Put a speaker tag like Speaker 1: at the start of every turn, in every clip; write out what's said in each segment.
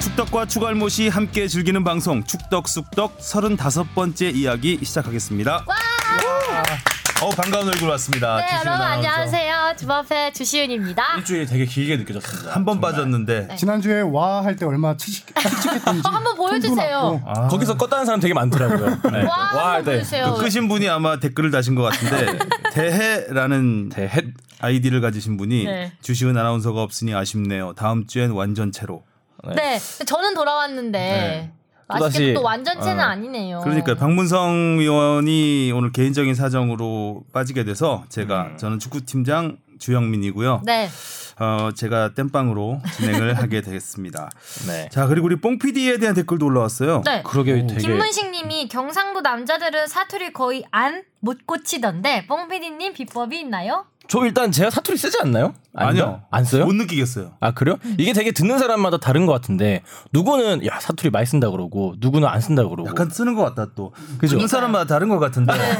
Speaker 1: 추덕과 추갈못이 함께 즐기는 방송 축덕숙덕 35번째 이야기 시작하겠습니다. 어 반가운 얼굴 왔습니다.
Speaker 2: 네,
Speaker 1: 주시은
Speaker 2: 여러분
Speaker 1: 아나운서.
Speaker 2: 안녕하세요. 주바페 주시은입니다.
Speaker 3: 일주일이 되게 길게 느껴졌습니다.
Speaker 1: 한 번
Speaker 3: 정말.
Speaker 1: 빠졌는데
Speaker 4: 네.
Speaker 2: 네.
Speaker 4: 지난주에 와 할 때 얼마 치식, 치식했던지
Speaker 2: 아, 한번 보여주세요.
Speaker 1: 아.
Speaker 3: 거기서 껐다는 사람 되게 많더라고요. 네.
Speaker 2: 와, 한번
Speaker 3: 네.
Speaker 2: 보여주세요.
Speaker 1: 끄신 그 분이 아마 댓글을 다신 것 같은데
Speaker 2: 네.
Speaker 1: 대해라는
Speaker 3: 대해?
Speaker 1: 아이디를 가지신 분이
Speaker 2: 네.
Speaker 1: 주시은 아나운서가 없으니 아쉽네요. 다음 주엔 완전체로.
Speaker 2: 네, 저는 돌아왔는데 아쉽게도
Speaker 3: 또다시-
Speaker 2: 또 완전체는 아니네요.
Speaker 1: 그러니까 요 박문성 의원이 오늘 개인적인 사정으로 빠지게 돼서 제가
Speaker 3: 음.
Speaker 1: 저는 축구팀장 주영민이고요.
Speaker 2: 네,
Speaker 1: 어, 제가 땜빵으로 진행을 하게 되겠습니다.
Speaker 3: 네.
Speaker 1: 자 그리고 우리 뽕 PD에 대한 댓글도 올라왔어요.
Speaker 2: 네.
Speaker 3: 그러게 되게
Speaker 2: 김문식님이 경상도 남자들은 사투리 거의 안 못 고치던데 뽕피디님 비법이 있나요?
Speaker 3: 저 일단 제가 사투리 쓰지 않나요? 아니요.
Speaker 1: 아니요.
Speaker 3: 안 써요?
Speaker 1: 못 느끼겠어요.
Speaker 3: 아 그래요? 이게 되게 듣는 사람마다 다른 것 같은데 누구는 야 사투리 많이 쓴다 그러고 누구는 안 쓴다 그러고
Speaker 1: 약간 쓰는 것 같다 또.
Speaker 3: 그죠?
Speaker 1: 듣는 사람마다 다른 것 같은데.
Speaker 2: 네.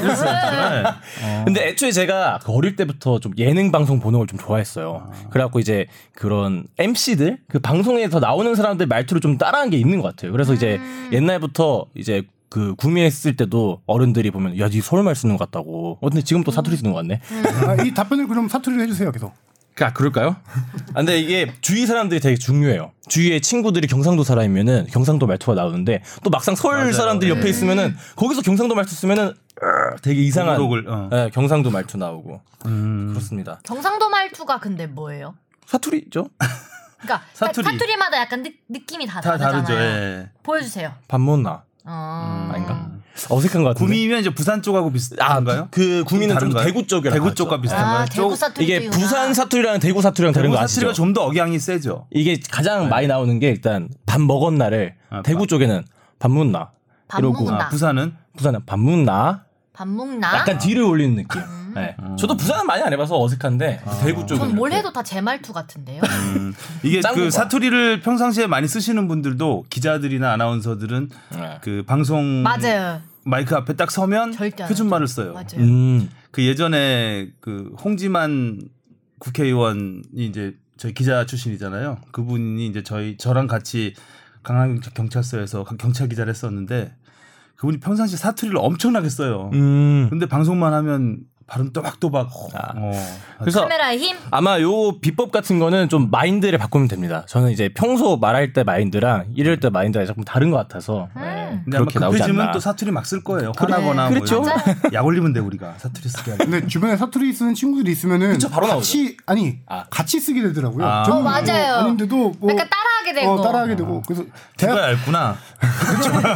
Speaker 3: 근데 애초에 제가 그 어릴 때부터 좀 예능 방송 보는 걸 좀 좋아했어요. 그래갖고 이제 그런 MC들 그 방송에서 나오는 사람들 말투를 좀 따라한 게 있는 것 같아요. 그래서 이제 옛날부터 이제 그 구미했을 때도 어른들이 보면 야니 서울말 쓰는 것 같다고. 어 근데 지금 또 사투리 쓰는 것 같네.
Speaker 4: 아, 이 답변을 그럼 사투리로 해주세요 계속
Speaker 3: 아 그럴까요? 아, 근데 이게 주위 사람들이 되게 중요해요. 주위에 친구들이 경상도 사람이면은 경상도 말투가 나오는데 또 막상 서울
Speaker 1: 맞아요. 네.
Speaker 3: 사람들 옆에 있으면은 거기서 경상도 말투 쓰면은 으, 되게 이상한
Speaker 1: 오글오글, 어. 음.
Speaker 3: 예, 경상도 말투 나오고 그렇습니다.
Speaker 2: 경상도 말투가 근데 뭐예요?
Speaker 3: 사투리죠?
Speaker 2: 그러니까
Speaker 1: 사투리.
Speaker 2: 사투리. 마다 약간 느, 느낌이 다,
Speaker 1: 다
Speaker 2: 다르잖아요.
Speaker 1: 다르죠. 예.
Speaker 2: 보여주세요.
Speaker 3: 밥 못나
Speaker 2: 어...
Speaker 3: 아닌가? 어색한 것 같은데.
Speaker 1: 음. 구미면 이제 부산 쪽하고 비슷한가요?
Speaker 3: 그 구미는 좀
Speaker 1: 다른가요?
Speaker 3: 대구 쪽이랑
Speaker 1: 대구
Speaker 3: 다르죠.
Speaker 1: 쪽과
Speaker 2: 아,
Speaker 1: 비슷한가요?
Speaker 2: 대구 사투리
Speaker 3: 이게
Speaker 2: 쪽이구나.
Speaker 3: 부산 사투리랑 대구 사투리랑 다른
Speaker 1: 대구
Speaker 3: 거 아시죠?
Speaker 1: 사투리가 좀 더 억양이 세죠.
Speaker 3: 이게 가장 많이 나오는 게 일단 밥 먹었나를
Speaker 1: 아,
Speaker 3: 대구 쪽에는 밥 못나
Speaker 2: 밥
Speaker 3: 이러고
Speaker 2: 먹나.
Speaker 1: 아, 부산은
Speaker 3: 부산은 밥 못나
Speaker 2: 밥 먹나?
Speaker 3: 약간 뒤를 올리는 느낌. 네. 저도 부산은 많이 안 해봐서 어색한데 대구 쪽은
Speaker 2: 음. 전 뭘
Speaker 3: 이렇게.
Speaker 2: 해도 다 제 말투 같은데요.
Speaker 1: 이게
Speaker 3: 짱구가.
Speaker 1: 그 사투리를 평상시에 많이 쓰시는 분들도 기자들이나 아나운서들은
Speaker 3: 네.
Speaker 1: 그 방송
Speaker 2: 맞아요.
Speaker 1: 마이크 앞에 딱 서면
Speaker 2: 절대 안
Speaker 1: 표준말을 써요.
Speaker 2: 맞아요.
Speaker 3: 음.
Speaker 1: 그 예전에 그 홍지만 국회의원이 이제 저희 기자 출신이잖아요. 그분이 이제 저희 저랑 같이 강남 경찰서에서 경찰 기자를 했었는데 그분이 평상시 사투리를 엄청나게 써요.
Speaker 3: 음.
Speaker 1: 근데 방송만 하면 발음 또박또박.
Speaker 3: 아.
Speaker 1: 어.
Speaker 3: 그래서
Speaker 2: 카메라의 힘.
Speaker 3: 아마 요 비법 같은 거는 좀 마인드를 바꾸면 됩니다. 저는 이제 평소 말할 때 마인드랑 이럴 때 마인드가 조금 다른 것 같아서
Speaker 2: 음.
Speaker 3: 네.
Speaker 1: 근데 아마
Speaker 3: 그렇게 나오지
Speaker 1: 급해지면
Speaker 3: 않나.
Speaker 1: 또 사투리 막 쓸 거예요. 화나거나 뭐
Speaker 3: 그렇죠.
Speaker 1: 이런 거. 약 올리면 돼 우리가 사투리 쓰게 하면.
Speaker 4: 근데 주변에 사투리 쓰는 친구들이 있으면은
Speaker 3: 그쵸, 바로
Speaker 4: 같이 아니
Speaker 3: 아.
Speaker 4: 같이 쓰게 되더라고요
Speaker 1: 아.
Speaker 4: 저는
Speaker 2: 어,
Speaker 4: 뭐
Speaker 2: 맞아요.
Speaker 4: 아닌데도 뭐
Speaker 2: 약간 따라하게 되고.
Speaker 4: 어, 따라하게 되고 그래서
Speaker 3: 아.
Speaker 4: 대학
Speaker 1: 누가 얇구나.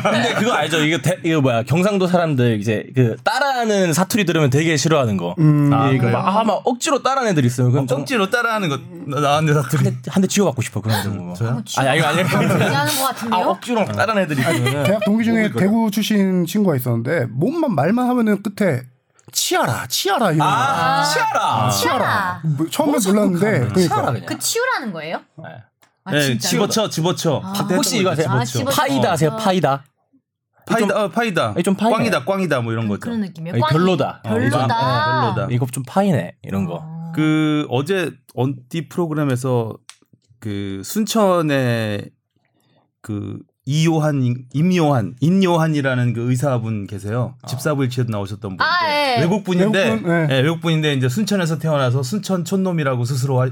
Speaker 3: 근데 그거 알죠? 이거 대, 이거 뭐야? 경상도 사람들 이제 그 따라하는 사투리 들으면 되게 싫어하는 거.
Speaker 1: 음,
Speaker 3: 아,
Speaker 1: 예,
Speaker 3: 이거 막, 아, 막 억지로 따라하는 애들 있어요. 그럼 좀
Speaker 1: 똥지로 따라하는 거 나- 나왔네 사투리.
Speaker 3: 한대 지워받고 싶어 그런 애들 뭐.
Speaker 1: 저요?
Speaker 3: 아니 아니 아니.
Speaker 2: 얘기하는 것
Speaker 3: 아
Speaker 1: 어.
Speaker 2: 같은데요?
Speaker 3: 억지로 막 따라하는 애들 있으면
Speaker 4: 대학 동기 중에 대구 출신 친구가 있었는데 몸만 말만 하면은 끝에 치아라 치아라 이런
Speaker 3: 아 치아라.
Speaker 2: 치아라.
Speaker 4: 뭐 처음에 몰랐는데
Speaker 3: 치아라
Speaker 4: 그러니까
Speaker 3: 그냥.
Speaker 2: 그 치우라는 거예요?
Speaker 3: 네.
Speaker 2: 아,
Speaker 1: 예,
Speaker 2: 진짜요?
Speaker 1: 집어쳐 집어쳐.
Speaker 3: 혹시 이거 아세요?
Speaker 2: 아, 집어쳐.
Speaker 3: 파이다 아세요? 파이다.
Speaker 1: 파이다,
Speaker 3: 좀-
Speaker 1: 어, 파이다.
Speaker 3: 아니, 좀 파이네.
Speaker 1: 꽝이다, 꽝이다, 뭐 이런 거죠.
Speaker 2: 그런 느낌이에요.
Speaker 3: 아니,
Speaker 2: 꽝이.
Speaker 3: 별로다. 어,
Speaker 2: 별로다. 아.
Speaker 3: 이건-
Speaker 1: 네, 별로다.
Speaker 3: 이거 좀 파이네 이런 거.
Speaker 1: 그 어제 언티 프로그램에서 그 순천에 그 이요한 임요한 임요한이라는 그 의사분 계세요. 집사부일치에도 나오셨던 분.
Speaker 2: 아, 예.
Speaker 1: 외국분인데
Speaker 4: 외국분, 예.
Speaker 1: 예, 외국분인데 이제 순천에서 태어나서 순천 촌놈이라고 스스로 하-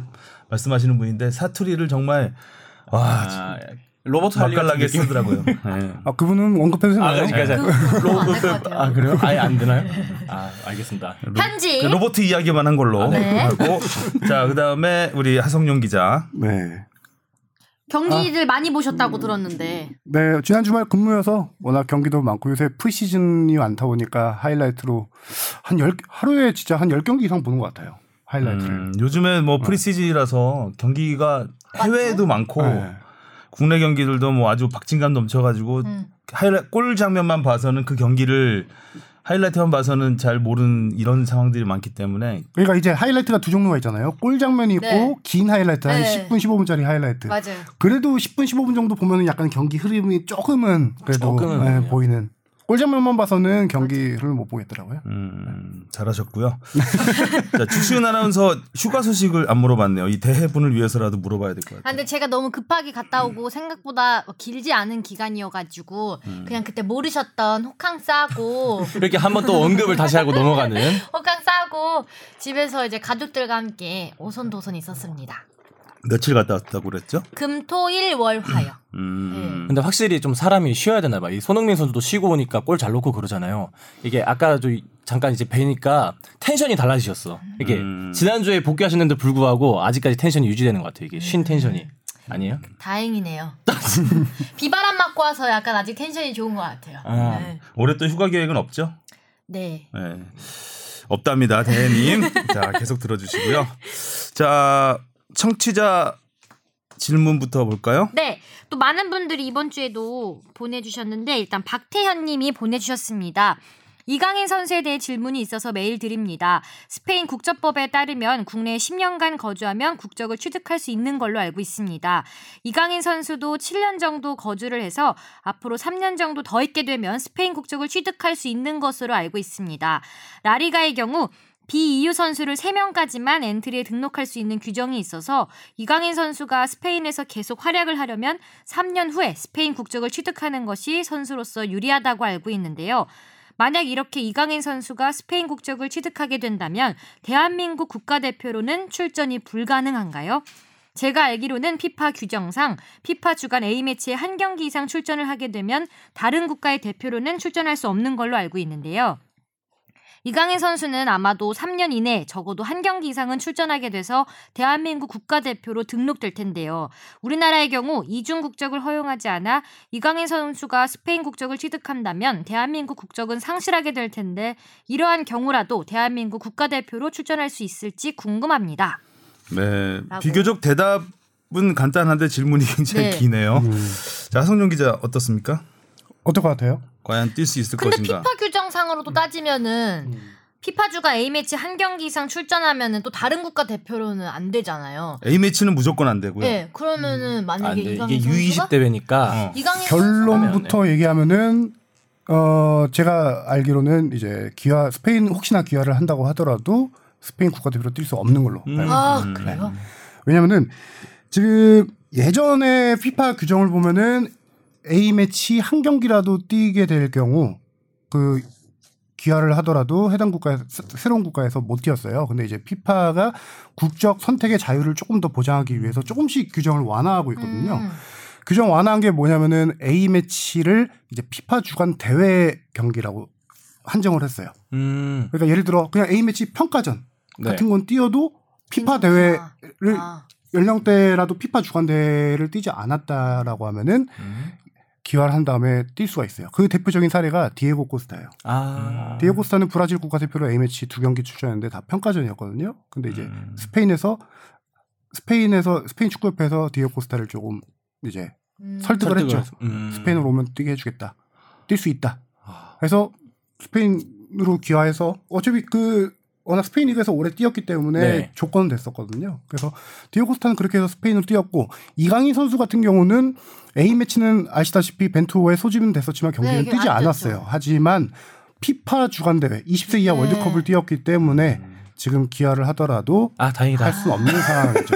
Speaker 1: 말씀하시는 분인데 사투리를 정말 와
Speaker 3: 아, 로버트
Speaker 1: 맛깔나게 쓰더라고요. 예.
Speaker 4: 아 그분은 언급해도
Speaker 3: 아,
Speaker 4: 되나요?
Speaker 3: 그러니까
Speaker 2: 그건 안될것
Speaker 3: 로버트
Speaker 2: 같아요.
Speaker 3: 아 그래요? 아예 안 되나요? 아 알겠습니다.
Speaker 2: 편지.
Speaker 1: 그 로버트 이야기만 한 걸로
Speaker 2: 예? 네.
Speaker 1: 하고 자 그다음에 우리 하성룡 기자
Speaker 4: 네.
Speaker 5: 경기를 많이 보셨다고 들었는데
Speaker 4: 네, 지난 주말 근무여서 워낙 경기도 많고 요새 프시즌이 많다 보니까 하이라이트로 한 열 하루에 진짜 한 10경기 이상 보는 것 같아요. 하이라이트를.
Speaker 1: 음, 요즘에 뭐 프리시즌이라서 경기가 해외에도 많고
Speaker 4: 네.
Speaker 1: 국내 경기들도 뭐 아주 박진감 넘쳐가지고
Speaker 2: 음.
Speaker 1: 하이라 골 장면만 봐서는 그 경기를 하이라이트만 봐서는 잘 모르는 이런 상황들이 많기 때문에
Speaker 4: 그러니까 이제 하이라이트가 두 종류가 있잖아요. 골 장면이 있고
Speaker 2: 네.
Speaker 4: 긴 하이라이트 한
Speaker 2: 네.
Speaker 4: 10분 15분짜리 하이라이트.
Speaker 2: 맞아요.
Speaker 4: 그래도 10분 15분 정도 보면은 약간 경기 흐름이 조금은 그래도
Speaker 3: 조금은
Speaker 4: 네,
Speaker 3: 보여요.
Speaker 4: 보이는. 골 골장면만 봐서는 경기를 못 보겠더라고요.
Speaker 1: 음, 잘하셨고요. 자, 주시은 아나운서 휴가 소식을 안 물어봤네요. 이 대해분을 위해서라도 물어봐야 될 것
Speaker 2: 아,
Speaker 1: 같아요.
Speaker 2: 근데 제가 너무 급하게 갔다 오고 생각보다 길지 않은 기간이어가지고 그냥 그때 모르셨던 호캉 싸고
Speaker 3: 이렇게 한 번 또 언급을 다시 하고 넘어가는
Speaker 2: 호캉 싸고 집에서 이제 가족들과 함께 오손도손 있었습니다.
Speaker 1: 며칠 갔다 왔다고 그랬죠?
Speaker 2: 금토일월화요. 네.
Speaker 1: 음.
Speaker 3: 근데 확실히 좀 사람이 쉬어야 되나 봐. 이 손흥민 선수도 쉬고 오니까 골 잘 넣고 그러잖아요. 이게 아까 저 잠깐 이제 뵈니까 텐션이 달라지셨어. 이게
Speaker 1: 음.
Speaker 3: 지난주에 복귀하셨는데 불구하고 아직까지 텐션이 유지되는 것 같아요. 이게 쉰 텐션이 아니에요?
Speaker 2: 다행이네요. 비바람 맞고 와서 약간 아직 텐션이 좋은 것 같아요.
Speaker 3: 아.
Speaker 2: 네.
Speaker 1: 올해 또 휴가 계획은 없죠?
Speaker 2: 네.
Speaker 1: 네. 없답니다, 대해님. 자, 계속 들어주시고요. 자, 청취자 질문부터 볼까요?
Speaker 2: 네, 또 많은 분들이 이번 주에도 보내주셨는데 일단 박태현님이 보내주셨습니다. 이강인 선수에 대해 질문이 있어서 메일 드립니다. 스페인 국적법에 따르면 국내에 10년간 거주하면 국적을 취득할 수 있는 걸로 알고 있습니다. 이강인 선수도 7년 정도 거주를 해서 앞으로 3년 정도 더 있게 되면 스페인 국적을 취득할 수 있는 것으로 알고 있습니다. 라리가의 경우 비EU 선수를 3명까지만 엔트리에 등록할 수 있는 규정이 있어서 이강인 선수가 스페인에서 계속 활약을 하려면 3년 후에 스페인 국적을 취득하는 것이 선수로서 유리하다고 알고 있는데요. 만약 이렇게 이강인 선수가 스페인 국적을 취득하게 된다면 대한민국 국가대표로는 출전이 불가능한가요? 제가 알기로는 피파 규정상 피파 주간 A매치에 한 경기 이상 출전을 하게 되면 다른 국가의 대표로는 출전할 수 없는 걸로 알고 있는데요. 이강인 선수는 아마도 3년 이내 적어도 한 경기 이상은 출전하게 돼서 대한민국 국가대표로 등록될 텐데요. 우리나라의 경우 이중 국적을 허용하지 않아 이강인 선수가 스페인 국적을 취득한다면 대한민국 국적은 상실하게 될 텐데 이러한 경우라도 대한민국 국가대표로 출전할 수 있을지 궁금합니다.
Speaker 1: 네.
Speaker 2: 라고.
Speaker 1: 비교적 대답은 간단한데 질문이 굉장히
Speaker 2: 네.
Speaker 1: 기네요.
Speaker 6: 음.
Speaker 3: 음.
Speaker 1: 자, 하성룡 기자 어떻습니까?
Speaker 4: 어떨 것 같아요?
Speaker 1: 과연 뛸 수 있을
Speaker 6: 근데
Speaker 1: 것인가?
Speaker 6: 피파 규정상으로도
Speaker 3: 음.
Speaker 6: 따지면은
Speaker 2: 음. 피파 주가 A매치 한 경기 이상 출전하면은 또 다른 국가 대표로는 안 되잖아요. 네,
Speaker 1: A 매치는 무조건 안 되고요.
Speaker 6: 예, 그러면은
Speaker 3: 아,
Speaker 6: 만약에
Speaker 3: 근데
Speaker 6: 이강인
Speaker 3: 이게
Speaker 6: 선수가
Speaker 3: U20 대회니까
Speaker 1: 어.
Speaker 6: 이강인
Speaker 4: 결론부터 얘기하면은 어 제가 알기로는 이제 귀화 스페인 혹시나 귀화를 한다고 하더라도 스페인 국가대표로 뛸 수 없는 걸로.
Speaker 1: 음.
Speaker 4: 알고
Speaker 6: 아,
Speaker 1: 음.
Speaker 6: 그래요?
Speaker 4: 왜냐면은 지금 예전에 피파 규정을 보면은 A 매치 한 경기라도 뛰게 될 경우 그 귀화를 하더라도 해당 국가에 새- 새로운 국가에서 못 뛰었어요. 근데 이제 피파가 국적 선택의 자유를 조금 더 보장하기 위해서 조금씩 규정을 완화하고 있거든요.
Speaker 2: 음.
Speaker 4: 규정 그 완화한 게 뭐냐면은 A 매치를 이제 피파 주간 대회 경기라고 한정을 했어요.
Speaker 3: 음.
Speaker 4: 그러니까 예를 들어 그냥 A 매치 평가전
Speaker 3: 네.
Speaker 4: 같은 건 뛰어도 피파 대회를
Speaker 2: 괜찮구나. 아.
Speaker 4: 연령대라도 피파 주간 대회를 뛰지 않았다라고 하면은
Speaker 3: 음.
Speaker 4: 기화를 한 다음에 뛸 수가 있어요. 그 대표적인 사례가 디에고 코스타예요.
Speaker 3: 아.
Speaker 4: 디에고 코스타는 브라질 국가대표로 A 매치 두 경기 출전했는데 다 평가전이었거든요. 근데 이제
Speaker 1: 음.
Speaker 4: 스페인에서 스페인에서 스페인 축구협회에서 디에고 코스타를 조금 이제
Speaker 2: 음.
Speaker 4: 설득을 했죠.
Speaker 3: 해서. 음.
Speaker 4: 스페인으로 오면 뛰게 해주겠다. 뛸 수 있다.
Speaker 3: 아.
Speaker 4: 그래서 스페인으로 귀화해서 어차피 그 워낙 스페인 리그에서 오래 뛰었기 때문에
Speaker 3: 네.
Speaker 4: 조건은 됐었거든요. 그래서 디오코스타는 그렇게 해서 스페인으로 뛰었고 이강인 선수 같은 경우는 A 매치는 아시다시피 벤투호에 소집은 됐었지만 경기는
Speaker 2: 네,
Speaker 4: 뛰지
Speaker 2: 안
Speaker 4: 않았어요.
Speaker 2: 뛰었죠.
Speaker 4: 하지만 피파 주간 대회 20세 이하
Speaker 2: 네.
Speaker 4: 월드컵을 뛰었기 때문에 지금 귀화를 하더라도
Speaker 3: 음. 아, 다행이다.
Speaker 4: 할 수는 없는 상황이죠.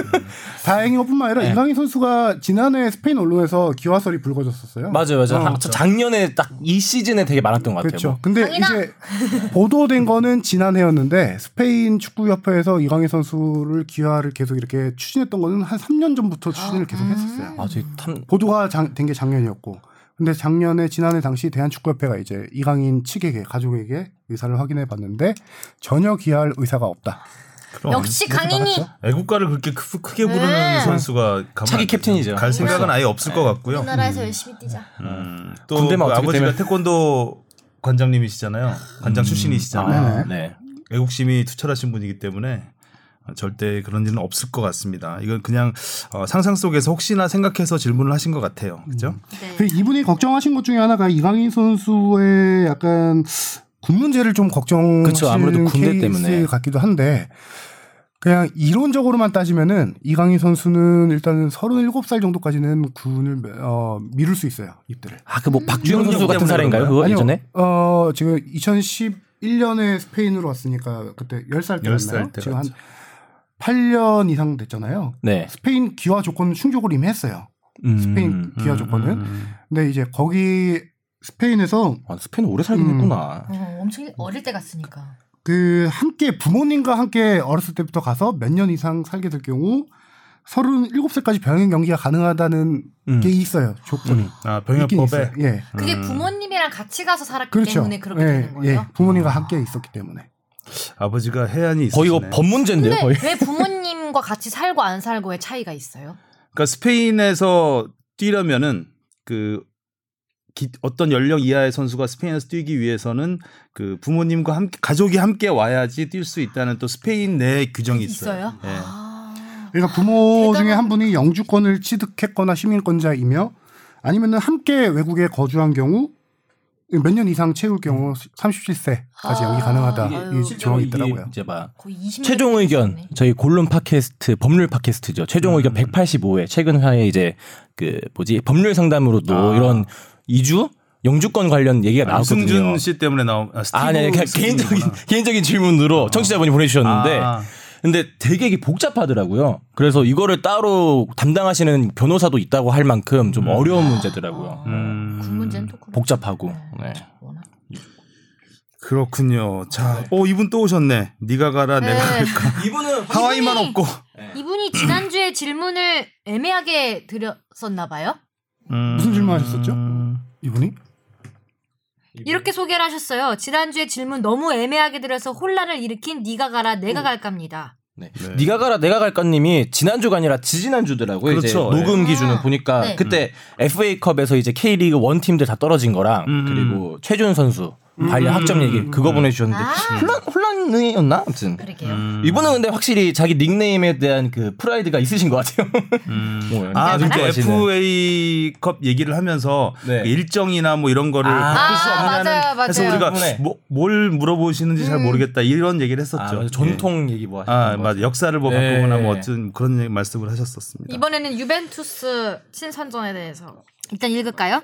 Speaker 4: 다행인 것뿐만 아니라
Speaker 3: 네.
Speaker 4: 이강인 선수가 지난해 스페인 언론에서 기화설이 불거졌었어요.
Speaker 3: 맞아요, 맞아요.
Speaker 4: 어,
Speaker 3: 한- 작년에 딱 이 시즌에 뭐. 되게 많았던 것 같아요.
Speaker 4: 그렇죠. 근데
Speaker 6: 강인아!
Speaker 4: 이제 보도된 거는 지난해였는데 스페인 축구협회에서 이강인 선수를 기화를 계속 이렇게 추진했던 거는 한 3년 전부터 추진을 계속 했었어요.
Speaker 3: 아, 저기 탐
Speaker 4: 보도가 된 게 작년이었고. 근데 작년에 지난해 당시 대한축구협회가 이제 이강인 측에게 가족에게 의사를 확인해 봤는데 전혀 기할 의사가 없다.
Speaker 1: 그럼.
Speaker 6: 역시 강인이
Speaker 4: 나갔죠?
Speaker 1: 애국가를 그렇게 크, 크게 부르는
Speaker 6: 네. 그렇죠.
Speaker 1: 선수가 가면
Speaker 3: 차기
Speaker 1: 안 되죠.
Speaker 3: 캡틴이죠.
Speaker 1: 갈 생각은
Speaker 3: 벌써.
Speaker 1: 아예 없을 것 같고요.
Speaker 6: 우리나라에서 열심히 뛰자.
Speaker 1: 음, 또
Speaker 3: 군대만
Speaker 1: 그
Speaker 3: 어떻게
Speaker 1: 아버지가
Speaker 3: 되면- 음.
Speaker 1: 태권도 관장님이시잖아요. 관장 출신이시잖아요.
Speaker 3: 아, 네.
Speaker 1: 애국심이 투철하신 분이기 때문에 절대 그런 일은 없을 것 같습니다. 이건 그냥 어, 상상 속에서 혹시나 생각해서 질문을 하신 것 같아요. 그죠?
Speaker 2: 네.
Speaker 4: 그 이분이 걱정하신 것 중에 하나가 이강인 선수의 약간 군 문제를 좀 걱정하시는
Speaker 3: 그쵸, 아무래도 군대
Speaker 4: 케이스
Speaker 3: 때문에.
Speaker 4: 같기도 한데 그냥 이론적으로만 따지면은 이강인 선수는 일단은 37살 정도까지는 군을 어, 미룰 수 있어요 입대를.
Speaker 3: 아 그 뭐 박주영 선수
Speaker 1: 때문에
Speaker 3: 같은 사례인가요?
Speaker 1: 그런
Speaker 3: 그거
Speaker 4: 아니요.
Speaker 3: 예전에?
Speaker 4: 어 지금 2011년에 스페인으로 왔으니까 그때 10살 때였나요?
Speaker 1: 10살 때
Speaker 4: 지금 한
Speaker 1: 갔죠.
Speaker 4: 8년 이상 됐잖아요.
Speaker 3: 네.
Speaker 4: 스페인 기화 조건은 충족을 이미 했어요.
Speaker 3: 음.
Speaker 4: 스페인 기화 조건은.
Speaker 1: 음,
Speaker 4: 근데 이제 거기 스페인에서
Speaker 3: 아, 스페인 오래 살긴
Speaker 4: 음.
Speaker 3: 했구나.
Speaker 2: 어, 엄청 어릴 때 갔으니까.
Speaker 4: 그 함께 부모님과 함께 어렸을 때부터 가서 몇 년 이상 살게 될 경우 37살까지 병행 연기가 가능하다는
Speaker 3: 음.
Speaker 4: 게 있어요. 조건이.
Speaker 1: 아
Speaker 4: 있긴
Speaker 1: 병역법에
Speaker 4: 있어요. 예.
Speaker 2: 그게 부모님이랑 같이 가서 살았기
Speaker 4: 그렇죠.
Speaker 2: 때문에 그렇게
Speaker 4: 예,
Speaker 2: 되는 거예요.
Speaker 4: 예. 부모님과 함께 있었기 때문에.
Speaker 1: 아버지가 해안이 있으시네.
Speaker 3: 거의 이거 법 문제인데요,
Speaker 2: 근데
Speaker 3: 거의.
Speaker 2: 왜 부모님과 같이 살고 안 살고의 차이가 있어요?
Speaker 1: 그러니까 스페인에서 뛰려면은 그 기- 어떤 연령 이하의 선수가 스페인에서 뛰기 위해서는 그 부모님과 함께 가족이 함께 와야지 뛸 수 있다는 또 스페인 내 규정이 있어요.
Speaker 2: 있어요?
Speaker 1: 예.
Speaker 2: 아.
Speaker 4: 그러니까 부모
Speaker 2: 대단한-
Speaker 4: 중에 한 분이 영주권을 취득했거나 시민권자이며 아니면은 함께 외국에 거주한 경우 몇 년 이상 채울 경우 37세까지
Speaker 2: 아.
Speaker 4: 연기 가능하다.
Speaker 2: 이게
Speaker 4: 이
Speaker 2: 실제로
Speaker 4: 조항이
Speaker 3: 이게
Speaker 4: 예, 있더라고요.
Speaker 3: 이제 막
Speaker 2: 거의 20년
Speaker 3: 최종 의견 저희 골룸 팟캐스트 법률 팟캐스트죠. 최종 의견 185회 최근 화에 이제 그 뭐지 법률 상담으로도
Speaker 1: 아.
Speaker 3: 이런 이주 영주권 관련 얘기가
Speaker 1: 아,
Speaker 3: 나왔거든요.
Speaker 1: 유승준 씨 때문에 나온 아, 스티브
Speaker 3: 아, 아니, 아니 그냥
Speaker 1: 스티브구나.
Speaker 3: 개인적인 개인적인 질문으로 청취자분이 보내주셨는데
Speaker 1: 아.
Speaker 3: 근데 되게 이게 복잡하더라고요. 그래서 이거를 따로 담당하시는 변호사도 있다고 할 만큼 좀 어려운 문제더라고요.
Speaker 1: 음.
Speaker 2: 군 문제는 또 그렇죠.
Speaker 3: 복잡하고. 네.
Speaker 2: 워낙.
Speaker 1: 그렇군요. 자, 오 이분 또 오셨네. 네가 가라 내가
Speaker 2: 네.
Speaker 1: 갈까.
Speaker 3: 이분은
Speaker 1: 하와이만 없고.
Speaker 2: 이분이 지난주에 질문을 애매하게 드렸었나 봐요.
Speaker 1: 음.
Speaker 4: 무슨 질문하셨었죠? 이분이?
Speaker 2: 이렇게 소개를 하셨어요. 지난주에 질문 너무 애매하게 드려서 혼란을 일으킨 네가 가라
Speaker 1: 음.
Speaker 2: 내가 갈까입니다.
Speaker 3: 네. 네가 가라 내가 갈까님이 지난주가 아니라 지지난주더라고요. 이제
Speaker 1: 그렇죠. 네.
Speaker 3: 녹음 기준을 보니까
Speaker 2: 네.
Speaker 3: 그때 FA컵에서 이제 K리그 원 팀들 다 떨어진 거랑
Speaker 1: 음.
Speaker 3: 그리고 최준 선수 반려 학점 얘기 그거 보내주셨는데 혼란 혼란이었나 아무튼.
Speaker 2: 그러게요.
Speaker 1: 음.
Speaker 3: 이분은 근데 확실히 자기 닉네임에 대한 그 프라이드가 있으신 것 같아요.
Speaker 2: 음.
Speaker 3: 뭐
Speaker 1: 아,
Speaker 3: 이렇게
Speaker 1: 그러니까
Speaker 3: 하시는.
Speaker 1: FA 컵 얘기를 하면서
Speaker 3: 네.
Speaker 1: 일정이나 뭐 이런 거를
Speaker 3: 아.
Speaker 1: 바꿀 수
Speaker 2: 아,
Speaker 1: 없냐는
Speaker 2: 맞아요, 네. 음. 맞아요.
Speaker 1: 해서 우리가
Speaker 3: 때문에.
Speaker 1: 뭐, 뭘 물어보시는지 잘 모르겠다 이런 얘기를 했었죠.
Speaker 3: 아, 맞아. 전통 얘기 뭐
Speaker 1: 예.
Speaker 3: 하시는
Speaker 1: 아,
Speaker 3: 거.
Speaker 1: 맞아. 역사를 뭐
Speaker 3: 네.
Speaker 1: 바꾸거나 뭐 어쨌든 그런 얘기- 말씀을 하셨었습니다.
Speaker 2: 이번에는 유벤투스 친선전에 대해서
Speaker 5: 일단 읽을까요?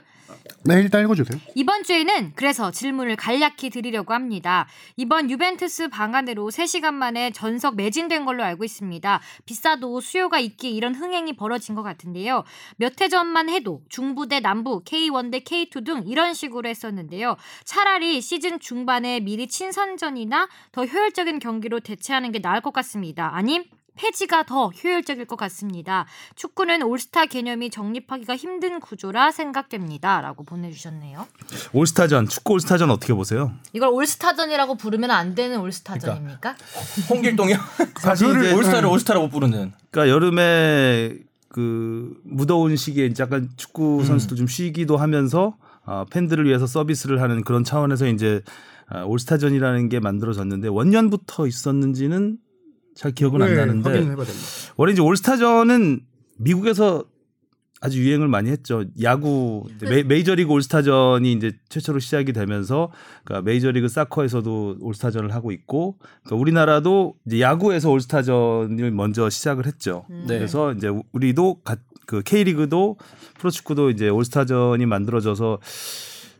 Speaker 4: 네, 일단 읽어주세요.
Speaker 5: 이번 주에는 그래서 질문을 간략히 드리려고 합니다. 이번 유벤투스 방안으로 3시간 만에 전석 매진된 걸로 알고 있습니다. 비싸도 수요가 있기에 이런 흥행이 벌어진 것 같은데요. 몇 해 전만 해도 중부 대 남부, K1 대 K2 등 이런 식으로 했었는데요. 차라리 시즌 중반에 미리 친선전이나 더 효율적인 경기로 대체하는 게 나을 것 같습니다. 아님 폐지가 더 효율적일 것 같습니다. 축구는 올스타 개념이 정립하기가 힘든 구조라 생각됩니다. 라고 보내주셨네요.
Speaker 1: 올스타전, 축구 올스타전 어떻게 보세요?
Speaker 2: 이걸 올스타전이라고 부르면 안 되는 올스타전입니까?
Speaker 1: 그러니까.
Speaker 3: 홍길동이
Speaker 1: 사실
Speaker 3: 사실
Speaker 1: 이제-
Speaker 3: 올스타를 올스타라고 부르는.
Speaker 1: 그러니까 여름에 그 무더운 시기에 이제 약간 축구
Speaker 4: 음.
Speaker 1: 선수도 좀 쉬기도 하면서 아, 팬들을 위해서 서비스를 하는 그런 차원에서 이제 아, 올스타전이라는 게 만들어졌는데 원년부터 있었는지는 잘 기억은 안 나는데
Speaker 4: 네, 확인을 해봐야 됩니다.
Speaker 1: 원래 이제 올스타전은 미국에서 아주 유행을 많이 했죠. 야구 이제 메, 메이저리그 올스타전이 이제 최초로 시작이 되면서 그러니까 메이저리그 사커에서도 올스타전을 하고 있고 그러니까 우리나라도 이제 야구에서 올스타전을 먼저 시작을 했죠.
Speaker 3: 네.
Speaker 1: 그래서 이제 우리도 가, 그 K리그도 프로축구도 이제 올스타전이 만들어져서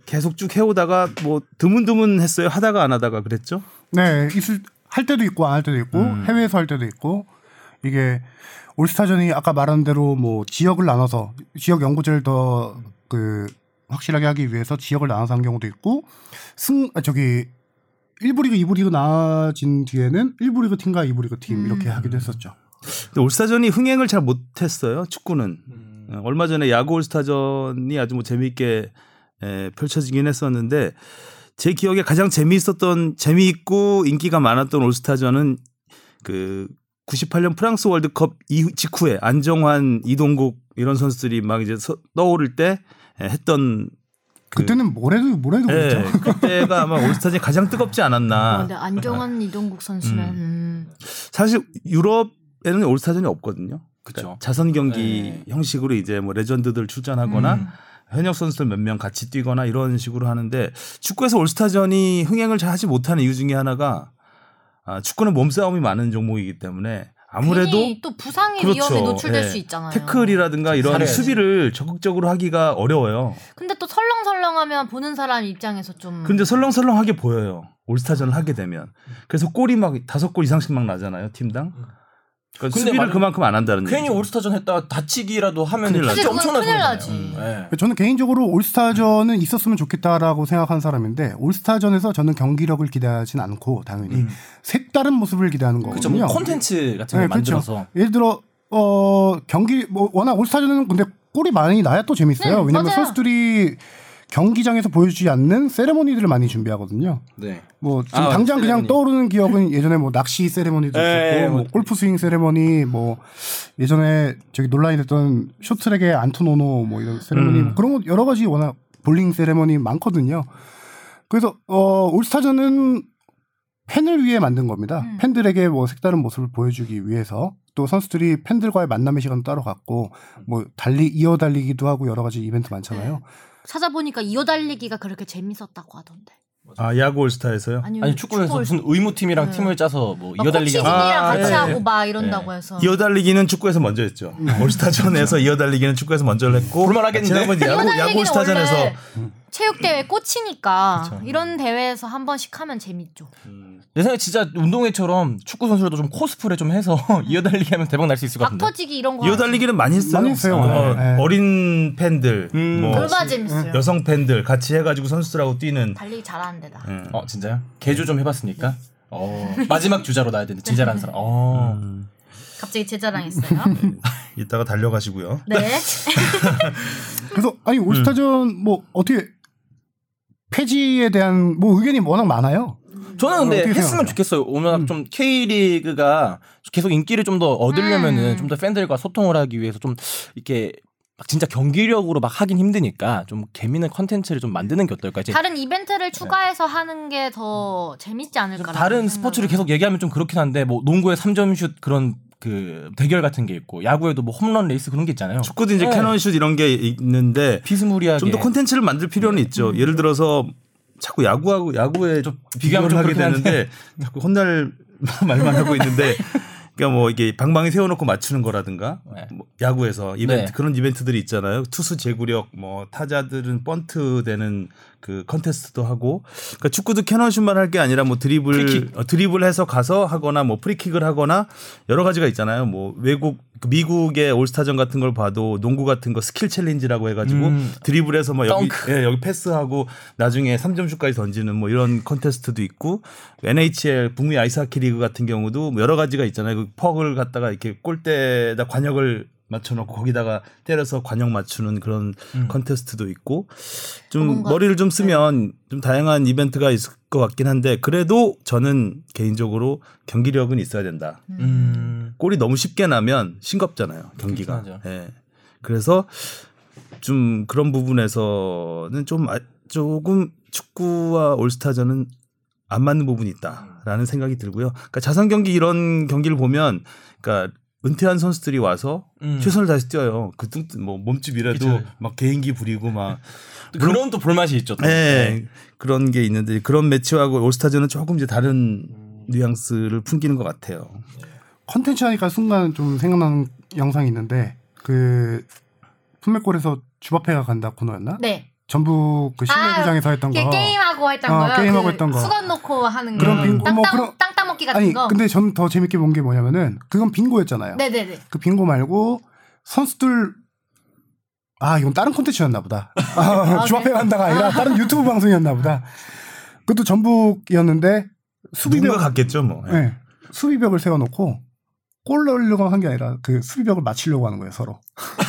Speaker 1: 계속 쭉 해오다가 뭐 드문드문 했어요. 하다가 안 하다가 그랬죠.
Speaker 4: 네, 있을 할 때도 있고 안 할 때도 있고
Speaker 3: 음.
Speaker 4: 해외에서 할 때도 있고 이게 올스타전이 아까 말한 대로 뭐 지역을 나눠서 지역 연구제를 더 그 확실하게 하기 위해서 지역을 나눠서 한 경우도 있고 승 아, 저기 1부 리그, 2부 리그 나아진 뒤에는 1부 리그 팀과 2부 리그 팀 이렇게
Speaker 3: 음.
Speaker 4: 하기도 했었죠.
Speaker 3: 네.
Speaker 1: 근데 올스타전이 흥행을 잘 못했어요. 축구는 어, 얼마 전에 야구 올스타전이 아주 뭐 재미있게 에, 펼쳐지긴 했었는데 제 기억에 가장 재미있었던 재미있고 인기가 많았던 올스타전은 그 98년 프랑스 월드컵 이후 직후에 안정환, 이동국 이런 선수들이 막 이제 서- 떠오를 때 에, 했던
Speaker 4: 그때는 뭐래도 뭐래도 그렇죠.
Speaker 1: 예,
Speaker 4: 그랬죠.
Speaker 1: 그때가 아마 올스타전이 가장 뜨겁지
Speaker 2: 어,
Speaker 1: 않았나.
Speaker 2: 근데 안정환
Speaker 1: 아.
Speaker 2: 이동국 선수는 음.
Speaker 1: 사실 유럽에는 올스타전이 없거든요. 그러니까
Speaker 3: 그쵸.
Speaker 1: 자선 경기
Speaker 3: 네.
Speaker 1: 형식으로 이제 뭐 레전드들 출전하거나
Speaker 4: 음.
Speaker 2: 음.
Speaker 1: 현역 선수들 몇 명 같이 뛰거나 이런 식으로 하는데 축구에서 올스타전이 흥행을 잘 하지 못하는 이유 중에 하나가 아, 축구는 몸싸움이 많은 종목이기 때문에 아무래도
Speaker 2: 괜히 또 부상의
Speaker 1: 그렇죠.
Speaker 2: 위험에 노출될
Speaker 1: 예.
Speaker 2: 수 있잖아요.
Speaker 1: 태클이라든가 이런
Speaker 3: 잘해야지.
Speaker 1: 수비를 적극적으로 하기가 어려워요.
Speaker 2: 근데 또 설렁설렁하면 보는 사람 입장에서 좀
Speaker 1: 근데 설렁설렁하게 보여요. 올스타전을 하게 되면. 그래서 골이 막 다섯 골 이상씩 막 나잖아요, 팀당. 그러니까
Speaker 3: 음. 근데
Speaker 1: 수비를
Speaker 3: 만-
Speaker 1: 그만큼 안 한다는
Speaker 3: 괜히
Speaker 1: 얘기죠.
Speaker 3: 올스타전 했다 다치기라도 하면
Speaker 1: 큰일
Speaker 2: 사실
Speaker 1: 나죠.
Speaker 3: 진짜
Speaker 2: 그건
Speaker 3: 엄청난
Speaker 2: 큰일 나지.
Speaker 3: 손해예요. 예.
Speaker 4: 저는 개인적으로 올스타전은 있었으면 좋겠다라고 생각하는 사람인데 올스타전에서 저는 경기력을 기대하진 않고 당연히 색다른 모습을 기대하는
Speaker 3: 예. 음. 그쵸 뭐
Speaker 4: 거거든요.
Speaker 3: 콘텐츠 같은 거
Speaker 4: 음. 네, 그쵸.
Speaker 3: 만들어서
Speaker 4: 예를 들어 어 경기 뭐 워낙 올스타전은 근데 골이 많이 나야 또 재밌어요.
Speaker 2: 네,
Speaker 4: 왜냐면
Speaker 2: 맞아요.
Speaker 4: 선수들이 경기장에서 보여주지 않는 세레모니들을 많이 준비하거든요.
Speaker 3: 네.
Speaker 4: 뭐 지금
Speaker 3: 아,
Speaker 4: 당장 그냥
Speaker 3: 세레모니.
Speaker 4: 떠오르는 기억은 예전에 뭐 낚시 세레머니도
Speaker 3: 예,
Speaker 4: 있었고
Speaker 3: 예,
Speaker 4: 뭐
Speaker 3: 뭐.
Speaker 4: 골프 스윙 세레머니 뭐 예전에 저기 논란이 됐던 쇼트랙의 안토노노 뭐 이런 세레머니
Speaker 1: 음.
Speaker 4: 뭐 그런 것 여러 가지 워낙 볼링 세레머니 많거든요. 그래서 어 올스타전은 팬을 위해 만든 겁니다.
Speaker 2: 음.
Speaker 4: 팬들에게 뭐 색다른 모습을 보여주기 위해서 또 선수들이 팬들과의 만남의 시간도 따로 갖고 뭐 달리 이어 달리기도 하고 여러 가지 이벤트 많잖아요.
Speaker 2: 찾아보니까 이어달리기가 그렇게 재밌었다고 하던데.
Speaker 1: 아, 야구 올스타에서요?
Speaker 2: 아니,
Speaker 3: 아니 축구에서 무슨 의무팀이랑
Speaker 2: 네.
Speaker 3: 팀을 짜서 뭐
Speaker 2: 이어달리기
Speaker 3: 이어달리기 하고
Speaker 2: 코치진이랑
Speaker 1: 아,
Speaker 2: 같이
Speaker 1: 예,
Speaker 2: 하고
Speaker 1: 예.
Speaker 2: 막 이런다고 해서
Speaker 1: 이어달리기는 축구에서 먼저 했죠. 올스타전에서 이어달리기는 축구에서 먼저 했고
Speaker 3: 네. 그렇죠. 볼만하겠는데?
Speaker 1: 지난번 야구,
Speaker 2: 이어달리기는
Speaker 1: 야구 올스타전에서 그렇죠.
Speaker 2: 원래 체육 대회 꽂히니까
Speaker 3: 그쵸.
Speaker 2: 이런 대회에서 한 번씩 하면 재밌죠.
Speaker 3: 내 생각에 진짜 운동회처럼 축구 선수들도 좀 코스프레 좀 해서 이어달리기 하면 대박 날 수 있을 것 같은데.
Speaker 2: 박터지기 이런 거
Speaker 1: 이어달리기는 많이 했어요.
Speaker 4: 많이 했어요.
Speaker 1: 어,
Speaker 4: 네.
Speaker 1: 어린 팬들,
Speaker 3: 음.
Speaker 1: 뭐
Speaker 2: 얼마 재밌어요.
Speaker 1: 여성 팬들 같이 해가지고 선수들하고 뛰는
Speaker 2: 달리기 잘하는데 나.
Speaker 1: 음.
Speaker 3: 어 진짜요? 개조 좀 해봤으니까. 어 마지막 주자로 나야 되는데 진짜라는
Speaker 1: 음.
Speaker 3: 사람. 어.
Speaker 4: 음.
Speaker 2: 갑자기 제자랑했어요.
Speaker 1: 이따가 달려가시고요.
Speaker 2: 네.
Speaker 1: 음.
Speaker 4: 그래서 아니 올스타전 뭐 어떻게 폐지에 대한 뭐 의견이 워낙 많아요.
Speaker 3: 저는
Speaker 4: 어,
Speaker 3: 근데
Speaker 4: 어떻게
Speaker 3: 했으면
Speaker 4: 생각해요?
Speaker 3: 좋겠어요. 워낙 좀 K리그가 계속 인기를 좀 더 얻으려면은
Speaker 2: 음.
Speaker 3: 좀 더 팬들과 소통을 하기 위해서 좀 이렇게 막 진짜 경기력으로 막 하긴 힘드니까 좀 재미있는 컨텐츠를 좀 만드는 게 어떨까. 이제
Speaker 2: 다른 이벤트를 추가해서 하는 게 더 재밌지 않을까.
Speaker 3: 다른 스포츠를 계속 얘기하면 좀 그렇긴 한데 뭐 농구에 3점슛 그런 그 대결 같은 게 있고 야구에도 뭐 홈런 레이스 그런 게 있잖아요.
Speaker 1: 축구도 이제
Speaker 3: 네.
Speaker 1: 캐논슛 이런 게 있는데
Speaker 3: 비스무리하게
Speaker 1: 좀 더 콘텐츠를 만들 필요는 있죠. 예를 들어서 자꾸 야구하고 야구에 좀 비교를
Speaker 3: 비교하면 좀
Speaker 1: 하게
Speaker 3: 그렇긴 한데.
Speaker 1: 되는데 자꾸 혼날 말만 하고 있는데 그러니까 뭐 이게 방망이 세워놓고 맞추는 거라든가
Speaker 3: 네.
Speaker 1: 뭐 야구에서 이벤트
Speaker 3: 네.
Speaker 1: 그런 이벤트들이 있잖아요. 투수 제구력 뭐 타자들은 번트 되는 그 컨테스트도 하고 그러니까 축구도 캐논슛만 할 게 아니라 뭐 드리블
Speaker 3: 프리킥.
Speaker 1: 어, 드리블 해서 가서 하거나 뭐 프리킥을 하거나 여러 가지가 있잖아요. 뭐 외국 그 미국의 올스타전 같은 걸 봐도 농구 같은 거 스킬 챌린지라고 해가지고
Speaker 3: 음.
Speaker 1: 드리블해서 뭐 여기
Speaker 3: 덩크.
Speaker 1: 예, 여기 패스하고 나중에 3점슛까지 던지는 뭐 이런 컨테스트도 있고 NHL 북미 아이스하키 리그 같은 경우도 뭐 여러 가지가 있잖아요. 그 퍽을 갖다가 이렇게 골대에다 관역을 맞춰놓고 거기다가 때려서 관역 맞추는 그런
Speaker 3: 음.
Speaker 1: 컨테스트도 있고 좀
Speaker 2: 뭔가-
Speaker 1: 머리를 좀
Speaker 3: 네.
Speaker 1: 쓰면 좀 다양한 이벤트가 있을 것 같긴 한데 그래도 저는 개인적으로 경기력은 있어야 된다.
Speaker 3: 음.
Speaker 1: 골이 너무 쉽게 나면 싱겁잖아요 경기가.
Speaker 3: 그렇긴 하죠.
Speaker 1: 예. 그래서 좀 그런 부분에서는 좀 아- 조금 축구와 올스타전은 안 맞는 부분이 있다라는 생각이 들고요. 그러니까 자선 경기 이런 경기를 보면, 그러니까 은퇴한 선수들이 와서
Speaker 3: 음.
Speaker 1: 최선을 다해서 뛰어요. 그뭐 몸집이라도
Speaker 3: 그쵸.
Speaker 1: 막 개인기 부리고 막
Speaker 3: 음. 그런 또 볼맛이 있죠. 또.
Speaker 1: 예, 그런 게 있는데 그런 매치하고 올스타전은 조금 이제 다른
Speaker 3: 음.
Speaker 1: 뉘앙스를 풍기는 것 같아요.
Speaker 4: 컨텐츠 하니까 순간 좀 생각나는 영상이 있는데 그 품맥골에서 주바페가 간다 코너였나?
Speaker 2: 네.
Speaker 4: 전북 그 실내구장에서 했던
Speaker 2: 게-
Speaker 4: 거.
Speaker 2: 게임하고 했던
Speaker 4: 어,
Speaker 2: 거요.
Speaker 4: 게임하고
Speaker 2: 그
Speaker 4: 했던 거.
Speaker 2: 수건 놓고 하는 거.
Speaker 4: 그런 빙고,
Speaker 2: 땅,
Speaker 4: 뭐
Speaker 2: 따-
Speaker 4: 그런-
Speaker 2: 땅 따먹기 같은
Speaker 4: 아니
Speaker 2: 거.
Speaker 4: 근데 저는 더 재밌게 본 게 뭐냐면은 그건 빙고였잖아요.
Speaker 2: 네네네.
Speaker 4: 그 빙고 말고 선수들 아 이건 다른 콘텐츠였나 보다. 아,
Speaker 2: 아, 네.
Speaker 4: 주합회 간다가 아니라 다른 유튜브 방송이었나 보다. 그것도 전북이었는데
Speaker 1: 누군가
Speaker 4: 수비벽
Speaker 1: 같겠죠, 뭐. 예.
Speaker 4: 네. 수비벽을 세워놓고 골 넣으려고 한 게 아니라 그 수비벽을 맞추려고 하는 거예요 서로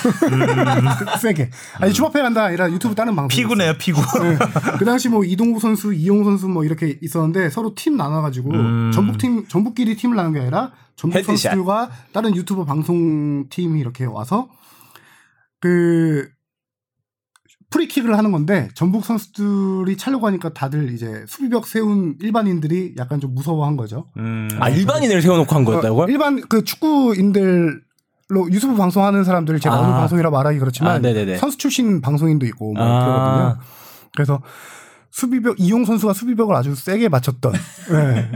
Speaker 4: 세게 아니 주합회 간다 아니라 유튜브 다른 방송
Speaker 1: 피구네요, 피구.
Speaker 4: 네. 그 당시 뭐 이동구 선수, 이용 선수 뭐 이렇게 있었는데 서로 팀 나눠가지고
Speaker 1: 음.
Speaker 4: 전북 팀 전북끼리 팀을 나눈 게 아니라 전북
Speaker 3: 헤드샷.
Speaker 4: 선수들과 다른 유튜브 방송 팀이 이렇게 와서 그 프리킥을 하는 건데 전북 선수들이 차려고 하니까 다들 이제 수비벽 세운 일반인들이 약간 좀 무서워한 거죠.
Speaker 1: 음.
Speaker 3: 아 일반인을 세워놓고 한 거였다고요?
Speaker 4: 어, 일반 그 축구인들 로 유튜브 방송하는 사람들 제가
Speaker 3: 아.
Speaker 4: 어느 방송이라 말하기 그렇지만
Speaker 3: 아, 네네네.
Speaker 4: 선수 출신 방송인도 있고 뭐
Speaker 3: 아.
Speaker 4: 그러거든요. 그래서 수비벽 이용 선수가 수비벽을 네. 아주 세게 맞췄던 예.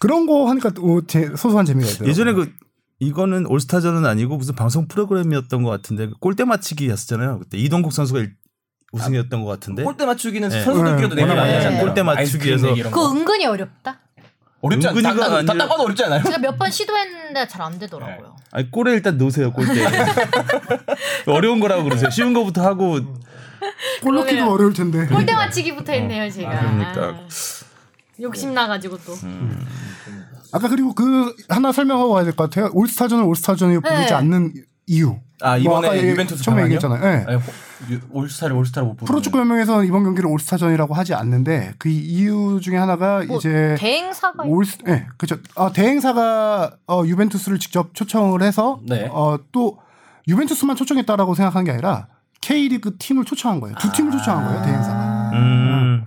Speaker 4: 그런 거 하니까 또 제- 소소한 재미가 있어요.
Speaker 1: 예전에 그 이거는 올스타전은 아니고 무슨 방송 프로그램이었던 것 같은데 골대 맞히기였었잖아요. 그때 이동국 선수가 일- 우승이었던 것 같은데.
Speaker 3: 골대 맞추기는
Speaker 1: 네.
Speaker 3: 선수들끼리도
Speaker 4: 네.
Speaker 3: 되게 많이
Speaker 2: 네.
Speaker 3: 하잖아요.
Speaker 1: 골대 맞추기 해서.
Speaker 3: 아이스크림 내기 이런 거.
Speaker 2: 그거 은근히 어렵다.
Speaker 3: 어렵지 않아요.
Speaker 1: 은근히가
Speaker 3: 다
Speaker 1: 아니라-
Speaker 3: 따봐도 어렵지 않아요?
Speaker 2: 제가 몇 번 시도했는데 잘 안 되더라고요.
Speaker 1: 아니 골에 일단 넣으세요 골대. 어려운 거라고 그러세요. 쉬운 거부터 하고
Speaker 4: 골 넣기도
Speaker 2: 그러면-
Speaker 4: 어려울 텐데.
Speaker 2: 골대 맞히기부터 했네요, 제가. 아,
Speaker 1: 그러니까.
Speaker 2: 욕심 나가지고 또.
Speaker 4: 아까 그리고 그 하나 설명하고 가야 될 것 같아요. 올스타전을 올스타전으로 부르지
Speaker 2: 네.
Speaker 4: 않는 이유.
Speaker 3: 아
Speaker 4: 뭐
Speaker 3: 이번에
Speaker 4: 아까 얘기-
Speaker 3: 유벤투스
Speaker 4: 처음에
Speaker 3: 강하냐?
Speaker 4: 얘기했잖아요. 예.
Speaker 3: 아니, 네. 호- 유- 올스타를 올스타로 못 부르는.
Speaker 4: 프로축구 연맹에서는 이번 경기를 올스타전이라고 하지 않는데 그 이유 중에 하나가
Speaker 2: 뭐
Speaker 4: 이제
Speaker 2: 대행사가 있-
Speaker 4: 올스 예 그죠 아, 대행사가 어, 유벤투스를 직접 초청을 해서
Speaker 3: 네.
Speaker 4: 어, 또 유벤투스만 초청했다라고 생각한 게 아니라 K리그 팀을 초청한 거예요
Speaker 3: 아.
Speaker 4: 두 팀을 초청한 거예요 대행사가
Speaker 1: 음.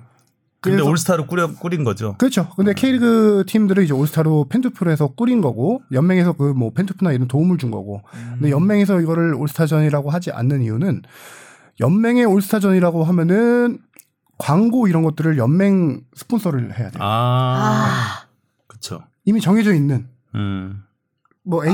Speaker 1: 근데
Speaker 4: 그래서-
Speaker 1: 올스타로 꾸려 꾸린 거죠.
Speaker 4: 그렇죠
Speaker 3: 음.
Speaker 4: 근데 K리그 팀들을 이제 올스타로 팬투표를 해서 꾸린 거고 연맹에서 그 뭐 팬투표나 이런 도움을 준 거고
Speaker 3: 음.
Speaker 4: 근데 연맹에서 이거를 올스타전이라고 하지 않는 이유는 연맹의 올스타전이라고 하면은 광고 이런 것들을 연맹 스폰서를 해야
Speaker 3: 아.
Speaker 4: 돼요
Speaker 1: 아.
Speaker 2: 아,
Speaker 1: 그렇죠.
Speaker 4: 이미 정해져 있는
Speaker 1: 음.
Speaker 4: 뭐
Speaker 3: 하나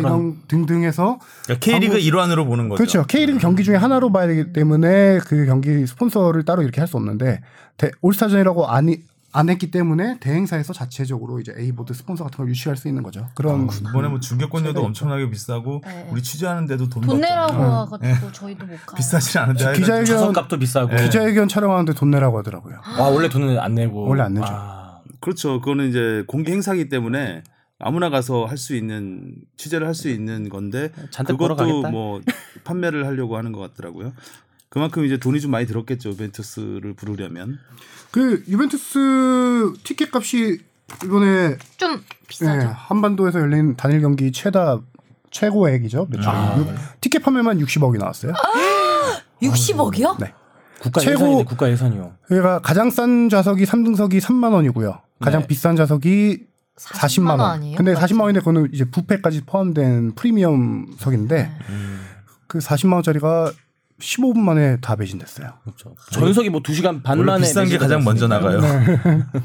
Speaker 3: 뭐 그런-
Speaker 4: 이런 등등해서
Speaker 1: 그러니까 K리그
Speaker 4: 광고-
Speaker 1: 일환으로 보는 거죠.
Speaker 4: 그렇죠. K리그 경기 중에 하나로 봐야 되기 때문에 그 경기 스폰서를 따로 이렇게 할 수 없는데 대- 올스타전이라고 아니 안 했기 때문에 대행사에서 자체적으로 이제 A보드 스폰서 같은 걸 유치할 수 있는 거죠. 그런 음.
Speaker 1: 이번에 뭐 중계권료도
Speaker 4: 차이가
Speaker 1: 엄청나게 비싸고
Speaker 2: 네.
Speaker 1: 우리 취재하는데도 돈,
Speaker 2: 돈
Speaker 1: 넣었잖아요.
Speaker 2: 내라고 해가지고 저희도 못 가요.
Speaker 1: 비싸진 않은데 하여간
Speaker 4: 기자회견 네.
Speaker 3: 좌석값도 비싸고.
Speaker 1: 네.
Speaker 4: 기자회견 촬영하는데 돈 내라고 하더라고요.
Speaker 3: 아 원래 돈은 안 내고.
Speaker 4: 원래 안 내죠.
Speaker 3: 아,
Speaker 1: 그렇죠. 그거는 이제 공개 행사기 때문에 아무나 가서 할 수 있는 취재를 할 수 있는 건데
Speaker 3: 잔뜩
Speaker 1: 그것도
Speaker 3: 걸어가겠다.
Speaker 1: 뭐 판매를 하려고 하는 것 같더라고요. 그만큼 이제 돈이 좀 많이 들었겠죠. 벤투스를 부르려면.
Speaker 4: 그 유벤투스 티켓 값이 이번에
Speaker 2: 좀
Speaker 4: 예,
Speaker 2: 비싸죠.
Speaker 4: 한반도에서 열린 단일 경기 최다 최고액이죠. 매출. 육- 티켓 판매만 60억이 나왔어요.
Speaker 2: 60억이요?
Speaker 4: 네.
Speaker 3: 국가
Speaker 4: 최고-
Speaker 3: 예산이 국가 예산이요.
Speaker 4: 그러니까 가장 싼 좌석이 3등석이 3만 원이고요. 가장
Speaker 3: 네.
Speaker 4: 비싼 좌석이 40만 원.
Speaker 2: 아니에요? 그러니까
Speaker 4: 근데 40만 원인데 그거는 이제 부페까지 포함된 프리미엄석인데 그 40만 원짜리가 15분 만에 다 배진됐어요.
Speaker 3: 그렇죠. 전석이 뭐2 시간 반
Speaker 1: 네. 원래
Speaker 3: 만에
Speaker 1: 비싼 게 가장 먼저 나가요.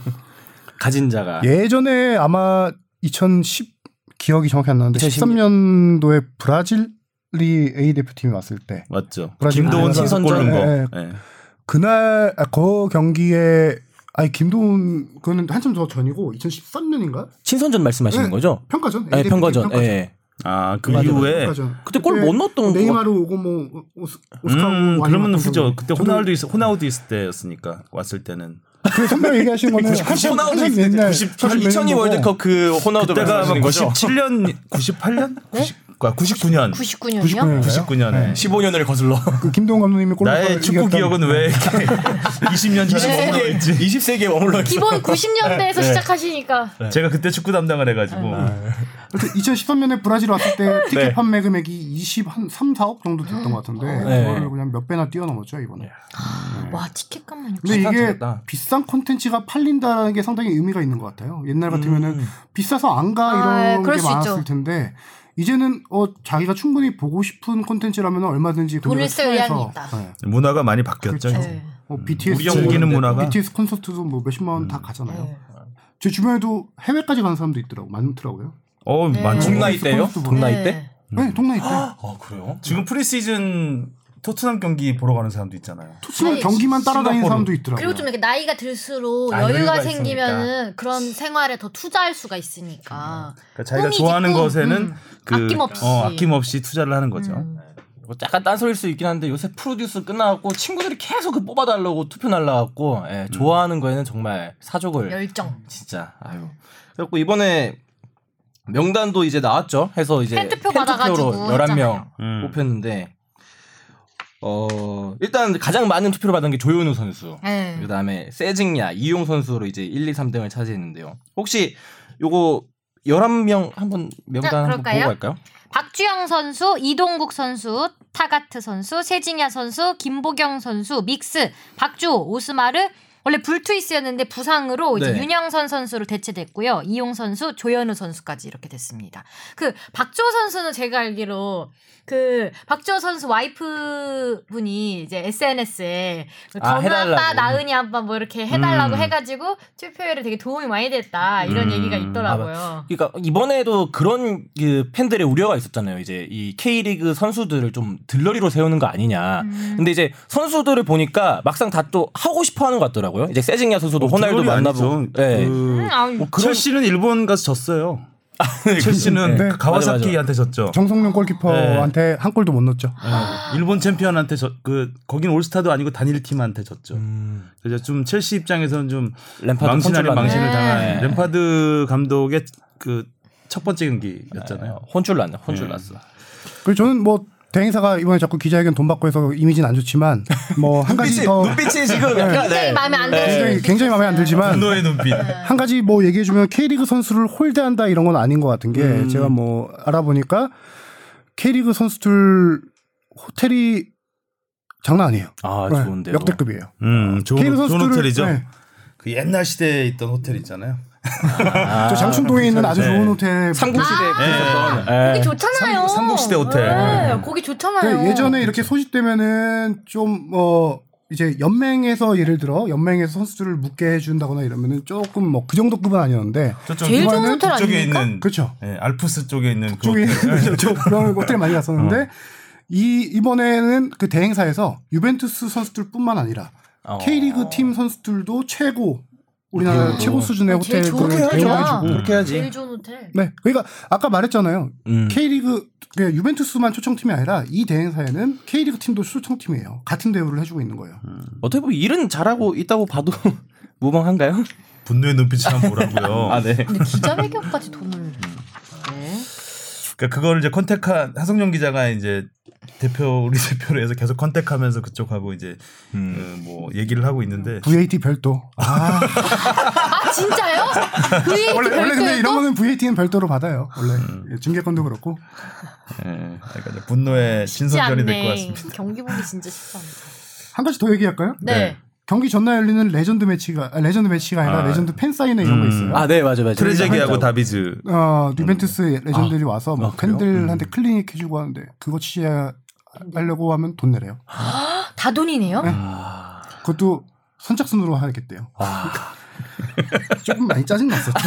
Speaker 3: 가진 자가.
Speaker 4: 네. 예전에 아마 2010 기억이 정확히 안 나는데
Speaker 3: 2016.
Speaker 4: 13년도에 브라질이 A 대표팀이 왔을 때
Speaker 1: 맞죠.
Speaker 4: 브라질 아,
Speaker 1: 김도훈 선수
Speaker 3: 친선전.
Speaker 1: 골른 거.
Speaker 4: 예,
Speaker 1: 예.
Speaker 4: 그날 아, 그 경기에 아니 김도훈 그거는 한참 더 전이고 2013년인가
Speaker 3: 친선전 말씀하시는
Speaker 4: 네.
Speaker 3: 거죠?
Speaker 4: 평가전 A
Speaker 3: 네,
Speaker 4: 대표팀
Speaker 3: 평가전. 예.
Speaker 1: 아, 그
Speaker 4: 맞아요,
Speaker 1: 이후에
Speaker 4: 평가전.
Speaker 3: 그때 골 못 넣었던 거.
Speaker 4: 네이마르 오고 뭐 오스, 오스카고
Speaker 1: 음,
Speaker 4: 많이
Speaker 1: 그러면
Speaker 4: 왔던
Speaker 1: 후죠.
Speaker 4: 경우에.
Speaker 1: 그때
Speaker 4: 저는
Speaker 1: 호나우도 있 호나우도 있을 때였으니까 왔을 때는.
Speaker 4: 그 선배가 얘기하신 거는 한참-
Speaker 3: 호나우도
Speaker 4: 한참
Speaker 3: 있을 때
Speaker 4: 옛날
Speaker 3: 90,
Speaker 4: 네, 사실
Speaker 3: 2002
Speaker 4: 맨날
Speaker 3: 월드컵 그 호나우도
Speaker 1: 그때가 아마
Speaker 3: 말씀하시는 거죠?
Speaker 1: 97년, 98년, 90, 99년,
Speaker 2: 99년이요?
Speaker 1: 99년에.
Speaker 3: 15년을 거슬러.
Speaker 4: 네, 그 김동훈 감독님이 골
Speaker 1: 나의 축구 기억은 왜 이렇게 20년 전에 머물러 있지?
Speaker 3: 20세기에 머물러 있어.
Speaker 2: 기본 90년대에서 시작하시니까
Speaker 1: 제가 그때 축구 담당을 해가지고
Speaker 4: 그 2013년에 브라질 왔을 때 티켓
Speaker 1: 네.
Speaker 4: 판매 금액이 20 한 3, 4억 정도 됐던 것 같은데
Speaker 3: 네.
Speaker 4: 그거를 그냥 몇 배나 뛰어넘었죠 이번에.
Speaker 2: 와 티켓값만 60.
Speaker 4: 근데 이게
Speaker 3: 괜찮다.
Speaker 4: 비싼 콘텐츠가 팔린다라는 게 상당히 의미가 있는 것 같아요. 옛날 같으면은
Speaker 1: 음.
Speaker 4: 비싸서 안 가 이런
Speaker 2: 아,
Speaker 4: 게
Speaker 2: 그럴 수
Speaker 4: 많았을
Speaker 2: 있죠.
Speaker 4: 텐데 이제는 어 자기가 충분히 보고 싶은 콘텐츠라면 얼마든지
Speaker 2: 돈을
Speaker 4: 그걸
Speaker 2: 쓸
Speaker 4: 투자해서,
Speaker 2: 의향이 있다.
Speaker 4: 네.
Speaker 1: 문화가 많이 바뀌었죠.
Speaker 4: 그렇죠.
Speaker 2: 네.
Speaker 1: 이제.
Speaker 4: 뭐 BTS
Speaker 1: 우리 연기는 문화가
Speaker 4: BTS 콘서트도 뭐 몇십만 원 다 가잖아요.
Speaker 2: 네.
Speaker 4: 제 주변에도 해외까지 가는 사람도 있더라고 많더라고요.
Speaker 1: 어 많죠.
Speaker 3: 동나이 때요?
Speaker 4: 콘서트 보러.
Speaker 3: 동나이 때?
Speaker 2: 네.
Speaker 4: 네, 동나이 때.
Speaker 3: 아 그래요?
Speaker 1: 지금 프리시즌 토트넘 경기 보러 가는 사람도 있잖아요.
Speaker 4: 토트넘
Speaker 2: 아니,
Speaker 4: 경기만 따라다니는
Speaker 1: 싱가포르.
Speaker 4: 사람도 있더라고요.
Speaker 2: 그리고 좀 이렇게 나이가 들수록
Speaker 1: 아,
Speaker 2: 여유가
Speaker 1: 여유가
Speaker 2: 생기면은 그런 생활에 더 투자할 수가 있으니까.
Speaker 1: 그러니까 자기가
Speaker 2: 꿈이지,
Speaker 1: 좋아하는
Speaker 2: 꿈.
Speaker 1: 것에는
Speaker 2: 음.
Speaker 1: 그
Speaker 2: 아낌없이.
Speaker 1: 어, 아낌없이 투자를 하는 거죠.
Speaker 2: 음.
Speaker 3: 뭐 약간 딴소리일 수 있긴 한데 요새 프로듀스 끝나갖고 친구들이 계속 그 뽑아달라고 투표 날라갖고 예, 좋아하는 거에는 정말
Speaker 2: 네.
Speaker 3: 사족을
Speaker 2: 열정.
Speaker 3: 진짜 아유. 그래갖고 이번에 명단도 이제 나왔죠. 해서 이제
Speaker 2: 팬투표
Speaker 3: 팬투표로
Speaker 2: 받아가지고
Speaker 3: 11명
Speaker 1: 음.
Speaker 3: 뽑혔는데 어 일단 가장 많은 투표를 받은 게 조현우 선수.
Speaker 2: 네.
Speaker 3: 그다음에 세징야, 이용 선수로 이제 1, 2, 3등을 차지했는데요. 혹시 요거 11명 한번 명단
Speaker 2: 아,
Speaker 3: 한번 보고
Speaker 2: 그럴까요?
Speaker 3: 갈까요?
Speaker 2: 박주영 선수, 이동국 선수, 타가트 선수, 세징야 선수, 김보경 선수, 믹스, 박주호, 오스마르, 원래 불투이스였는데 부상으로 이제
Speaker 3: 네.
Speaker 2: 윤영선 선수로 대체됐고요. 이용 선수, 조현우 선수까지 이렇게 됐습니다. 그 박주호 선수는 제가 알기로 그 박주호 선수 와이프 분이 이제 SNS에
Speaker 3: 아,
Speaker 2: 검아 아빠,
Speaker 3: 해달라고.
Speaker 2: 나은이 아빠 뭐 이렇게 해달라고
Speaker 3: 음.
Speaker 2: 해가지고 투표율에 되게 도움이 많이 됐다 이런
Speaker 3: 음.
Speaker 2: 얘기가 있더라고요.
Speaker 3: 그러니까 이번에도 그런 그 팬들의 우려가 있었잖아요. 이제 이 K리그 선수들을 좀 들러리로 세우는 거 아니냐. 근데 이제 선수들을 보니까 막상 다 또 하고 싶어 하는 것 같더라고요. 이제 세징야
Speaker 1: 뭐
Speaker 3: 선수도 호날두 만나보고. 예.
Speaker 1: 어, 그...
Speaker 2: 음, 아우,
Speaker 1: 뭐 그런- 첼시는 일본 가서 졌어요.
Speaker 3: 음.
Speaker 1: 첼시는 그
Speaker 4: 네.
Speaker 1: 가- 가와사키한테 졌죠.
Speaker 4: 정성룡 골키퍼한테 한 골도 못 넣었죠.
Speaker 2: 아.
Speaker 1: 네. 일본 챔피언한테 저, 그 거긴 올스타도 아니고 단일 팀한테 졌죠.
Speaker 4: 음.
Speaker 1: 그래서 좀 첼시 입장에서는 좀
Speaker 3: 램파드
Speaker 1: 망신 아닌
Speaker 3: 혼쭐
Speaker 1: 망신을
Speaker 2: 네.
Speaker 1: 당한 램파드 감독의 그 첫 번째 경기였잖아요.
Speaker 3: 혼줄 났네. 혼줄
Speaker 1: 예.
Speaker 3: 났어.
Speaker 4: 그리고 저는 뭐 대행사가 이번에 자꾸 기자회견 돈 받고 해서 이미지는 안 좋지만 뭐한
Speaker 1: 네.
Speaker 4: 가지
Speaker 3: 눈빛이,
Speaker 4: 더
Speaker 3: 눈빛이 지금 약간
Speaker 2: 굉장히
Speaker 3: 네.
Speaker 2: 마음에 안
Speaker 4: 굉장히,
Speaker 2: 드는
Speaker 4: 굉장히 마음에 안 들지만
Speaker 1: 분노의 눈빛.
Speaker 4: 한 가지 뭐 얘기해주면 K리그 선수를 홀대한다 이런 건 아닌 것 같은 게
Speaker 3: 음.
Speaker 4: 제가 뭐 알아보니까 K리그 선수들 호텔이 장난 아니에요.
Speaker 3: 아
Speaker 4: 네,
Speaker 3: 좋은데요.
Speaker 4: 역대급이에요.
Speaker 1: 음, 좋은,
Speaker 4: K리그
Speaker 1: 좋은
Speaker 4: 선수들을
Speaker 1: 호텔이죠.
Speaker 4: 네.
Speaker 1: 그 옛날 시대에 있던 호텔 있잖아요.
Speaker 3: 아,
Speaker 4: 저 장충동에 있는 아주
Speaker 1: 네.
Speaker 4: 좋은 호텔.
Speaker 3: 삼국시대
Speaker 4: 네.
Speaker 3: 그랬었던. 예.
Speaker 2: 거기 좋잖아요.
Speaker 1: 삼- 삼국시대 호텔.
Speaker 2: 네,
Speaker 1: 음.
Speaker 2: 거기
Speaker 4: 근데
Speaker 2: 좋잖아요.
Speaker 4: 그 예전에 이렇게 소집되면은 좀뭐 이제 연맹에서 예를 들어 연맹에서 선수들을 묵게 해준다거나 이러면은 조금 뭐 그 정도 급은 아니었는데
Speaker 1: 저쪽
Speaker 2: 제일 좋은
Speaker 1: 북쪽에
Speaker 2: 호텔 아닙니까?
Speaker 1: 있는
Speaker 4: 네. 그렇죠.
Speaker 1: 예, 알프스 쪽에 있는 그
Speaker 4: 쪽에
Speaker 1: 호텔.
Speaker 4: 저 그런 호텔 많이 갔었는데 이 이번에는 그 대행사에서 유벤투스 선수들뿐만 아니라
Speaker 3: 어.
Speaker 4: K리그 팀 선수들도 최고 우리나라 최고 수준의
Speaker 2: 어, 제일
Speaker 4: 호텔
Speaker 2: 좋은
Speaker 4: 을
Speaker 2: 호텔이야.
Speaker 1: 음.
Speaker 4: 제공해주고
Speaker 3: 그렇게 해야지.
Speaker 2: 제일 좋은 호텔.
Speaker 4: 네 그러니까 아까 말했잖아요
Speaker 3: 음.
Speaker 4: K리그 그냥 유벤투스만 초청팀이 아니라 이 대행사에는 K리그 팀도 초청팀이에요 같은 대우를 해주고 있는 거예요
Speaker 3: 어떻게 보면 일은 잘하고 있다고 봐도 무방한가요?
Speaker 1: 분노의 눈빛이 참 뭐라고요.
Speaker 3: 아 네.
Speaker 2: 근데 기자회견까지 돈을. 네.
Speaker 1: 그러니까 그거를 이제 컨택한 하성룡 기자가 이제 대표 우리 대표로 해서 계속 컨택하면서 그쪽하고 이제
Speaker 3: 음.
Speaker 1: 그 뭐 얘기를 하고 있는데
Speaker 4: VAT 별도
Speaker 2: 아 진짜요? 그이
Speaker 4: 원래 원래 근데
Speaker 2: 별도에도
Speaker 4: 이런 거는 VAT는 별도로 받아요 원래
Speaker 3: 음.
Speaker 4: 중계권도 그렇고
Speaker 1: 예, 음. 그러니까 이제 분노의
Speaker 2: 쉽지
Speaker 1: 신선전이 될 것
Speaker 2: 않네.
Speaker 1: 같습니다.
Speaker 2: 경기 보기 진짜 쉽지 않네.
Speaker 4: 한 가지 더 얘기할까요?
Speaker 2: 네.
Speaker 4: 경기 전날 열리는 레전드 매치가 아, 레전드 매치가 아니라
Speaker 1: 아.
Speaker 4: 레전드 팬 사인회 이런 거 있어요.
Speaker 3: 아 네 맞아 맞아.
Speaker 1: 트레제기하고 다비즈
Speaker 4: 어, 유벤투스 레전드들이 와서 뭐
Speaker 3: 아, 그래요?
Speaker 4: 팬들한테 클리닉 해주고 하는데 그거 취재하려고 하면 돈 내래요.
Speaker 2: 다 돈이네요.
Speaker 4: 그것도 선착순으로 하겠대요.
Speaker 3: 아,
Speaker 4: 조금 많이 짜증 났었죠.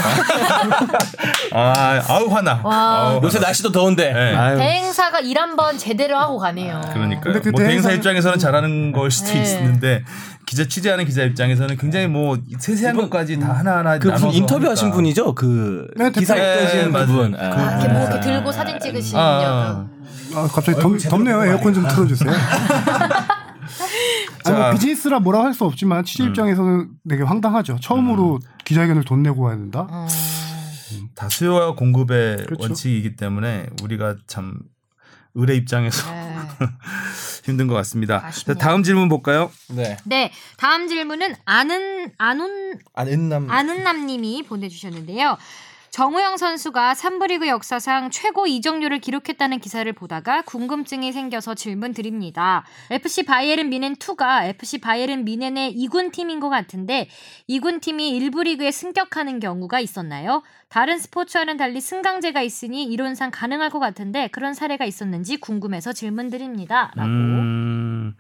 Speaker 1: 아 아우 화나
Speaker 2: 와.
Speaker 1: 아우
Speaker 3: 요새 날씨도 더운데.
Speaker 1: 네.
Speaker 3: 아유.
Speaker 2: 대행사가 일 한 번 제대로 하고 가네요.
Speaker 1: 그러니까
Speaker 4: 근데 그
Speaker 1: 뭐 대행사 음.
Speaker 4: 대행사는-
Speaker 1: 입장에서는 잘하는 걸 수도
Speaker 2: 네.
Speaker 1: 있는데 기자 취재하는 기자 입장에서는 굉장히 뭐 세세한
Speaker 3: 이분-
Speaker 1: 것까지 다 하나하나
Speaker 3: 그 무슨
Speaker 1: 나눠서
Speaker 3: 인터뷰 하신
Speaker 1: 하니까.
Speaker 3: 분이죠? 그
Speaker 4: 네, 대표-
Speaker 3: 기사
Speaker 1: 네,
Speaker 3: 읽으신
Speaker 1: 맞아요.
Speaker 3: 분.
Speaker 1: 그
Speaker 2: 아,
Speaker 3: 아,
Speaker 2: 이렇게 뭐 이렇게 들고 사진 찍으신
Speaker 1: 아,
Speaker 2: 여자.
Speaker 4: 아, 갑자기 덥, 덥네요. 에어컨 좀 틀어주세요. 아니, 아, 뭐
Speaker 1: 자.
Speaker 4: 비즈니스라 뭐라 할 수 없지만 취재 입장에서는 되게 황당하죠. 음. 처음으로 기자회견을 돈 내고 해야 된다.
Speaker 2: 어.
Speaker 1: 다 수요와 공급의
Speaker 4: 그렇죠.
Speaker 1: 원칙이기 때문에 우리가 참 을의 입장에서
Speaker 2: 네.
Speaker 1: 힘든 것 같습니다. 자,
Speaker 2: 아쉽네요.
Speaker 1: 다음 질문 볼까요?
Speaker 3: 네.
Speaker 5: 네, 다음 질문은 아는 안온
Speaker 3: 안 은남.
Speaker 5: 아는남님이 보내주셨는데요. 정우영 선수가 삼부리그 역사상 최고 이적률을 기록했다는 기사를 보다가 궁금증이 생겨서 질문 드립니다. FC 바이에른 미넨 2가 FC 바이에른 미넨의 2군 팀인 것 같은데 2군 팀이 1부 리그에 승격하는 경우가 있었나요? 다른 스포츠와는 달리 승강제가 있으니 이론상 가능할 것 같은데 그런 사례가 있었는지 궁금해서 질문 드립니다. 라고.
Speaker 1: 음,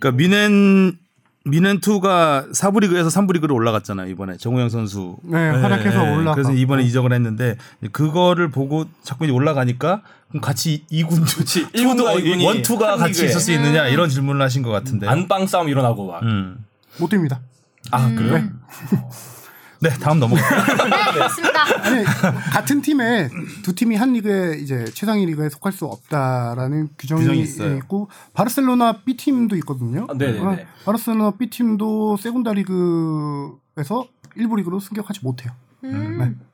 Speaker 1: 그러니까 미넨 미넨 2가 4부 리그에서 3부 리그로 올라갔잖아요 이번에 정우영 선수
Speaker 4: 네, 활약해서 올라가고.
Speaker 1: 그래서 이번에 이적을 했는데 그거를 보고 자꾸 이제 올라가니까 그럼 같이 2군 좋지
Speaker 3: 일군과 이군이
Speaker 1: 원투가
Speaker 3: 한
Speaker 1: 같이
Speaker 3: 리그에.
Speaker 1: 있을 수 있느냐 이런 질문을 하신 것 같은데
Speaker 3: 네. 안방 싸움 일어나고 막.
Speaker 1: 음.
Speaker 4: 못 됩니다.
Speaker 1: 아 그래요? 네 다음 넘어가.
Speaker 5: 네, 그렇습니다.
Speaker 4: 아니, 같은 팀에 두 팀이 한 리그에 이제 최상위 리그에 속할 수 없다라는 규정이,
Speaker 1: 규정이 있어요.
Speaker 4: 있고 바르셀로나 B 팀도 있거든요.
Speaker 3: 아, 네네네.
Speaker 4: 어, 바르셀로나 B 팀도 세군다 리그에서 일부 리그로 승격하지 못해요. 네,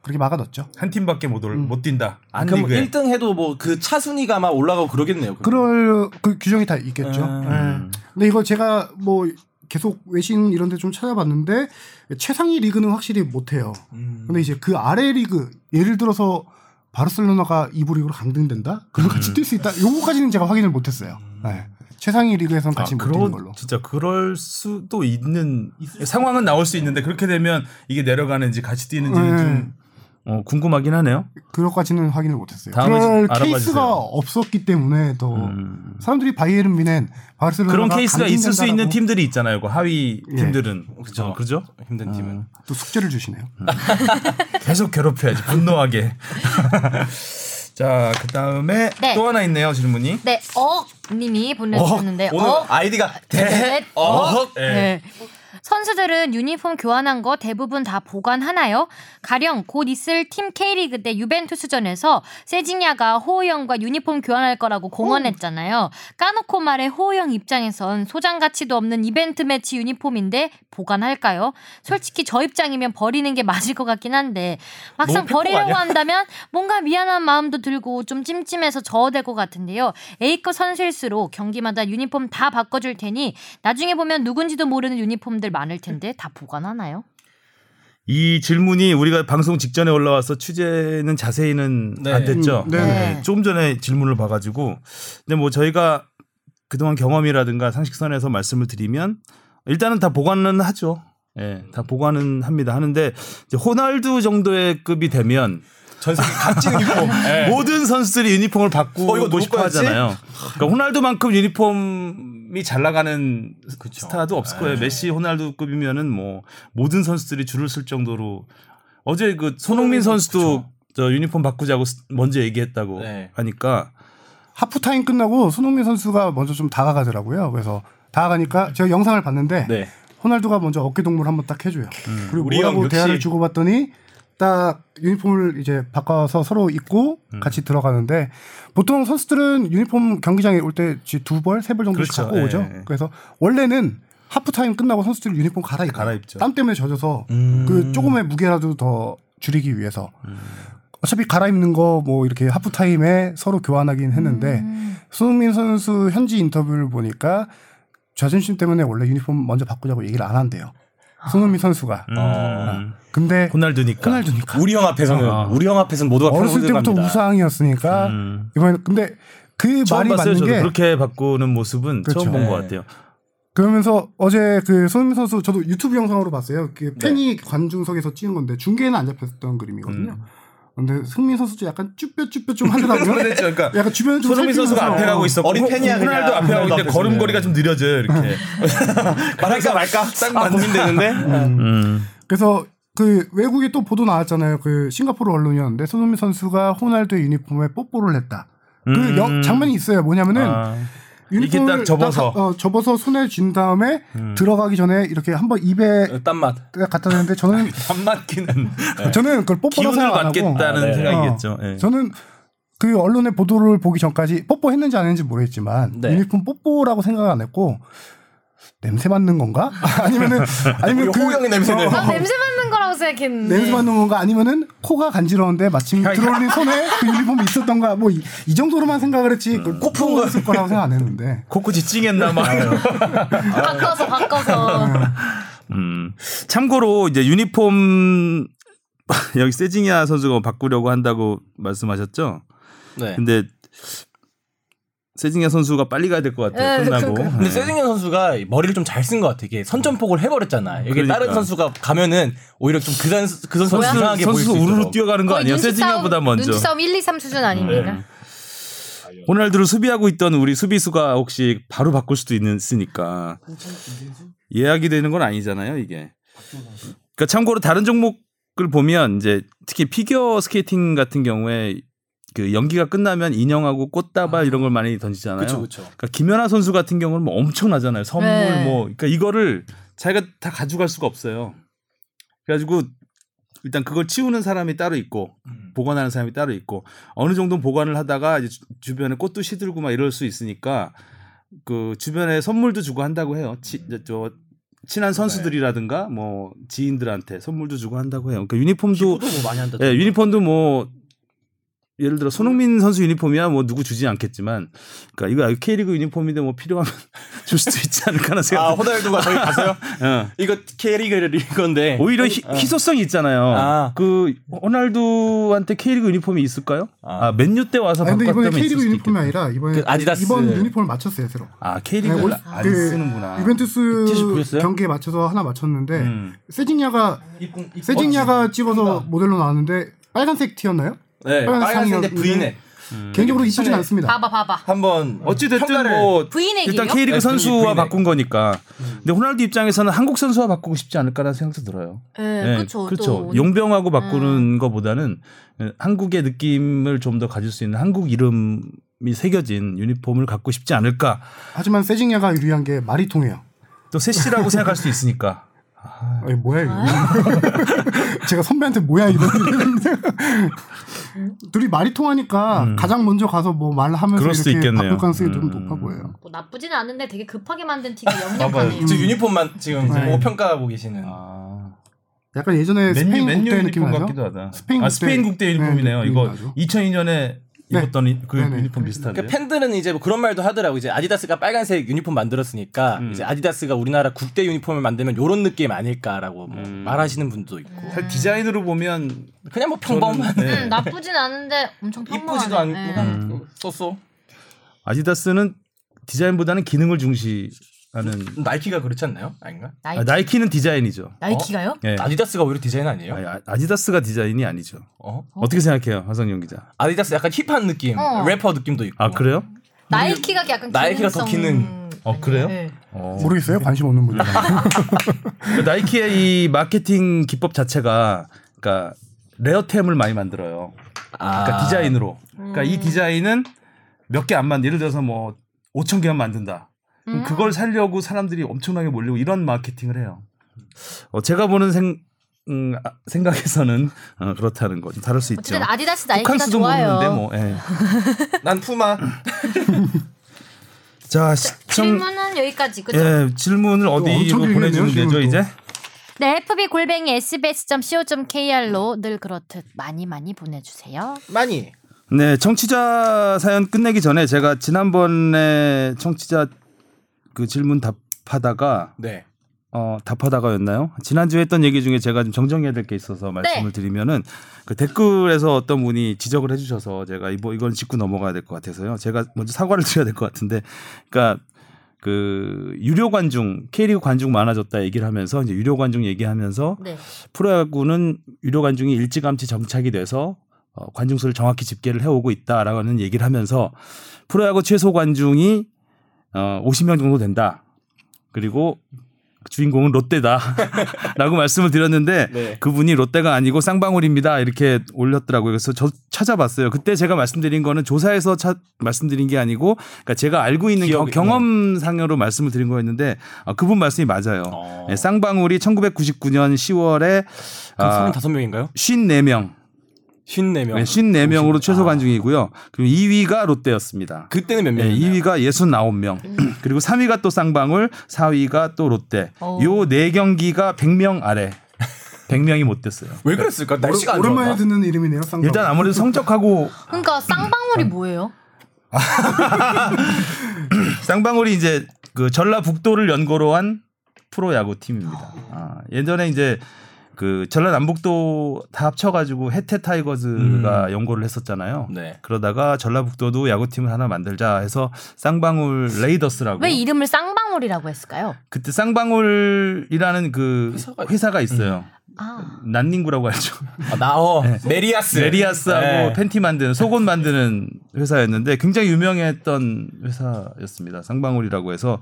Speaker 4: 그렇게 막아뒀죠.
Speaker 1: 한 팀밖에 못, 올,
Speaker 4: 음.
Speaker 1: 못 뛴다.
Speaker 3: 아,
Speaker 1: 안
Speaker 3: 그럼
Speaker 1: 리그에.
Speaker 3: 1등 해도 뭐 그 차순위가 막 올라가고 그러겠네요. 그럼.
Speaker 4: 그럴 그 규정이 다 있겠죠.
Speaker 3: 음.
Speaker 4: 네. 근데 이거 제가 뭐 계속 외신 이런 데 좀 찾아봤는데 최상위 리그는 확실히 못해요.
Speaker 3: 음.
Speaker 4: 근데 이제 그 아래 리그 예를 들어서
Speaker 1: 음.
Speaker 4: 바르셀로나가 2부 리그로 강등된다? 그럼 같이 뛸 수 있다? 요거까지는 제가 확인을 못했어요. 네. 최상위 리그에서는
Speaker 1: 아,
Speaker 4: 같이 못
Speaker 1: 그러-
Speaker 4: 뛰는 걸로.
Speaker 1: 진짜 그럴 수도 있는 상황은 나올 수 있는데 그렇게 되면 이게 내려가는지 같이 뛰는지
Speaker 4: 네.
Speaker 1: 좀 어, 궁금하긴 하네요.
Speaker 4: 그것까지는 확인을 못했어요.
Speaker 1: 다음에 좀
Speaker 4: 그럴
Speaker 1: 알아봐
Speaker 4: 케이스가
Speaker 1: 주세요.
Speaker 4: 없었기 때문에 더
Speaker 1: 음.
Speaker 4: 사람들이 바이에른 미넨 바르셀로나
Speaker 1: 그런 케이스가 있을 수 있는 팀들이 있잖아요. 그 하위 팀들은 어, 그죠, 그죠?
Speaker 3: 힘든 팀은.
Speaker 4: 또 숙제를 주시네요.
Speaker 1: 계속 괴롭혀야지 분노하게. 자, 그 다음에
Speaker 5: 네.
Speaker 1: 또 하나 있네요 질문이.
Speaker 5: 네, 어님이 보내주셨는데
Speaker 3: 오늘
Speaker 5: 어. 네.
Speaker 3: 아이디가
Speaker 5: 대-
Speaker 3: 대 어.
Speaker 5: 네. 선수들은 유니폼 교환한 거 대부분 다 보관하나요? 가령 곧 있을 팀 K리그 때 유벤투스전에서 세징야가 호우영과 유니폼 교환할 거라고 공언했잖아요. 까놓고 말해 호우영 입장에선 소장 가치도 없는 이벤트 매치 유니폼인데 보관할까요? 솔직히 저 입장이면 버리는 게 맞을 것 같긴 한데
Speaker 3: 너무
Speaker 5: 막상
Speaker 3: 팩폭
Speaker 5: 버리려고
Speaker 3: 뭐, 아니야?
Speaker 5: 한다면 뭔가 미안한 마음도 들고 좀 찜찜해서 저어될 것 같은데요. A급 선수일수록 경기마다 유니폼 다 바꿔줄 테니 나중에 보면 누군지도 모르는 유니폼들 많을 텐데 다 보관하나요?
Speaker 1: 이 질문이 우리가 방송 직전에 올라와서 취재는 자세히는
Speaker 3: 네.
Speaker 1: 안 됐죠.
Speaker 4: 음, 네.
Speaker 5: 네.
Speaker 1: 조금 전에 질문을 봐가지고 근데 뭐 저희가 그동안 경험이라든가 상식선에서 말씀을 드리면 일단은 다 보관은 하죠. 예, 다 보관은 합니다. 하는데 이제 호날두 정도의 급이 되면
Speaker 3: 전 세계 각지는 뭐. 있고.
Speaker 4: 네.
Speaker 1: 모든 선수들이 유니폼을 바꾸고
Speaker 3: 어, 이거 놓을
Speaker 1: 싶어
Speaker 3: 거였지?
Speaker 1: 하잖아요. 그러니까 호날두만큼 유니폼이 잘 나가는 스타도 없을
Speaker 3: 네.
Speaker 1: 거예요. 메시 호날두급이면은 뭐 모든 선수들이 줄을 쓸 정도로 어제 그 손흥민 선수도 저 유니폼 바꾸자고 스- 먼저 얘기했다고
Speaker 3: 네.
Speaker 1: 하니까
Speaker 4: 하프타임 끝나고 손흥민 선수가 먼저 좀 다가가더라고요. 그래서 다가가니까 제가 영상을 봤는데
Speaker 3: 네.
Speaker 4: 호날두가 먼저 어깨 동무를 한번 딱 해줘요. 그리고
Speaker 3: 우리
Speaker 4: 뭐라고
Speaker 3: 형 역시-
Speaker 4: 대화를 주고받더니 딱 유니폼을 이제 바꿔서 서로 입고 같이 들어가는데 보통 선수들은 유니폼 경기장에 올 때 두 벌, 세 벌 정도씩
Speaker 1: 그렇죠.
Speaker 4: 갖고 오죠.
Speaker 1: 예, 예.
Speaker 4: 그래서 원래는 하프타임 끝나고 선수들이 유니폼 갈아입고
Speaker 1: 갈아입죠.
Speaker 4: 땀 때문에 젖어서 그 조금의 무게라도 더 줄이기 위해서 어차피 갈아입는 거 뭐 이렇게 하프타임에 서로 교환하긴 했는데 손흥민 선수 현지 인터뷰를 보니까 자존심 때문에 원래 유니폼 먼저 바꾸자고 얘기를 안 한대요. 손흥민 선수가. 아,
Speaker 1: 음,
Speaker 4: 근데
Speaker 1: 호날두니까
Speaker 4: 호날두니까.
Speaker 3: 우리 형 앞에서는
Speaker 1: 아.
Speaker 3: 우리 형 앞에서는 모두가
Speaker 4: 어렸을 때부터
Speaker 3: 평등합니다.
Speaker 4: 우상이었으니까
Speaker 1: 음.
Speaker 4: 이번에 근데 그
Speaker 1: 처음
Speaker 4: 말이
Speaker 1: 봤어요.
Speaker 4: 맞는
Speaker 1: 저도
Speaker 4: 게
Speaker 1: 그렇게 바꾸는 모습은
Speaker 4: 그렇죠.
Speaker 1: 처음 본 것
Speaker 3: 네.
Speaker 1: 같아요.
Speaker 4: 그러면서 어제 그 손흥민 선수 저도 유튜브 영상으로 봤어요.
Speaker 1: 네.
Speaker 4: 그 팬이 관중석에서 찍은 건데 중계에는 안 잡혔던 그림이거든요.
Speaker 1: 음.
Speaker 4: 근데 승민 선수도 약간 쭈뼛쭈뼛 좀 하더라고요.
Speaker 1: 그러니까
Speaker 4: 약간 주변을 좀
Speaker 1: 손흥민 선수가
Speaker 4: 살피면서
Speaker 1: 앞에 가고 있었고
Speaker 3: 어린
Speaker 1: 호-
Speaker 3: 팬이야,
Speaker 1: 호날두
Speaker 3: 그냥.
Speaker 1: 앞에 가고 있는데
Speaker 3: 호날두
Speaker 1: 걸음걸이가 좀 느려져요 이렇게.
Speaker 3: 말할까 말까 딱 아, 고민되는데.
Speaker 1: 음.
Speaker 4: 그래서 그 외국에 또 보도 나왔잖아요. 그 싱가포르 언론이었는데 손흥민 선수가 호날두의 유니폼에 뽀뽀를 했다. 그
Speaker 1: 음.
Speaker 4: 영- 장면이 있어요. 뭐냐면은
Speaker 1: 아.
Speaker 4: 유니폼을
Speaker 1: 이렇게 딱 접어서.
Speaker 4: 딱, 어, 접어서 손에 쥔 다음에 들어가기 전에 이렇게 한번 입에
Speaker 3: 땀맛. 음.
Speaker 4: 딱 갖다 대는데 저는
Speaker 1: 안 맞기는
Speaker 4: 저는 그걸 뽀뽀라고
Speaker 1: 네. 기운을
Speaker 4: 생각 안 하고
Speaker 1: 받겠다는
Speaker 3: 아, 네.
Speaker 1: 생각이겠죠.
Speaker 4: 어,
Speaker 1: 예.
Speaker 4: 저는 그 언론의 보도를 보기 전까지 뽀뽀했는지 안 했는지 모르겠지만
Speaker 3: 네.
Speaker 4: 유니폼 뽀뽀라고 생각 안 했고 냄새 맡는 건가? 아니면은 아니면 그
Speaker 3: 호영의 냄새는.
Speaker 5: 난 냄새 맡는 거라고
Speaker 2: 네.
Speaker 5: 생각했는데.
Speaker 1: 네.
Speaker 4: 냄새 맡는 건가 아니면은 코가 간지러운데 마침 들어올린 손에 그 유니폼이 있었던가 뭐 이 정도로만 생각을 했지 그걸 코푼 했을 거라고 생각 안 했는데
Speaker 1: 코코지 찡했나 봐.
Speaker 4: 네.
Speaker 5: 바꿔서 바꿔서.
Speaker 1: 음. 참고로 이제 유니폼 여기 세징야 선수가 뭐 바꾸려고 한다고 말씀하셨죠.
Speaker 3: 네.
Speaker 1: 근데 세징야 선수가 빨리 가야 될 것 같아요.
Speaker 5: 예,
Speaker 1: 끝나고.
Speaker 5: 그러니까요.
Speaker 1: 예.
Speaker 3: 근데 세징현 선수가 머리를 좀 잘 쓴 것 같아. 이게 선전폭을 해버렸잖아. 이게
Speaker 1: 그러니까.
Speaker 3: 다른 선수가 가면은 오히려 좀 그 선수 그 선수
Speaker 1: 선수
Speaker 3: 이상하게 보일 수
Speaker 1: 선수
Speaker 3: 있어.
Speaker 1: 우르르 뛰어가는 거
Speaker 5: 거의
Speaker 1: 아니에요?
Speaker 5: 눈치
Speaker 1: 세징야보다
Speaker 5: 싸움,
Speaker 1: 먼저.
Speaker 5: 눈치 싸움 1, 2, 3 수준 아닙니까?
Speaker 1: 호날두를 수비하고 있던 우리 수비수가 혹시 바로 바꿀 수도 있으니까 예약이 되는 건 아니잖아요 이게. 그러니까 참고로 다른 종목을 보면 이제 특히 피겨 스케이팅 같은 경우에 그 연기가 끝나면 인형하고 꽃다발 이런 걸 많이 던지잖아요.
Speaker 3: 아. 그렇죠, 그렇죠.
Speaker 1: 그러니까 김연아 선수 같은 경우는 뭐 엄청나잖아요. 선물
Speaker 5: 네.
Speaker 1: 뭐 그러니까 이거를 자기가 다 가져갈 수가 없어요. 그래가지고 일단 그걸 치우는 사람이 따로 있고 보관하는 사람이 따로 있고 어느 정도 보관을 하다가 이제 주- 주변에 꽃도 시들고 막 이럴 수 있으니까 그 주변에 선물도 주고 한다고 해요. 치, 이제 저 친한 선수들이라든가 뭐 지인들한테 선물도 주고 한다고 해요. 그러니까 유니폼도
Speaker 3: 뭐 많이 한다.
Speaker 1: 예, 유니폼도 뭐 예를 들어 손흥민 선수 유니폼이야 뭐 누구 주지 않겠지만 그러니까 이거 아예 K리그 유니폼인데 뭐 필요하면 줄 수도 있지 않을까 하는
Speaker 3: 아,
Speaker 1: 생각.
Speaker 3: 호날두가 저기 가세요?
Speaker 1: 예.
Speaker 3: 이거 캐리그를
Speaker 1: 네.
Speaker 3: 이건데.
Speaker 1: 오히려 희, 희소성이 아. 있잖아요.
Speaker 3: 아.
Speaker 1: 그 호날두한테 K리그 유니폼이 있을까요?
Speaker 3: 아.
Speaker 1: 아, 맨유 때 와서
Speaker 4: 아, 근데
Speaker 1: 바꿨다면
Speaker 4: 이번에
Speaker 1: 있을
Speaker 4: K리그
Speaker 1: 수도
Speaker 4: 유니폼이
Speaker 1: 있겠다.
Speaker 4: 아니라 이번에
Speaker 3: 그 아디다스.
Speaker 4: 이번 유니폼을 맞췄어요 새로.
Speaker 1: 아,
Speaker 4: 네,
Speaker 1: K리그를
Speaker 4: 올-
Speaker 1: 안
Speaker 4: 그
Speaker 1: 쓰는구나.
Speaker 4: 유벤투스
Speaker 3: 티셔츠 보셨어요?
Speaker 4: 경기에 맞춰서 하나 맞췄는데
Speaker 1: 음.
Speaker 4: 세징야가 세징야가 찍어서 모델로 나왔는데 빨간색 티였나요?
Speaker 3: 네, 빨간색인데
Speaker 4: 빨간색이었는데 음.
Speaker 3: V넥.
Speaker 4: 개인적으로 이쁘진
Speaker 3: 네.
Speaker 4: 않습니다.
Speaker 2: 봐봐 봐봐.
Speaker 3: 한번
Speaker 1: 어찌됐든
Speaker 3: 평가를-
Speaker 1: 뭐
Speaker 2: 부인에게요?
Speaker 1: 일단 K리그
Speaker 3: 네,
Speaker 1: 선수와
Speaker 3: 부인에게.
Speaker 1: 바꾼 거니까. 근데 호날두 입장에서는 한국 선수와 바꾸고 싶지 않을까라는 생각도 들어요.
Speaker 5: 네,
Speaker 2: 예,
Speaker 1: 예,
Speaker 2: 그렇죠.
Speaker 1: 그렇죠. 용병하고 바꾸는 것보다는 예, 한국의 느낌을 좀 더 가질 수 있는 한국 이름이 새겨진 유니폼을 갖고 싶지 않을까.
Speaker 4: 하지만 세징야가 유리한 게 말이 통해요.
Speaker 1: 또 세시라고 생각할 수도 있으니까.
Speaker 4: 아니, 뭐야 이거?
Speaker 2: 아.
Speaker 4: 제가 선배한테 뭐야 이거? 이랬는데 둘이 말이 통하니까 가장 먼저 가서 뭐
Speaker 1: 음.
Speaker 4: 말하면서
Speaker 1: 그럴 수도
Speaker 4: 이렇게
Speaker 1: 있겠네요.
Speaker 4: 바꿀 가능성이
Speaker 1: 음.
Speaker 4: 좀 높아 보여요.
Speaker 2: 뭐 나쁘진 않은데 되게 급하게 만든 티가
Speaker 3: 봐봐요.
Speaker 2: 역력하네요.
Speaker 3: 지금 유니폼만 지금 이제
Speaker 4: 네.
Speaker 3: 뭐 평가하고 계시는.
Speaker 1: 아,
Speaker 4: 약간 예전에 네, 스페인 국대 느낌 나죠?
Speaker 1: 하다.
Speaker 4: 스페인
Speaker 1: 아,
Speaker 4: 국대.
Speaker 1: 스페인 국대 유니폼이네요.
Speaker 4: 네,
Speaker 1: 이거
Speaker 4: 느낌 나죠.
Speaker 1: 2002년에
Speaker 4: 네.
Speaker 1: 입었던 이- 그
Speaker 4: 네, 네.
Speaker 1: 유니폼
Speaker 3: 그러니까
Speaker 1: 비슷한데.
Speaker 3: 팬들은 이제 뭐 그런 말도 하더라고 이제 아디다스가 빨간색 유니폼 만들었으니까
Speaker 1: 음.
Speaker 3: 이제 아디다스가 우리나라 국대 유니폼을 만들면 요런 느낌 아닐까라고 뭐
Speaker 1: 음.
Speaker 3: 말하시는 분도 있고
Speaker 1: 사실 디자인으로 보면
Speaker 3: 그냥 뭐 평범한
Speaker 1: 저는, 네. 음.
Speaker 2: 음, 나쁘진 않은데 엄청 평범하네.
Speaker 3: 이쁘지도 않고
Speaker 2: 예.
Speaker 3: 그냥 썼어
Speaker 1: 아디다스는 디자인보다는 기능을 중시하는
Speaker 3: 나이키가 그렇지 않나요? 아닌가?
Speaker 1: 아,
Speaker 2: 나이키.
Speaker 1: 나이키는 디자인이죠.
Speaker 2: 가요
Speaker 1: 예.
Speaker 3: 아디다스가 오히려 디자인 아니에요?
Speaker 1: 아니, 아- 아디다스가 디자인이 아니죠.
Speaker 3: 어?
Speaker 1: 어? 떻게 생각해요, 화성용 기자?
Speaker 3: 아디다스 약간 힙한 느낌,
Speaker 2: 어.
Speaker 3: 래퍼 느낌도 있고.
Speaker 1: 아 그래요?
Speaker 2: 나이키가 약간
Speaker 3: 나이키가 더
Speaker 2: 기능성-
Speaker 1: 어, 그래요?
Speaker 4: 네.
Speaker 2: 예.
Speaker 4: 모르겠어요. 관심 없는 분들.
Speaker 1: 그 나이키의 이 마케팅 기법 자체가 그러니까 레어템을 많이 만들어요.
Speaker 3: 아.
Speaker 1: 그러니까 디자인으로. 그러니까
Speaker 2: 음.
Speaker 1: 이 디자인은 몇 개 안 만. 예를 들어서 뭐 5천 개만 만든다. 그럼
Speaker 2: 음.
Speaker 1: 그걸 살려고 사람들이 엄청나게 몰리고 이런 마케팅을 해요. 어, 제가 보는 생 음, 아, 생각에서는 어, 그렇다는 거좀 다를 수 있죠.
Speaker 2: 어쨌든 아디다스 나이키가
Speaker 1: 호캉스도
Speaker 2: 좋아요.
Speaker 1: 모르는데 뭐. 예.
Speaker 3: 난 푸마.
Speaker 1: 자 시청
Speaker 2: 질문은 여기까지 그죠?
Speaker 1: 예, 질문을
Speaker 4: 엄청
Speaker 1: 어디로
Speaker 4: 길겠네요,
Speaker 1: 보내주면 되죠
Speaker 4: 질문도.
Speaker 1: 이제?
Speaker 5: 네, FB 골뱅이 sbs.co.kr로 늘 그렇듯 많이 많이 보내주세요.
Speaker 3: 많이.
Speaker 1: 네, 청취자 사연 끝내기 전에 제가 지난번에 청취자 그 질문 답하다가
Speaker 3: 네.
Speaker 1: 어 답하다가였나요? 지난주에 했던 얘기 중에 제가 좀 정정해야 될 게 있어서 말씀을 드리면은 그 댓글에서 어떤 분이 지적을 해주셔서 제가 이거 이건 짚고 넘어가야 될 것 같아서요. 제가 먼저 사과를 드려야 될 것 같은데, 그러니까 그 유료 관중 K리그 관중 많아졌다 얘기를 하면서 이제 유료 관중 얘기하면서
Speaker 2: 네.
Speaker 1: 프로야구는 유료 관중이 일찌감치 정착이 돼서 어, 관중수를 정확히 집계를 해오고 있다라는 얘기를 하면서 프로야구 최소 관중이 어, 50명 정도 된다. 그리고 주인공은 롯데다라고 말씀을 드렸는데
Speaker 3: 네.
Speaker 1: 그분이 롯데가 아니고 쌍방울입니다 이렇게 올렸더라고요. 그래서 저 찾아봤어요. 그때 제가 말씀드린 거는 조사에서 차- 말씀드린 게 아니고 그러니까 제가 알고 있는
Speaker 3: 기억이-
Speaker 1: 경, 험상으로 말씀을 드린 거였는데 아, 그분 말씀이 맞아요.
Speaker 3: 어.
Speaker 1: 네, 쌍방울이 1999년 10월에
Speaker 3: 그럼
Speaker 1: 아,
Speaker 3: 35명인가요?
Speaker 1: 54명,
Speaker 3: 54명.
Speaker 1: 네, 54명으로 최소 관중이고요. 그리고 2위가 롯데였습니다.
Speaker 3: 그때는 몇
Speaker 1: 네,
Speaker 3: 명이었나요?
Speaker 1: 2위가 69명, 그리고 3위가 또 쌍방울, 4위가 또 롯데.
Speaker 2: 어.
Speaker 1: 요 네 경기가 100명 아래. 100명이 못 됐어요.
Speaker 3: 왜 그랬을까? 날씨가 안
Speaker 4: 오랜만에
Speaker 3: 좋았나?
Speaker 4: 듣는 이름이네요. 쌍방.
Speaker 1: 일단 아무래도 성적하고
Speaker 2: 그러니까 쌍방울이 뭐예요?
Speaker 1: 쌍방울이 이제 그 전라북도를 연고로 한 프로야구 팀입니다. 아, 예전에 이제 그 전라남북도 다 합쳐가지고 해태 타이거즈가 연고를 했었잖아요.
Speaker 3: 네.
Speaker 1: 그러다가 전라북도도 야구팀을 하나 만들자 해서 쌍방울 레이더스라고
Speaker 2: 왜 이름을 쌍방울이라고 했을까요?
Speaker 1: 그때 쌍방울이라는 그
Speaker 3: 회사가
Speaker 1: 회사가, 있어요.
Speaker 2: 아.
Speaker 1: 난닝구라고 알죠.
Speaker 3: 아, 나어. 메리아스.
Speaker 1: 네. 메리아스하고
Speaker 3: 네.
Speaker 1: 팬티 만드는 속옷 만드는 회사였는데 굉장히 유명했던 회사였습니다. 쌍방울이라고 해서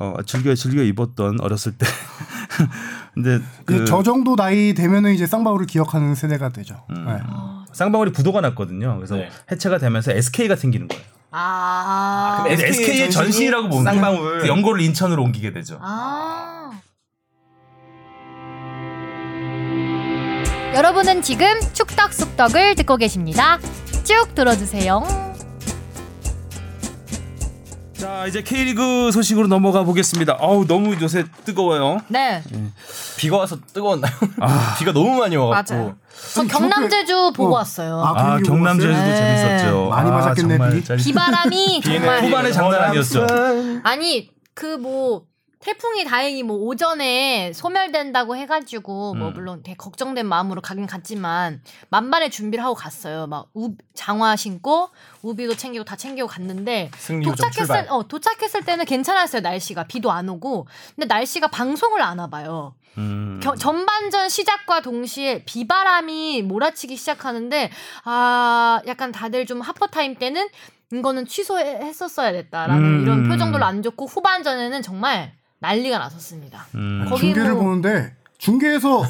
Speaker 1: 어, 즐겨 즐겨 입었던 어렸을 때. 근데 그
Speaker 4: 저 정도 나이 되면은 이제 쌍방울을 기억하는 세대가 되죠.
Speaker 1: 음.
Speaker 4: 네.
Speaker 2: 아,
Speaker 1: 쌍방울이 부도가 났거든요. 그래서
Speaker 3: 네.
Speaker 1: 해체가 되면서 SK가 생기는 거예요.
Speaker 2: 아.
Speaker 3: 그럼
Speaker 1: 근데
Speaker 3: SK 의
Speaker 1: SK의 네, 전신이라고 보면 돼요.
Speaker 3: 쌍방울.
Speaker 1: 그 연고를 인천으로 옮기게 되죠.
Speaker 2: 아.
Speaker 5: 여러분은 지금 축덕숙덕을 듣고 계십니다. 쭉 들어주세요.
Speaker 1: 자 이제 K리그 소식으로 넘어가 보겠습니다. 아우 너무 요새 뜨거워요.
Speaker 2: 네.
Speaker 3: 비가 와서 뜨거웠나요?
Speaker 1: 아.
Speaker 3: 비가 너무 많이 와갖고
Speaker 2: 맞아요. 저
Speaker 4: 아니,
Speaker 2: 경남
Speaker 4: 저렇게-
Speaker 2: 제주 보고
Speaker 4: 어.
Speaker 2: 왔어요.
Speaker 4: 아,
Speaker 1: 아
Speaker 4: 경기
Speaker 1: 경남 제주도
Speaker 4: 보고
Speaker 2: 왔어요?
Speaker 1: 재밌었죠.
Speaker 4: 많이
Speaker 1: 아,
Speaker 4: 맞았겠네,
Speaker 1: 정말
Speaker 4: 비.
Speaker 1: 짜릿-
Speaker 2: 비바람이 정말
Speaker 1: 후반에 장난 아니었죠.
Speaker 2: 아니 그 뭐 태풍이 다행히 뭐 오전에 소멸된다고 해가지고 뭐
Speaker 1: 음.
Speaker 2: 물론 되게 걱정된 마음으로 가긴 갔지만 만반의 준비를 하고 갔어요. 막 우, 장화 신고 우비도 챙기고 다 챙기고 갔는데
Speaker 3: 승리로 좀
Speaker 2: 도착했을
Speaker 3: 출발.
Speaker 2: 어 도착했을 때는 괜찮았어요 날씨가 비도 안 오고 근데 날씨가 방송을 안 와봐요.
Speaker 1: 음.
Speaker 2: 겨- 전반전 시작과 동시에 비바람이 몰아치기 시작하는데 아 약간 다들 좀 하퍼 타임 때는 이거는 취소했었어야 됐다라는
Speaker 1: 음.
Speaker 2: 이런 표정들로 안 좋고 후반전에는 정말 난리가 났었습니다.
Speaker 1: 음.
Speaker 2: 거기-
Speaker 4: 중계를
Speaker 2: 뭐-
Speaker 4: 보는데 중계에서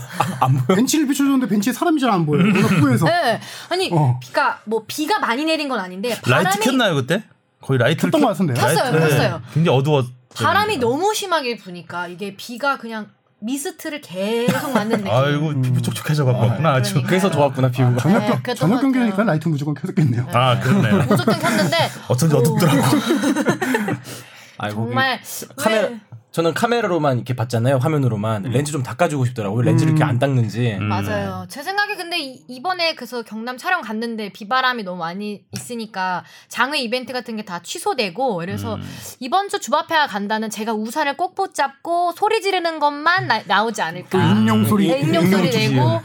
Speaker 4: 벤치를 비춰줬는데 벤치에 사람이 잘 안 보여요. 그래서 후에서
Speaker 2: 네. 아니
Speaker 4: 어.
Speaker 2: 비가 뭐 비가 많이 내린 건 아닌데 바람이
Speaker 1: 라이트 켰나요 그때? 거의 라이트를
Speaker 4: 켰던
Speaker 1: 켰-
Speaker 4: 것 같은데요?
Speaker 2: 켰어요,
Speaker 1: 라이트-
Speaker 2: 켰어요.
Speaker 1: 굉장히 어두웠. 네.
Speaker 2: 바람이 너무 심하게 부니까 이게 비가 그냥 미스트를 계속 맞는 느낌.
Speaker 1: 네. 아이고
Speaker 4: 음.
Speaker 1: 피부 촉촉해져 갖고 왔구나 아주.
Speaker 2: 그러니까요.
Speaker 3: 그래서 좋았구나 비가.
Speaker 4: 저녁
Speaker 2: 네,
Speaker 4: 경-
Speaker 2: 그랬던
Speaker 4: 저녁
Speaker 2: 것
Speaker 4: 경기니까
Speaker 2: 같아요.
Speaker 4: 라이트 무조건 켜졌겠네요.
Speaker 1: 아 그렇네.
Speaker 2: 무조건 켰는데
Speaker 1: 어쩐지 어둡더라고.
Speaker 3: 아이고,
Speaker 2: 정말 네,
Speaker 3: 카메라
Speaker 2: 왜-
Speaker 3: 저는 카메라로만 이렇게 봤잖아요 화면으로만 렌즈 좀 닦아주고 싶더라고요 렌즈를 이렇게 안 닦는지
Speaker 1: 음.
Speaker 2: 맞아요. 제 생각에 근데 이- 이번에 그래서 경남 촬영 갔는데 비바람이 너무 많이 있으니까 장외 이벤트 같은 게 다 취소되고
Speaker 3: 음.
Speaker 2: 그래서 이번 주 주바페아 간다는 제가 우산을 꼭 붙잡고 소리 지르는 것만 나, 오지 않을까.
Speaker 4: 그 음용 소리,
Speaker 2: 네, 음용 소리
Speaker 4: 음용 소리.
Speaker 2: 내고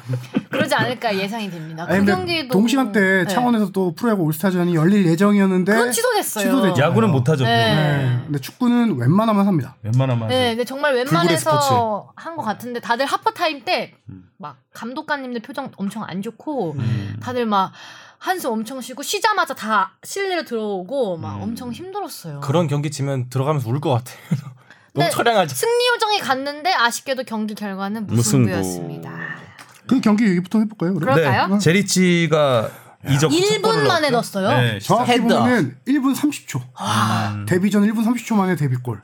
Speaker 2: 그러지 않을까 예상이 됩니다.
Speaker 4: 아니,
Speaker 2: 그
Speaker 4: 근데
Speaker 2: 경기도
Speaker 4: 동시간대
Speaker 2: 네.
Speaker 4: 창원에서 또 프로야구 올스타전이 열릴 예정이었는데
Speaker 2: 그건 취소됐어요.
Speaker 4: 취소됐죠.
Speaker 1: 야구는 못 하죠.
Speaker 2: 네.
Speaker 4: 네. 근데 축구는 웬만하면 삽니다.
Speaker 1: 웬만하면.
Speaker 2: 네, 근데 정말
Speaker 3: 불굴의
Speaker 2: 웬만해서 한 것 같은데 다들 하퍼 타임 때
Speaker 1: 음.
Speaker 2: 막 감독관님들 표정 엄청 안 좋고 다들 막 한숨 엄청 쉬고 쉬자마자 다 실내로 들어오고
Speaker 1: 음.
Speaker 2: 막 엄청 힘들었어요.
Speaker 3: 그런 경기 치면 들어가면서 울 것 같아요
Speaker 2: 네.
Speaker 3: 너무 처량하지
Speaker 2: 승리 요정이 갔는데 아쉽게도 경기 결과는
Speaker 1: 무승부.
Speaker 2: 무승부였습니다.
Speaker 4: 그 경기 얘기부터 해볼까요? 그럼?
Speaker 2: 그럴까요?
Speaker 1: 네, 제리치가 이적
Speaker 2: 1분 만에 넣었어요.
Speaker 1: 네,
Speaker 4: 정확히
Speaker 3: 헤더. 아.
Speaker 4: 보면은 1분 30초. 데뷔전 1분 30초 만에 데뷔골.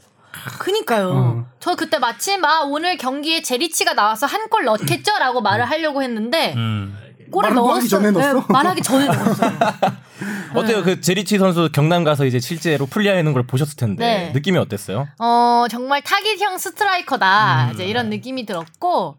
Speaker 2: 그니까요.
Speaker 4: 음.
Speaker 2: 저 그때 마침 아 오늘 경기에 제리치가 나와서 한 골 넣겠죠라고 말을 하려고 했는데
Speaker 1: 음.
Speaker 2: 골을
Speaker 4: 말하기
Speaker 2: 넣었어요. 네,
Speaker 4: 전에 넣었어?
Speaker 2: 말하기 전에 넣었어요. 네.
Speaker 3: 어때요 그 제리치 선수 경남 가서 이제 실제로 풀리아 해는 걸 보셨을 텐데
Speaker 2: 네.
Speaker 3: 느낌이 어땠어요?
Speaker 2: 어, 정말 타깃형 스트라이커다. 이제 이런 느낌이 들었고,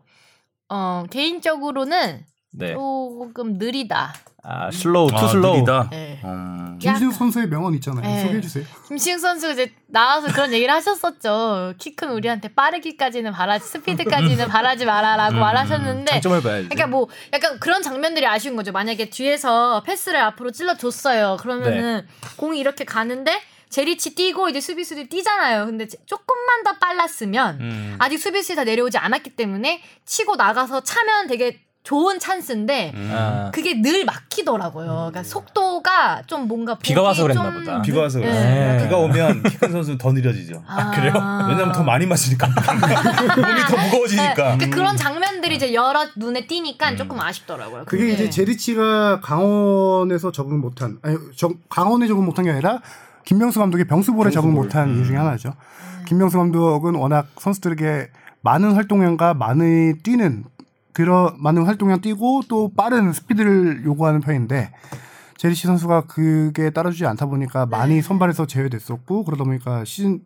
Speaker 2: 어, 개인적으로는
Speaker 3: 네.
Speaker 2: 조금 느리다.
Speaker 3: 아 슬로우 투
Speaker 1: 아,
Speaker 3: 슬로우
Speaker 1: 느리다.
Speaker 2: 예.
Speaker 1: 음.
Speaker 4: 김신욱
Speaker 2: 약간-
Speaker 4: 선수의 명언 있잖아요.
Speaker 2: 네.
Speaker 4: 소개해주세요.
Speaker 2: 김시영 선수가 이제 나와서 그런 얘기를 하셨었죠. 키 큰 우리한테 빠르기까지는 바라지, 스피드까지는 바라지 마라라고 말하셨는데.
Speaker 3: 장점을 봐야지.
Speaker 2: 그러니까 뭐 약간 그런 장면들이 아쉬운 거죠. 만약에 뒤에서 패스를 앞으로 찔러 줬어요. 그러면은
Speaker 3: 네.
Speaker 2: 공이 이렇게 가는데 제리치 뛰고 이제 수비수들이 뛰잖아요. 근데 제- 조금만 더 빨랐으면
Speaker 1: 음.
Speaker 2: 아직 수비수들이 다 내려오지 않았기 때문에 치고 나가서 차면 되게 좋은 찬스인데
Speaker 3: 아,
Speaker 2: 그게 늘 막히더라고요. 그러니까 속도가 좀 뭔가
Speaker 3: 음. 비가
Speaker 2: 보기
Speaker 3: 와서 그랬나
Speaker 2: 좀
Speaker 3: 보다.
Speaker 1: 비가 와서 그래요.
Speaker 3: 네.
Speaker 1: 비가 오면 키 큰 선수는 더 느려지죠.
Speaker 2: 아, 그래요?
Speaker 1: 왜냐면 더 많이 맞으니까 몸이 더 무거워지니까.
Speaker 2: 네, 그런
Speaker 3: 음.
Speaker 2: 장면들이 이제 여러 눈에 띄니까 조금 아쉽더라고요.
Speaker 4: 그게
Speaker 2: 그게.
Speaker 4: 이제 제리치가 강원에서 적응 못한, 아니, 적- 강원에 적응 못한 게 아니라 김명수 감독이 병수볼에 음. 적응 못한 이유 중에 하나죠. 김명수 감독은 워낙 선수들에게 많은 활동량과 많이 뛰는, 그런, 많은 활동량 뛰고 또 빠른 스피드를 요구하는 편인데, 제리치 선수가 그게 따라주지 않다 보니까 많이 선발에서 제외됐었고, 그러다 보니까 시즌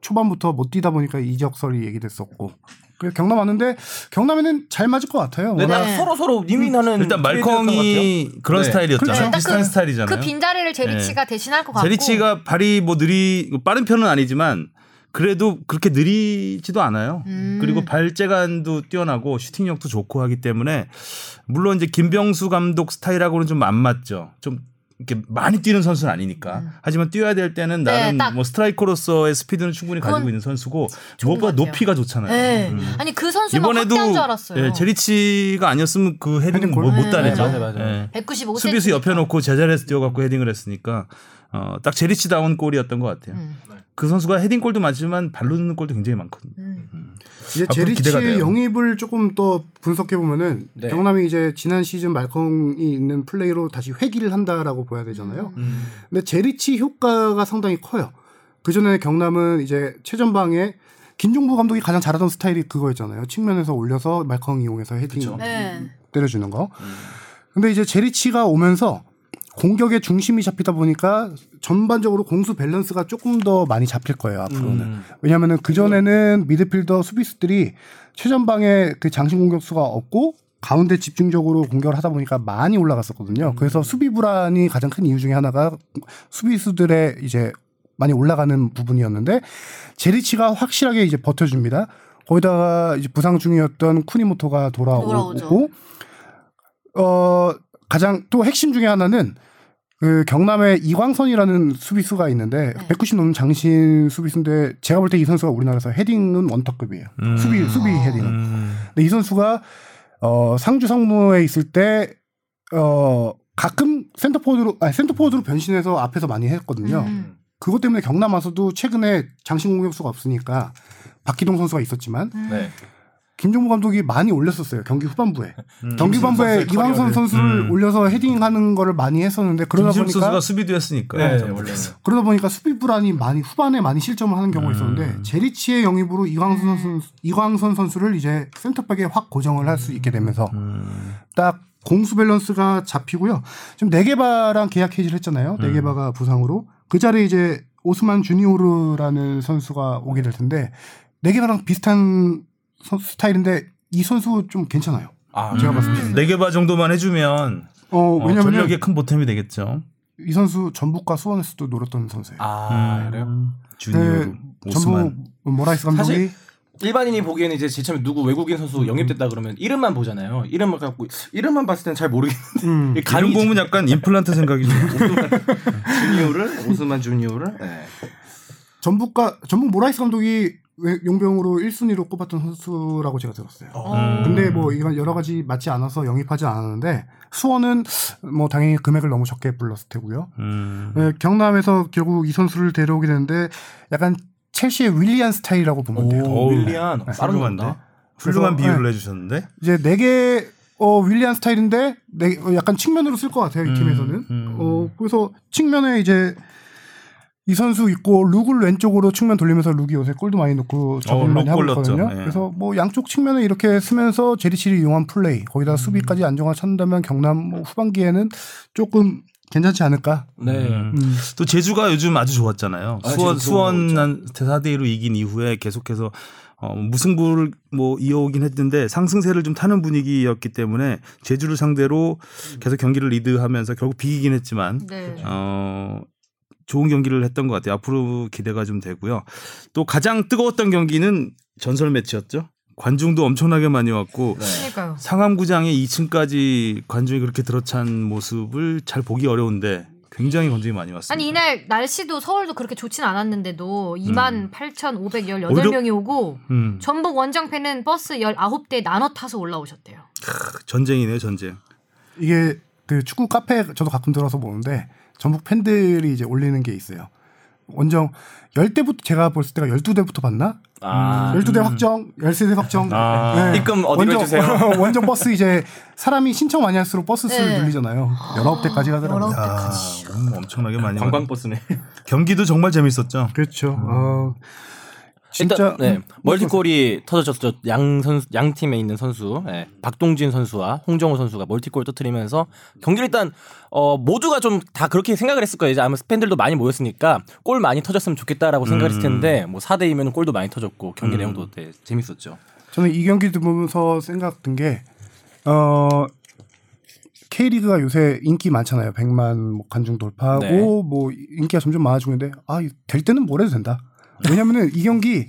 Speaker 4: 초반부터 못 뛰다 보니까 이적설이 얘기됐었고, 그래서 경남 왔는데, 경남에는 잘 맞을 것 같아요.
Speaker 3: 네,
Speaker 4: 워낙
Speaker 3: 나 서로 서로 유민하는
Speaker 1: 일단 말컹이 그런
Speaker 3: 네.
Speaker 1: 스타일이었잖아요.
Speaker 2: 그렇죠.
Speaker 1: 비슷한
Speaker 2: 그-
Speaker 1: 스타일이잖아요.
Speaker 2: 그 빈자리를 제리치가 대신할 것 같고.
Speaker 1: 제리치가 발이 뭐 느리 빠른 편은 아니지만 그래도 그렇게 느리지도 않아요.
Speaker 2: 음.
Speaker 1: 그리고 발재간도 뛰어나고 슈팅력도 좋고 하기 때문에 물론 이제 김병수 감독 스타일하고는 좀 안 맞죠. 좀 이렇게 많이 뛰는 선수는 아니니까. 하지만 뛰어야 될 때는
Speaker 2: 음. 네,
Speaker 1: 나는
Speaker 2: 딱.
Speaker 1: 뭐 스트라이커로서의 스피드는 충분히 가지고
Speaker 2: 그건
Speaker 1: 있는 선수고
Speaker 2: 좋은
Speaker 1: 무엇보다
Speaker 2: 것 같아요.
Speaker 1: 높이가 좋잖아요.
Speaker 2: 네.
Speaker 1: 음.
Speaker 2: 아니 그 선수만
Speaker 1: 이번에도
Speaker 2: 확대한 줄 알았어요.
Speaker 1: 예, 제리치가 아니었으면 그 헤딩
Speaker 4: 헤딩
Speaker 1: 못,
Speaker 4: 골.
Speaker 1: 못
Speaker 2: 네,
Speaker 1: 따내죠.
Speaker 3: 맞아요, 맞아요.
Speaker 1: 예.
Speaker 2: 195cm.
Speaker 1: 수비수 옆에 놓고 제자리에서 뛰어갖고 헤딩을 했으니까 어, 딱 제리치다운 골이었던 것 같아요.
Speaker 2: 음.
Speaker 1: 그 선수가 헤딩골도 많지만 발로 넣는 골도 굉장히 많거든요.
Speaker 2: 음.
Speaker 4: 이제
Speaker 1: 앞으로 기대가 돼요.
Speaker 4: 제리치의 영입을 조금 더 분석해 보면은
Speaker 3: 네.
Speaker 4: 경남이 이제 지난 시즌 말컹이 있는 플레이로 다시 회귀를 한다라고 봐야 되잖아요.
Speaker 1: 음.
Speaker 4: 근데 제리치 효과가 상당히 커요. 그 전에 경남은 이제 최전방에 김종부 감독이 가장 잘하던 스타일이 그거였잖아요. 측면에서 올려서 말컹 이용해서 헤딩
Speaker 2: 네.
Speaker 4: 때려주는 거. 근데 이제 제리치가 오면서 공격의 중심이 잡히다 보니까 전반적으로 공수 밸런스가 조금 더 많이 잡힐 거예요 앞으로는 왜냐하면은 그 전에는 미드필더 수비수들이 최전방에 그 장신 공격수가 없고 가운데 집중적으로 공격을 하다 보니까 많이 올라갔었거든요 그래서 수비 불안이 가장 큰 이유 중에 하나가 수비수들의 이제 많이 올라가는 부분이었는데 제리치가 확실하게 이제 버텨줍니다. 거기다가 이제 부상 중이었던 쿠니모토가
Speaker 5: 돌아오죠.
Speaker 4: 돌아오고 어 가장 또 핵심 중에 하나는 그 경남에 이광선이라는 수비수가 있는데
Speaker 5: 네.
Speaker 4: 190 넘는 장신 수비수인데 제가 볼 때 이 선수가 우리나라에서 헤딩은 원터급이에요.
Speaker 3: 음.
Speaker 4: 수비 수비 헤딩. 은 근데 이 선수가 어 상주 성무에 있을 때어 가끔 센터포드로 아니 센터포드로 변신해서 앞에서 많이 했거든요.
Speaker 2: 음.
Speaker 4: 그것 때문에 경남 와서도 최근에 장신 공격수가 없으니까 박기동 선수가 있었지만
Speaker 3: 네.
Speaker 4: 김종무 감독이 많이 올렸었어요. 경기 후반부에. 경기
Speaker 1: 음. 김승
Speaker 4: 후반부에
Speaker 1: 선수의
Speaker 4: 이광선
Speaker 1: 커리어를.
Speaker 4: 선수를
Speaker 3: 음.
Speaker 4: 올려서 헤딩하는 거를 많이 했었는데 그러다
Speaker 1: 김진욱
Speaker 4: 보니까
Speaker 1: 선수가 수비도 했으니까
Speaker 3: 네,
Speaker 1: 전부
Speaker 3: 원래는.
Speaker 1: 다.
Speaker 4: 그러다 보니까 수비 불안이 많이 후반에 많이 실점을 하는
Speaker 1: 음.
Speaker 4: 경우가 있었는데 제리치의 영입으로 이광선 선수 이광선 선수를 이제 센터백에 확 고정을 할 수 있게 되면서
Speaker 1: 음.
Speaker 4: 딱 공수 밸런스가 잡히고요. 지금 네게바랑 계약 해지를 했잖아요. 네게바가 부상으로 그 자리에 이제 오스만 주니오르라는 선수가 오게 될 텐데 네게바랑 비슷한 선- 스타일인데 이 선수 좀 괜찮아요.
Speaker 3: 아,
Speaker 4: 제가 봤을 때.
Speaker 1: 네 개 바 정도만 해주면
Speaker 4: 어,
Speaker 1: 어,
Speaker 4: 왜냐면
Speaker 1: 전력에 큰 보탬이 되겠죠.
Speaker 4: 이 선수 전북과 수원에서도 노렸던 선수예요. 네,
Speaker 3: 아,
Speaker 1: 음.
Speaker 3: 그래요?
Speaker 1: 주니어
Speaker 4: 전북
Speaker 1: 오스만
Speaker 4: 모라이스 감독이
Speaker 3: 사실 일반인이 보기에는 이제 제처음에 누구 외국인 선수 영입됐다 그러면 이름만 보잖아요. 이름만 갖고 이름만 봤을 땐 잘 모르겠는데
Speaker 4: 음.
Speaker 1: 이름
Speaker 3: 간이
Speaker 1: 보면 약간 임플란트 생각이 좀
Speaker 3: 주니어를 오스만 주니어를 네.
Speaker 4: 전북과 전북 모라이스 감독이 왜- 용병으로 1순위로 꼽았던 선수라고 제가 들었어요.
Speaker 1: 음.
Speaker 4: 근데 뭐 이건 여러 가지 맞지 않아서 영입하지 않았는데 수원은 뭐 당연히 금액을 너무 적게 불렀을 테고요.
Speaker 1: 음.
Speaker 4: 예, 경남에서 결국 이 선수를 데려오게 되는데 약간 첼시의 윌리안 스타일이라고
Speaker 3: 어,
Speaker 4: 보면 돼요.
Speaker 3: 오, 윌리안 빠른
Speaker 1: 훌륭한데
Speaker 3: 건다.
Speaker 1: 훌륭한
Speaker 4: 아, 그래서, 네.
Speaker 1: 비유를 해주셨는데
Speaker 4: 이제 네개 어, 윌리안 스타일인데 네, 어, 약간 측면으로 쓸 것 같아요 이
Speaker 1: 음,
Speaker 4: 팀에서는.
Speaker 1: 음.
Speaker 4: 어, 그래서 측면에 이제 이 선수 있고 룩을 왼쪽으로 측면 돌리면서 룩이 요새 골도 많이 넣고
Speaker 1: 어,
Speaker 4: 적응 많이
Speaker 1: 룩
Speaker 4: 하고
Speaker 1: 골랐죠.
Speaker 4: 있거든요.
Speaker 1: 예.
Speaker 4: 그래서 뭐 양쪽 측면에 이렇게 쓰면서 제리치를 이용한 플레이 거기다 수비까지 안정화 찾는다면 경남 뭐 후반기에는 조금 괜찮지 않을까.
Speaker 3: 네.
Speaker 4: 음.
Speaker 1: 또 제주가 요즘 아주 좋았잖아요.
Speaker 3: 아,
Speaker 1: 수원
Speaker 3: 제주 좋은 거
Speaker 1: 수원한 4대 1로 이긴 이후에 계속해서 어, 무승부를 뭐 이어오긴 했는데 상승세를 좀 타는 분위기였기 때문에 제주를 상대로 계속 경기를 리드하면서 결국 비기긴 했지만
Speaker 5: 네.
Speaker 1: 어, 좋은 경기를 했던 것 같아요. 앞으로 기대가 좀 되고요. 또 가장 뜨거웠던 경기는 전설 매치였죠. 관중도 엄청나게 많이 왔고
Speaker 2: 그러니까요.
Speaker 1: 상암구장의 2층까지 관중이 그렇게 들어찬 모습을 잘 보기 어려운데 굉장히 관중이 많이 왔습니다.
Speaker 2: 아니 이날 날씨도 서울도 그렇게 좋진 않았는데도 2만 8,518명이
Speaker 1: 음. 오히려-
Speaker 2: 오고
Speaker 1: 음,
Speaker 2: 전북 원정팬은 버스 19대 나눠 타서 올라오셨대요.
Speaker 1: 크, 전쟁이네요, 전쟁.
Speaker 4: 이게 그 축구 카페 저도 가끔 들어서 보는데 전북 팬들이 이제 올리는 게 있어요. 원정 10대부터 제가 볼 때가 12대부터 봤나?
Speaker 3: 아.
Speaker 4: 12대 확정, 13대 확정. 네.
Speaker 1: 아.
Speaker 3: 입금 어디로 해주세요?
Speaker 4: 원정 버스 이제 사람이 신청 많이 할수록 버스 수를
Speaker 2: 네.
Speaker 4: 늘리잖아요. 19대까지 가더라고요.
Speaker 1: 아, 음, 엄청나게 많이
Speaker 3: 관광
Speaker 1: 왔-
Speaker 3: 버스네.
Speaker 1: 경기도 정말 재밌었죠.
Speaker 4: 그렇죠. 어, 진짜 음.
Speaker 3: 일단 네. 멀티골이 터졌죠. 양 선수 양 팀에 있는 선수 예. 박동진 선수와 홍정호 선수가 멀티골 터뜨리면서 경기를 일단 어, 모두가 좀 다 그렇게 생각을 했을 거예요. 이제 아마 팬들도 많이 모였으니까 골 많이 터졌으면 좋겠다라고 생각했을 텐데 뭐 4대 2면 골도 많이 터졌고 경기 내용도 되게 재밌었죠.
Speaker 4: 저는 이 경기 보면서 생각든 게 어, K리그가 요새 인기 많잖아요. 100만 뭐 관중 돌파하고
Speaker 3: 네.
Speaker 4: 뭐 인기가 점점 많아지고 있는데 아, 이될 때는 뭘 해도 된다. 왜냐면은 이 경기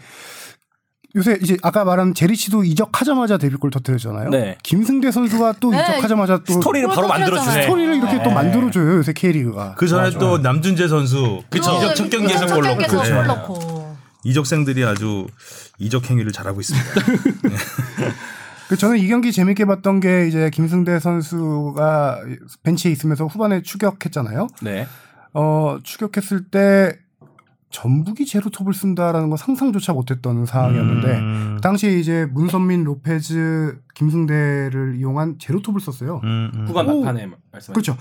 Speaker 4: 요새 이제 아까 말한 제리치도 이적하자마자 데뷔골 터뜨렸잖아요.
Speaker 3: 네.
Speaker 4: 김승대 선수가 또
Speaker 2: 네.
Speaker 4: 이적하자마자 또
Speaker 3: 스토리를 바로 만들어 주네.
Speaker 4: 스토리를 이렇게 또 만들어줘요 요새 K리그가.
Speaker 1: 그 전에 또 남준재 선수
Speaker 2: 또
Speaker 1: 이적 그 첫 경기에서
Speaker 2: 이적
Speaker 1: 골
Speaker 2: 첫
Speaker 1: 넣고
Speaker 2: 경기에서
Speaker 1: 네.
Speaker 2: 골 넣고.
Speaker 1: 이적생들이 아주 이적 행위를 잘하고 있습니다.
Speaker 4: 그 저는 이 경기 재밌게 봤던 게 이제 김승대 선수가 벤치에 있으면서 후반에 추격했잖아요.
Speaker 3: 네.
Speaker 4: 어, 추격했을 때 전북이 제로톱을 쓴다라는 건 상상조차 못했던 상황이었는데
Speaker 1: 음.
Speaker 4: 그 당시에 이제 문선민, 로페즈, 김승대를 이용한 제로톱을 썼어요.
Speaker 1: 음, 음.
Speaker 3: 후반
Speaker 4: 오.
Speaker 3: 막판에 네. 말씀.
Speaker 4: 그렇죠.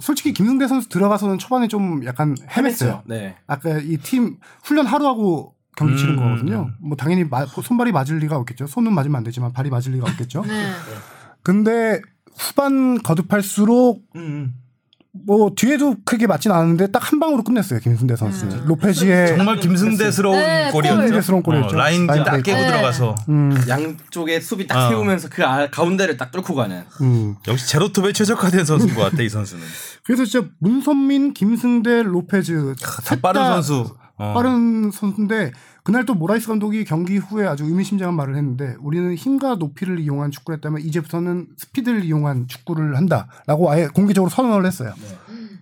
Speaker 4: 솔직히 김승대 선수 들어가서는 초반에 좀 약간 헤맸어요.
Speaker 3: 네.
Speaker 4: 아까 이 팀 훈련 하루하고 경기 치는
Speaker 1: 음.
Speaker 4: 거거든요. 뭐 당연히 마- 손발이 맞을 리가 없겠죠. 손은 맞으면 안 되지만 발이 맞을 리가 없겠죠.
Speaker 2: 네.
Speaker 4: 근데 후반 거듭할수록
Speaker 3: 음.
Speaker 4: 뭐 뒤에도 크게 맞진 않았는데 딱 한 방으로 끝냈어요 김순대 선수는 로페지의
Speaker 1: 정말 김승대스러운
Speaker 2: 네,
Speaker 1: 골이었죠.
Speaker 4: 김승대스러운 골이었죠.
Speaker 1: 어, 라인
Speaker 4: 라인
Speaker 1: 딱 깨고
Speaker 2: 네.
Speaker 1: 들어가서
Speaker 4: 음,
Speaker 7: 양쪽에 수비 딱
Speaker 1: 어.
Speaker 7: 세우면서 그 아- 가운데를 딱 뚫고 가는.
Speaker 4: 음.
Speaker 1: 역시 제로톱에 최적화된 선수인 것 같아 이 선수는.
Speaker 4: 그래서 진짜 문선민, 김승대, 로페즈
Speaker 1: 다
Speaker 4: 셋
Speaker 1: 아, 빠른
Speaker 4: 다
Speaker 1: 선수. 어.
Speaker 4: 빠른 선수인데 그날 또 모라이스 감독이 경기 후에 아주 의미심장한 말을 했는데 우리는 힘과 높이를 이용한 축구를 했다면 이제부터는 스피드를 이용한 축구를 한다라고 아예 공개적으로 선언을 했어요.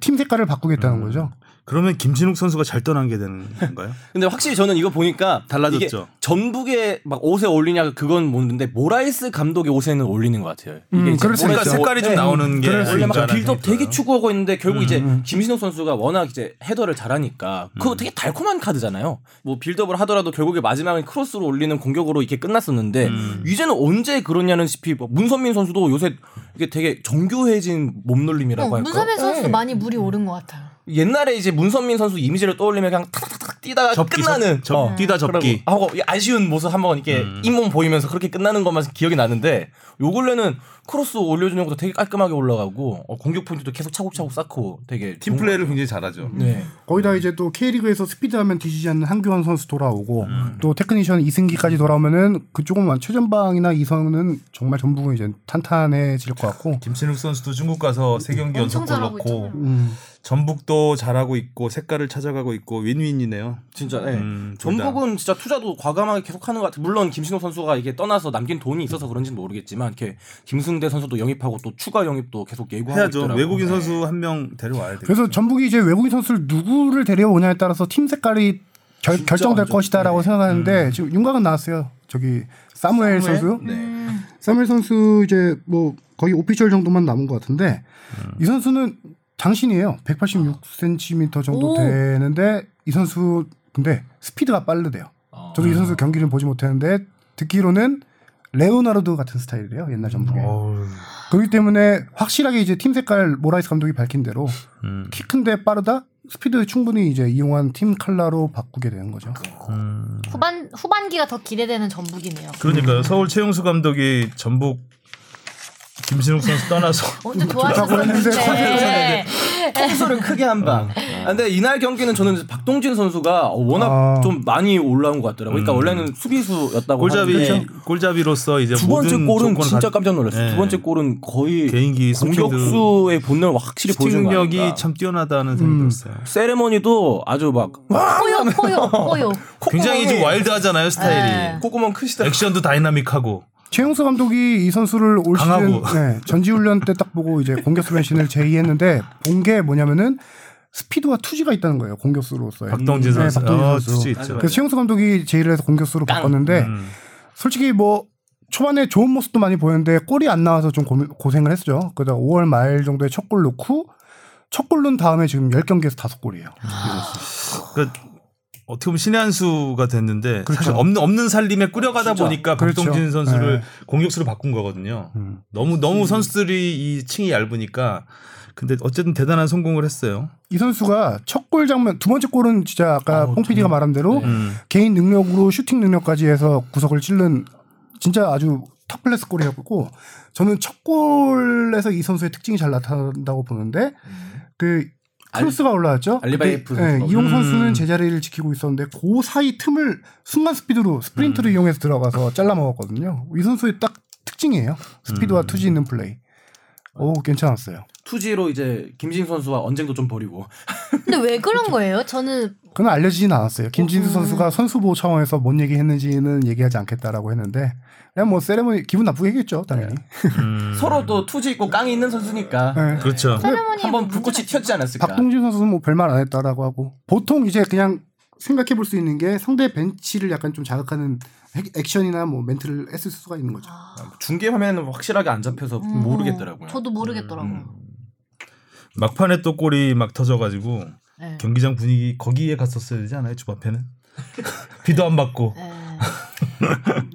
Speaker 4: 팀 색깔을
Speaker 1: 음.
Speaker 4: 바꾸겠다는 거죠.
Speaker 1: 그러면 김진욱 선수가 잘 떠난게 되는 건가요?
Speaker 3: 근데 확실히 저는 이거 보니까
Speaker 1: 달라졌죠.
Speaker 3: 이게 전북의 막 옷에 어울리냐 그건 모르는데 모라이스 감독의 옷에는 어울리는 것 같아요. 이게
Speaker 4: 음,
Speaker 3: 이제
Speaker 4: 그럴 수
Speaker 1: 그러니까
Speaker 3: 모라이스
Speaker 4: 있죠.
Speaker 3: 옷-
Speaker 1: 색깔이 좀
Speaker 3: 네.
Speaker 1: 나오는 게
Speaker 3: 원래 막
Speaker 1: 있다라는 생각이
Speaker 3: 빌드업 되게
Speaker 1: 들어요. 그렇죠. 음.
Speaker 3: 추구하고 있는데 결국 이제 김신욱 선수가 워낙 이제 헤더를 잘하니까 그거 되게 달콤한 카드잖아요. 뭐 빌드업을 하더라도 결국에 마지막에 크로스로 올리는 공격으로 이렇게 끝났었는데
Speaker 1: 음.
Speaker 3: 이제는 언제 그러냐는 싶이 뭐 문선민 선수도 요새 이게 되게 정교해진 몸놀림이라고 할까.
Speaker 2: 어, 문서민 선수도
Speaker 3: 네.
Speaker 2: 많이 물이 오른 것 같아요.
Speaker 3: 옛날에 이제 문선민 선수 이미지를 떠올리면 그냥 탁탁탁 뛰다가
Speaker 1: 접기,
Speaker 3: 아, 끝나는 어.
Speaker 1: 접- 접- 뛰다 접기. 음.
Speaker 3: 그러고 하고 이 아쉬운 모습 한번 이렇게 잇몸 보이면서 그렇게 끝나는 것만 기억이 나는데 요 근래는 크로스 올려주는 것도 되게 깔끔하게 올라가고 어, 공격 포인트도 계속 차곡차곡 쌓고 되게
Speaker 1: 팀 플레이를 굉장히 잘하죠.
Speaker 3: 좋은- 네.
Speaker 4: 거기다 이제 또 K리그에서 스피드하면 뒤지지 않는 한규환 선수 돌아오고 또 테크니션 이승기까지 돌아오면은 그쪽은 최전방이나 이선은 정말 전북은 이제 탄탄해질 것 같고
Speaker 1: 김진욱 선수도 중국
Speaker 3: 음,
Speaker 1: 가서 세 경기
Speaker 2: 엄청
Speaker 1: 연속골
Speaker 2: 잘하고
Speaker 1: 넣고
Speaker 2: 있잖아요.
Speaker 4: 음.
Speaker 1: 전북도 잘하고 있고 색깔을 찾아가고 있고 윈윈이네요.
Speaker 3: 진짜 네.
Speaker 1: 음, 둘 다.
Speaker 3: 전북은 진짜 투자도 과감하게 계속하는 것 같아. 요 물론 김신호 선수가 이게 떠나서 남긴 돈이 있어서 그런지는 모르겠지만 이렇게 김승대 선수도 영입하고 또 추가 영입도 계속 예고하고
Speaker 1: 해야죠.
Speaker 3: 있더라고요.
Speaker 1: 외국인
Speaker 3: 네.
Speaker 1: 선수 한 명 데려와야 돼.
Speaker 4: 그래서 전북이 이제 외국인 선수를 누구를 데려오냐에 따라서 팀 색깔이 결, 결정될 것이다라고 생각하는데 지금 윤곽은 나왔어요. 저기 네. 음. 사무엘, 네. 선수,
Speaker 3: 네. 음.
Speaker 4: 사무엘 선수 이제 뭐 거의 오피셜 정도만 남은 것 같은데
Speaker 1: 음.
Speaker 4: 이 선수는 장신이에요. 186cm 정도
Speaker 2: 오.
Speaker 4: 되는데 이 선수 근데 스피드가 빠르대요.
Speaker 3: 어.
Speaker 4: 저도 이 선수
Speaker 1: 음.
Speaker 4: 경기를 보지 못했는데 듣기로는 레오나르도 같은 스타일이래요 옛날
Speaker 1: 네.
Speaker 4: 전북에
Speaker 1: 어우,
Speaker 4: 그렇기 때문에 확실하게 이제 팀 색깔 모라이스 감독이 밝힌 대로
Speaker 1: 음.
Speaker 4: 키 큰데 빠르다 스피드 충분히 이제 이용한 팀 칼라로 바꾸게 되는 거죠.
Speaker 1: 음.
Speaker 2: 후반 후반기가 더 기대되는 전북이네요.
Speaker 1: 그러니까요. 서울 최용수 감독이 전북 김진욱 선수 떠나서
Speaker 2: 엄청 네.
Speaker 4: 좋다고 했는데
Speaker 2: 좋아하셨었는데
Speaker 3: 를 크게 한
Speaker 1: 어.
Speaker 3: 방. 아, 근데 이날 경기는 저는 박동진 선수가 워낙
Speaker 4: 아.
Speaker 3: 좀 많이 올라온 것 같더라고요. 그러니까 원래는 수비수였다고
Speaker 1: 음. 골잡이
Speaker 3: 하는데
Speaker 1: 골잡이로서 이제
Speaker 3: 두 번째
Speaker 1: 모든
Speaker 3: 골은
Speaker 1: 조건을
Speaker 3: 진짜
Speaker 1: 갖-
Speaker 3: 깜짝 놀랐어요.
Speaker 1: 네.
Speaker 3: 두 번째 골은 거의
Speaker 1: 개인기
Speaker 3: 공격수의 본능을 확실히 보여준 거 아닌가. 음.
Speaker 1: 스팅력이 참 뛰어나다는 생각이 들었어요.
Speaker 3: 세레머니도 아주 막
Speaker 2: 포효 포효 포효.
Speaker 1: 굉장히 좀 와일드하잖아요 스타일이.
Speaker 2: 네.
Speaker 3: 꼬꼬멍 크시다.
Speaker 1: 액션도 다이나믹하고
Speaker 4: 최용수 감독이 이 선수를 올 시즌
Speaker 1: 강하고.
Speaker 4: 네, 전지훈련 때 딱 보고 이제 공격수 변신을 제의했는데 본 게 뭐냐면은 스피드와 투지가 있다는 거예요 공격수로서의.
Speaker 1: 박동진
Speaker 4: 네,
Speaker 1: 선수.
Speaker 4: 박동진
Speaker 1: 아,
Speaker 4: 선수. 그렇죠.
Speaker 1: 투지 있죠.
Speaker 4: 그래서 최용수 감독이 제의를 해서 공격수로 바꿨는데
Speaker 1: 음.
Speaker 4: 솔직히 뭐 초반에 좋은 모습도 많이 보였는데 골이 안 나와서 좀 고민- 고생을 했죠. 그다 5월 말 정도에 첫 골 넣고 첫 골 넣은 다음에 지금 10경기에서 5골이에요.
Speaker 1: 그 어떻게 보면 신의 한 수가 됐는데 사실
Speaker 4: 네. 그렇죠.
Speaker 1: 없는 없는 살림에 꾸려가다 보니까
Speaker 4: 그렇죠.
Speaker 1: 박동진 선수를
Speaker 4: 네.
Speaker 1: 공격수로 바꾼 거거든요.
Speaker 4: 음.
Speaker 1: 너무 너무 선수들이 이 층이 얇으니까 근데 어쨌든 대단한 성공을 했어요.
Speaker 4: 이 선수가 첫 골 장면 두 번째 골은 진짜 아까 뽕 PD가 말한 대로
Speaker 1: 음.
Speaker 4: 개인 능력으로 슈팅 능력까지 해서 구석을 찔른 진짜 아주 탑클래스 골이었고 저는 첫 골에서 이 선수의 특징이 잘 나타난다고 보는데 그 크로스가 올라왔죠.
Speaker 7: 알리바이프
Speaker 4: 그때, 예,
Speaker 7: 선수가
Speaker 4: 이용 선수는
Speaker 1: 음.
Speaker 4: 제자리를 지키고 있었는데 그 사이 틈을 순간 스피드로
Speaker 7: 음.
Speaker 4: 스프린트를 이용해서 들어가서 잘라 먹었거든요. 이 선수의 딱 특징이에요. 스피드와
Speaker 7: 음.
Speaker 4: 투지 있는 플레이. 오 괜찮았어요.
Speaker 3: 투지로 이제 김진 선수와 언쟁도 좀 벌이고.
Speaker 1: 음.
Speaker 2: 근데 왜 그런 거예요? 저는
Speaker 4: 그건 알려지진 않았어요. 김진수 선수가 선수 보호 차원에서 뭔 얘기했는지는 얘기하지 않겠다라고 했는데 그냥 뭐 세레모니 기분 나쁘게 했겠죠 당연히.
Speaker 3: 서로 또 투지 있고 깡이 있는 선수니까
Speaker 4: 네.
Speaker 1: 음. 그렇죠.
Speaker 3: 한번 불꽃이 튀었지 않았을까.
Speaker 4: 박동진 선수는 뭐 별말 안 했다라고 하고 보통 이제 그냥 생각해 볼 수 있는 게 상대 벤치를 약간 좀 자극하는 액- 액션이나 뭐 멘트를 했을 수가 있는 거죠.
Speaker 3: 중계 화면은 확실하게 안 잡혀서 모르겠더라고요.
Speaker 2: 음.
Speaker 3: 음.
Speaker 2: 저도 모르겠더라고요.
Speaker 1: 막판에 또 골이 막 터져가지고
Speaker 2: 네.
Speaker 1: 경기장 분위기 거기에 갔었어야 되지 않아요? 주바페는 비도 안 맞고
Speaker 2: 네.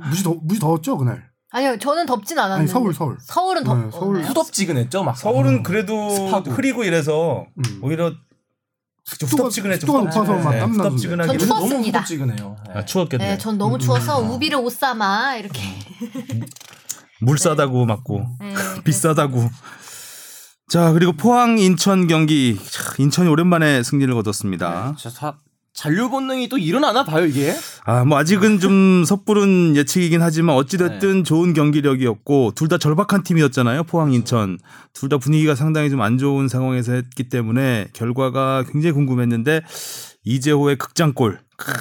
Speaker 4: 무지 더 무지 더웠죠 그날.
Speaker 2: 아니요, 네, 저는 덥진 않았는데.
Speaker 4: 아니 서울 서울.
Speaker 2: 서울은 덥.
Speaker 4: 네, 서울
Speaker 2: 덥나요?
Speaker 3: 후덥지근했죠 막. 음.
Speaker 1: 서울은 그래도
Speaker 3: 습하고.
Speaker 1: 흐리고 이래서
Speaker 4: 음.
Speaker 1: 오히려 좀
Speaker 4: 습도가-
Speaker 1: 후덥지근해 좀
Speaker 4: 습도가 높아서 막
Speaker 1: 네,
Speaker 4: 땀 나던데.
Speaker 1: 후덥지근하게
Speaker 2: 전 추워-
Speaker 3: 너무
Speaker 2: 추웠습니다.
Speaker 3: 후덥지근해요. 네.
Speaker 1: 아, 추웠겠네.
Speaker 2: 네, 전
Speaker 4: 음,
Speaker 2: 너무 추워서 우비를 옷 삼아 이렇게.
Speaker 1: 물 싸다고 맞고
Speaker 2: 네,
Speaker 1: 비싸다고 자 그리고 포항 인천 경기 참, 인천이 오랜만에 승리를 거뒀습니다.
Speaker 3: 진짜 다 잔류 본능이 또 일어나나 봐요 이게.
Speaker 1: 아 뭐 아직은 좀 섣부른 예측이긴 하지만 어찌됐든 좋은 경기력이었고 둘 다 절박한 팀이었잖아요. 포항 인천 둘 다 분위기가 상당히 좀 안 좋은 상황에서 했기 때문에 결과가 굉장히 궁금했는데 이재호의 극장골 크,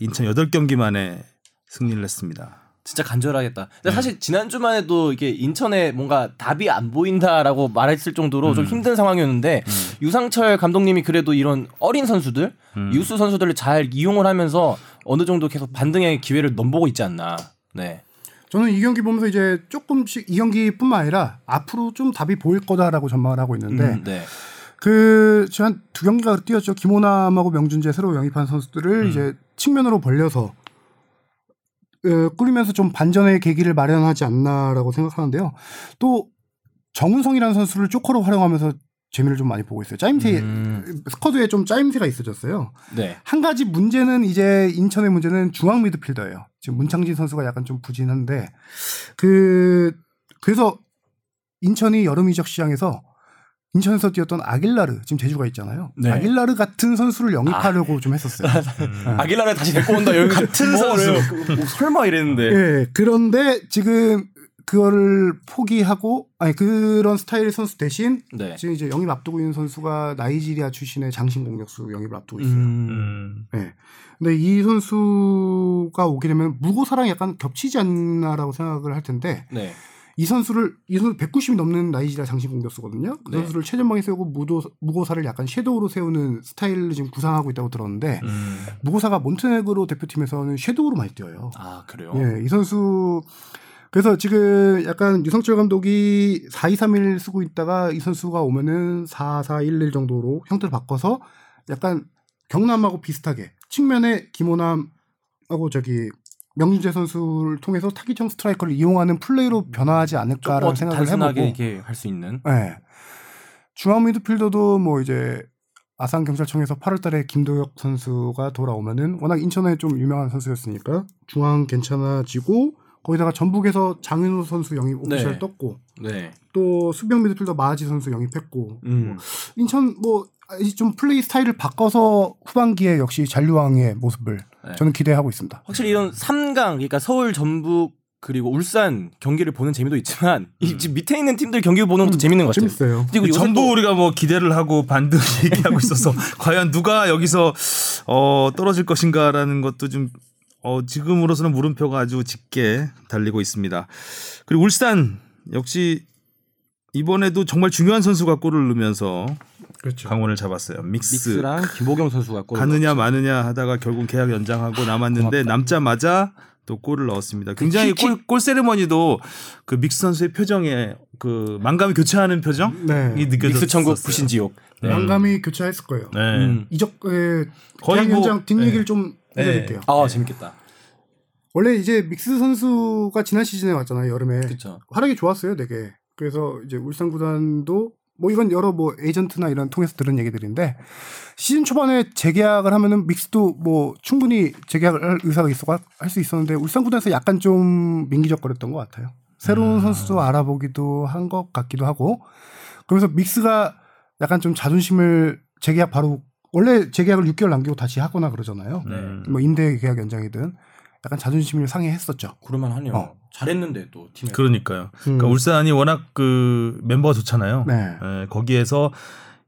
Speaker 1: 인천 8 경기 만에 승리를 했습니다.
Speaker 3: 진짜 간절하겠다. 근데 사실 지난주만 해도 이게 인천에 뭔가 답이 안 보인다라고 말했을 정도로 좀 힘든 상황이었는데 유상철 감독님이 그래도 이런 어린 선수들, 유수 선수들을 잘 이용을 하면서 어느 정도 계속 반등의 기회를 넘보고 있지 않나. 네.
Speaker 4: 저는 이 경기 보면서 이제 조금씩 이 경기뿐만 아니라 앞으로 좀 답이 보일 거다라고 전망을 하고 있는데
Speaker 3: 음, 네.
Speaker 4: 그 지난 두 경기가 뛰었죠. 김호남하고 명준재 새로 영입한 선수들을 이제 측면으로 벌려서 어, 꾸리면서 좀 반전의 계기를 마련하지 않나라고 생각하는데요. 또 정은성이라는 선수를 쪼커로 활용하면서 재미를 좀 많이 보고 있어요. 짜임새
Speaker 3: 음.
Speaker 4: 스쿼드에 좀 짜임새가 있어졌어요.
Speaker 3: 네.
Speaker 4: 한 가지 문제는 이제 인천의 문제는 중앙 미드필더예요. 지금 문창진 선수가 약간 좀 부진한데 그 그래서 인천이 여름 이적 시장에서 인천에서 뛰었던 아길라르 지금 제주가 있잖아요.
Speaker 3: 네.
Speaker 4: 아길라르 같은 선수를 영입하려고 좀 했었어요.
Speaker 3: 아길라를 다시 데리고 온다. 여기 같은 선수. 뭐 설마 이랬는데.
Speaker 4: 예. 그런데 지금 그거를 포기하고 아니 그런 스타일의 선수 대신
Speaker 3: 네.
Speaker 4: 지금 이제 영입 앞두고 있는 선수가 나이지리아 출신의 장신 공격수 영입을 앞두고
Speaker 3: 음.
Speaker 4: 있어요. 예. 근데 이 선수가 오게 되면 무고사랑 약간 겹치지 않나라고 생각을 할 텐데
Speaker 3: 네.
Speaker 4: 이 선수를 이 선수 190이 넘는 나이지라 장신 공격수거든요. 그
Speaker 3: 네.
Speaker 4: 선수를 최전방에 세우고 무도, 무고사를 약간 섀도우로 세우는 스타일을 지금 구상하고 있다고 들었는데
Speaker 3: 음.
Speaker 4: 무고사가 몬테네그로 대표팀에서는 섀도우로 많이 뛰어요.
Speaker 3: 아, 그래요.
Speaker 4: 예, 이 선수 그래서 지금 약간 유성철 감독이 4231 쓰고 있다가 이 선수가 오면은 4411 정도로 형태를 바꿔서 약간 경남하고 비슷하게 측면에 김호남하고 저기 명준재 선수를 통해서 타기형 스트라이커를 이용하는 플레이로 변화하지 않을까라는
Speaker 3: 조금
Speaker 4: 생각을
Speaker 3: 뭐 단순하게
Speaker 4: 해보고
Speaker 3: 이렇게 할 수 있는.
Speaker 4: 예. 중앙 미드필더도 뭐 이제 아산 경찰청에서 8월달에 김도혁 선수가 돌아오면은 워낙 인천에 좀 유명한 선수였으니까 중앙 괜찮아지고 거기다가 전북에서 장윤호 선수 영입 오피셜
Speaker 3: 네.
Speaker 4: 떴고
Speaker 3: 네.
Speaker 4: 또 수비형 미드필더 마하지 선수 영입했고
Speaker 3: 음.
Speaker 4: 인천 뭐 아직 좀 플레이 스타일을 바꿔서 후반기에 역시 잔류왕의 모습을
Speaker 3: 네.
Speaker 4: 저는 기대하고 있습니다.
Speaker 3: 확실히 이런 3강 그러니까 서울 전북 그리고 울산 경기를 보는 재미도 있지만 이 지금 밑에 있는 팀들 경기 보는 것도 재밌는 것 같아요.
Speaker 4: 재밌어요.
Speaker 3: 그리고 요새
Speaker 1: 전부
Speaker 3: 또-
Speaker 1: 우리가 뭐 기대를 하고 반등 얘기하고 있어서 과연 누가 여기서 어, 떨어질 것인가라는 것도 좀 어, 지금으로서는 물음표가 아주 짙게 달리고 있습니다. 그리고 울산 역시 이번에도 정말 중요한 선수가 골을 넣으면서
Speaker 4: 그렇죠.
Speaker 1: 강원을 잡았어요. 믹스.
Speaker 3: 그렇죠. 믹스랑 김보경 선수가 골을
Speaker 1: 가느냐 마느냐 하다가 결국 계약 연장하고 남았는데 남자마자 또 골을 넣었습니다. 굉장히
Speaker 3: 그 킥,
Speaker 1: 골, 골 세레머니도 그 믹스 선수의 표정에 그 만감이 교차하는 표정
Speaker 4: 네.
Speaker 1: 이 느껴졌어요.
Speaker 3: 믹스 천국 부신지옥. 네.
Speaker 4: 영감이 교차했을 거예요.
Speaker 1: 네.
Speaker 3: 음.
Speaker 4: 이적 에,
Speaker 1: 거의
Speaker 4: 거의
Speaker 1: 뭐-
Speaker 4: 현장 뒷얘기를
Speaker 1: 네.
Speaker 4: 좀
Speaker 1: 네.
Speaker 4: 해드릴게요.
Speaker 3: 아 재밌겠다.
Speaker 4: 원래 이제 믹스 선수가 지난 시즌에 왔잖아요 여름에
Speaker 3: 그렇죠.
Speaker 4: 활약이 좋았어요 되게 그래서 이제 울산 구단도 뭐 이건 여러 뭐 에이전트나 이런 통해서 들은 얘기들인데 시즌 초반에 재계약을 하면은 믹스도 뭐 충분히 재계약을 할 의사가 있어 할 수 있었는데 울산 구단에서 약간 좀 민기적거렸던 것 같아요 새로운 선수도 알아보기도 한 것 같기도 하고 그러면서 믹스가 약간 좀 자존심을 재계약 바로 원래 재계약을 6개월 남기고 다시 하거나 그러잖아요
Speaker 1: 네.
Speaker 4: 뭐 임대 계약 연장이든 약간 자존심을 상해했었죠.
Speaker 3: 그럴만 하네요.
Speaker 4: 어.
Speaker 3: 잘했는데 또 팀에.
Speaker 1: 그러니까요.
Speaker 4: 음.
Speaker 1: 그러니까 울산이 워낙 그 멤버가 좋잖아요.
Speaker 4: 네.
Speaker 1: 예, 거기에서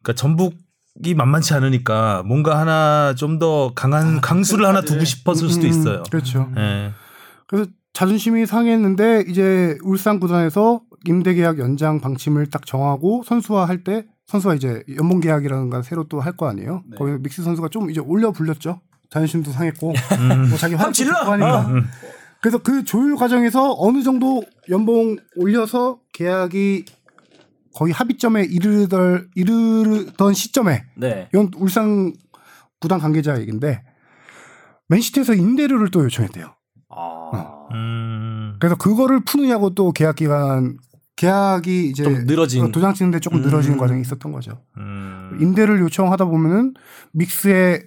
Speaker 1: 그러니까 전북이 만만치 않으니까 뭔가 하나 좀 더 강한 강수를 하나 두고 싶었을 수도
Speaker 4: 음,
Speaker 1: 있어요.
Speaker 4: 그렇죠.
Speaker 1: 예.
Speaker 4: 그래서 자존심이 상했는데 이제 울산 구단에서 임대 계약 연장 방침을 딱 정하고 선수화 할 때 선수가 이제 연봉 계약이라는 걸 새로 또 할 거 아니에요.
Speaker 1: 네.
Speaker 4: 거기 믹스 선수가 좀 이제 올려 불렸죠. 자존심도 상했고
Speaker 1: 음.
Speaker 4: 뭐 자기 화도
Speaker 3: 질러! 어.
Speaker 4: 좋고
Speaker 1: 어.
Speaker 4: 하니까. 그래서 그 조율 과정에서 어느 정도 연봉 올려서 계약이 거의 합의점에 이르던 이르던 시점에
Speaker 3: 네.
Speaker 4: 이건 울산 구단 관계자 얘기인데 맨시티에서 임대료를 또 요청했대요.
Speaker 3: 아.
Speaker 1: 음.
Speaker 4: 그래서 그거를 푸느냐고 또 계약 기간 계약이 이제
Speaker 3: 좀 늘어진.
Speaker 4: 네. 도장 찍는데 조금
Speaker 3: 음.
Speaker 4: 늘어지는 과정이 있었던 거죠.
Speaker 1: 음.
Speaker 4: 임대를 요청하다 보면은 믹스의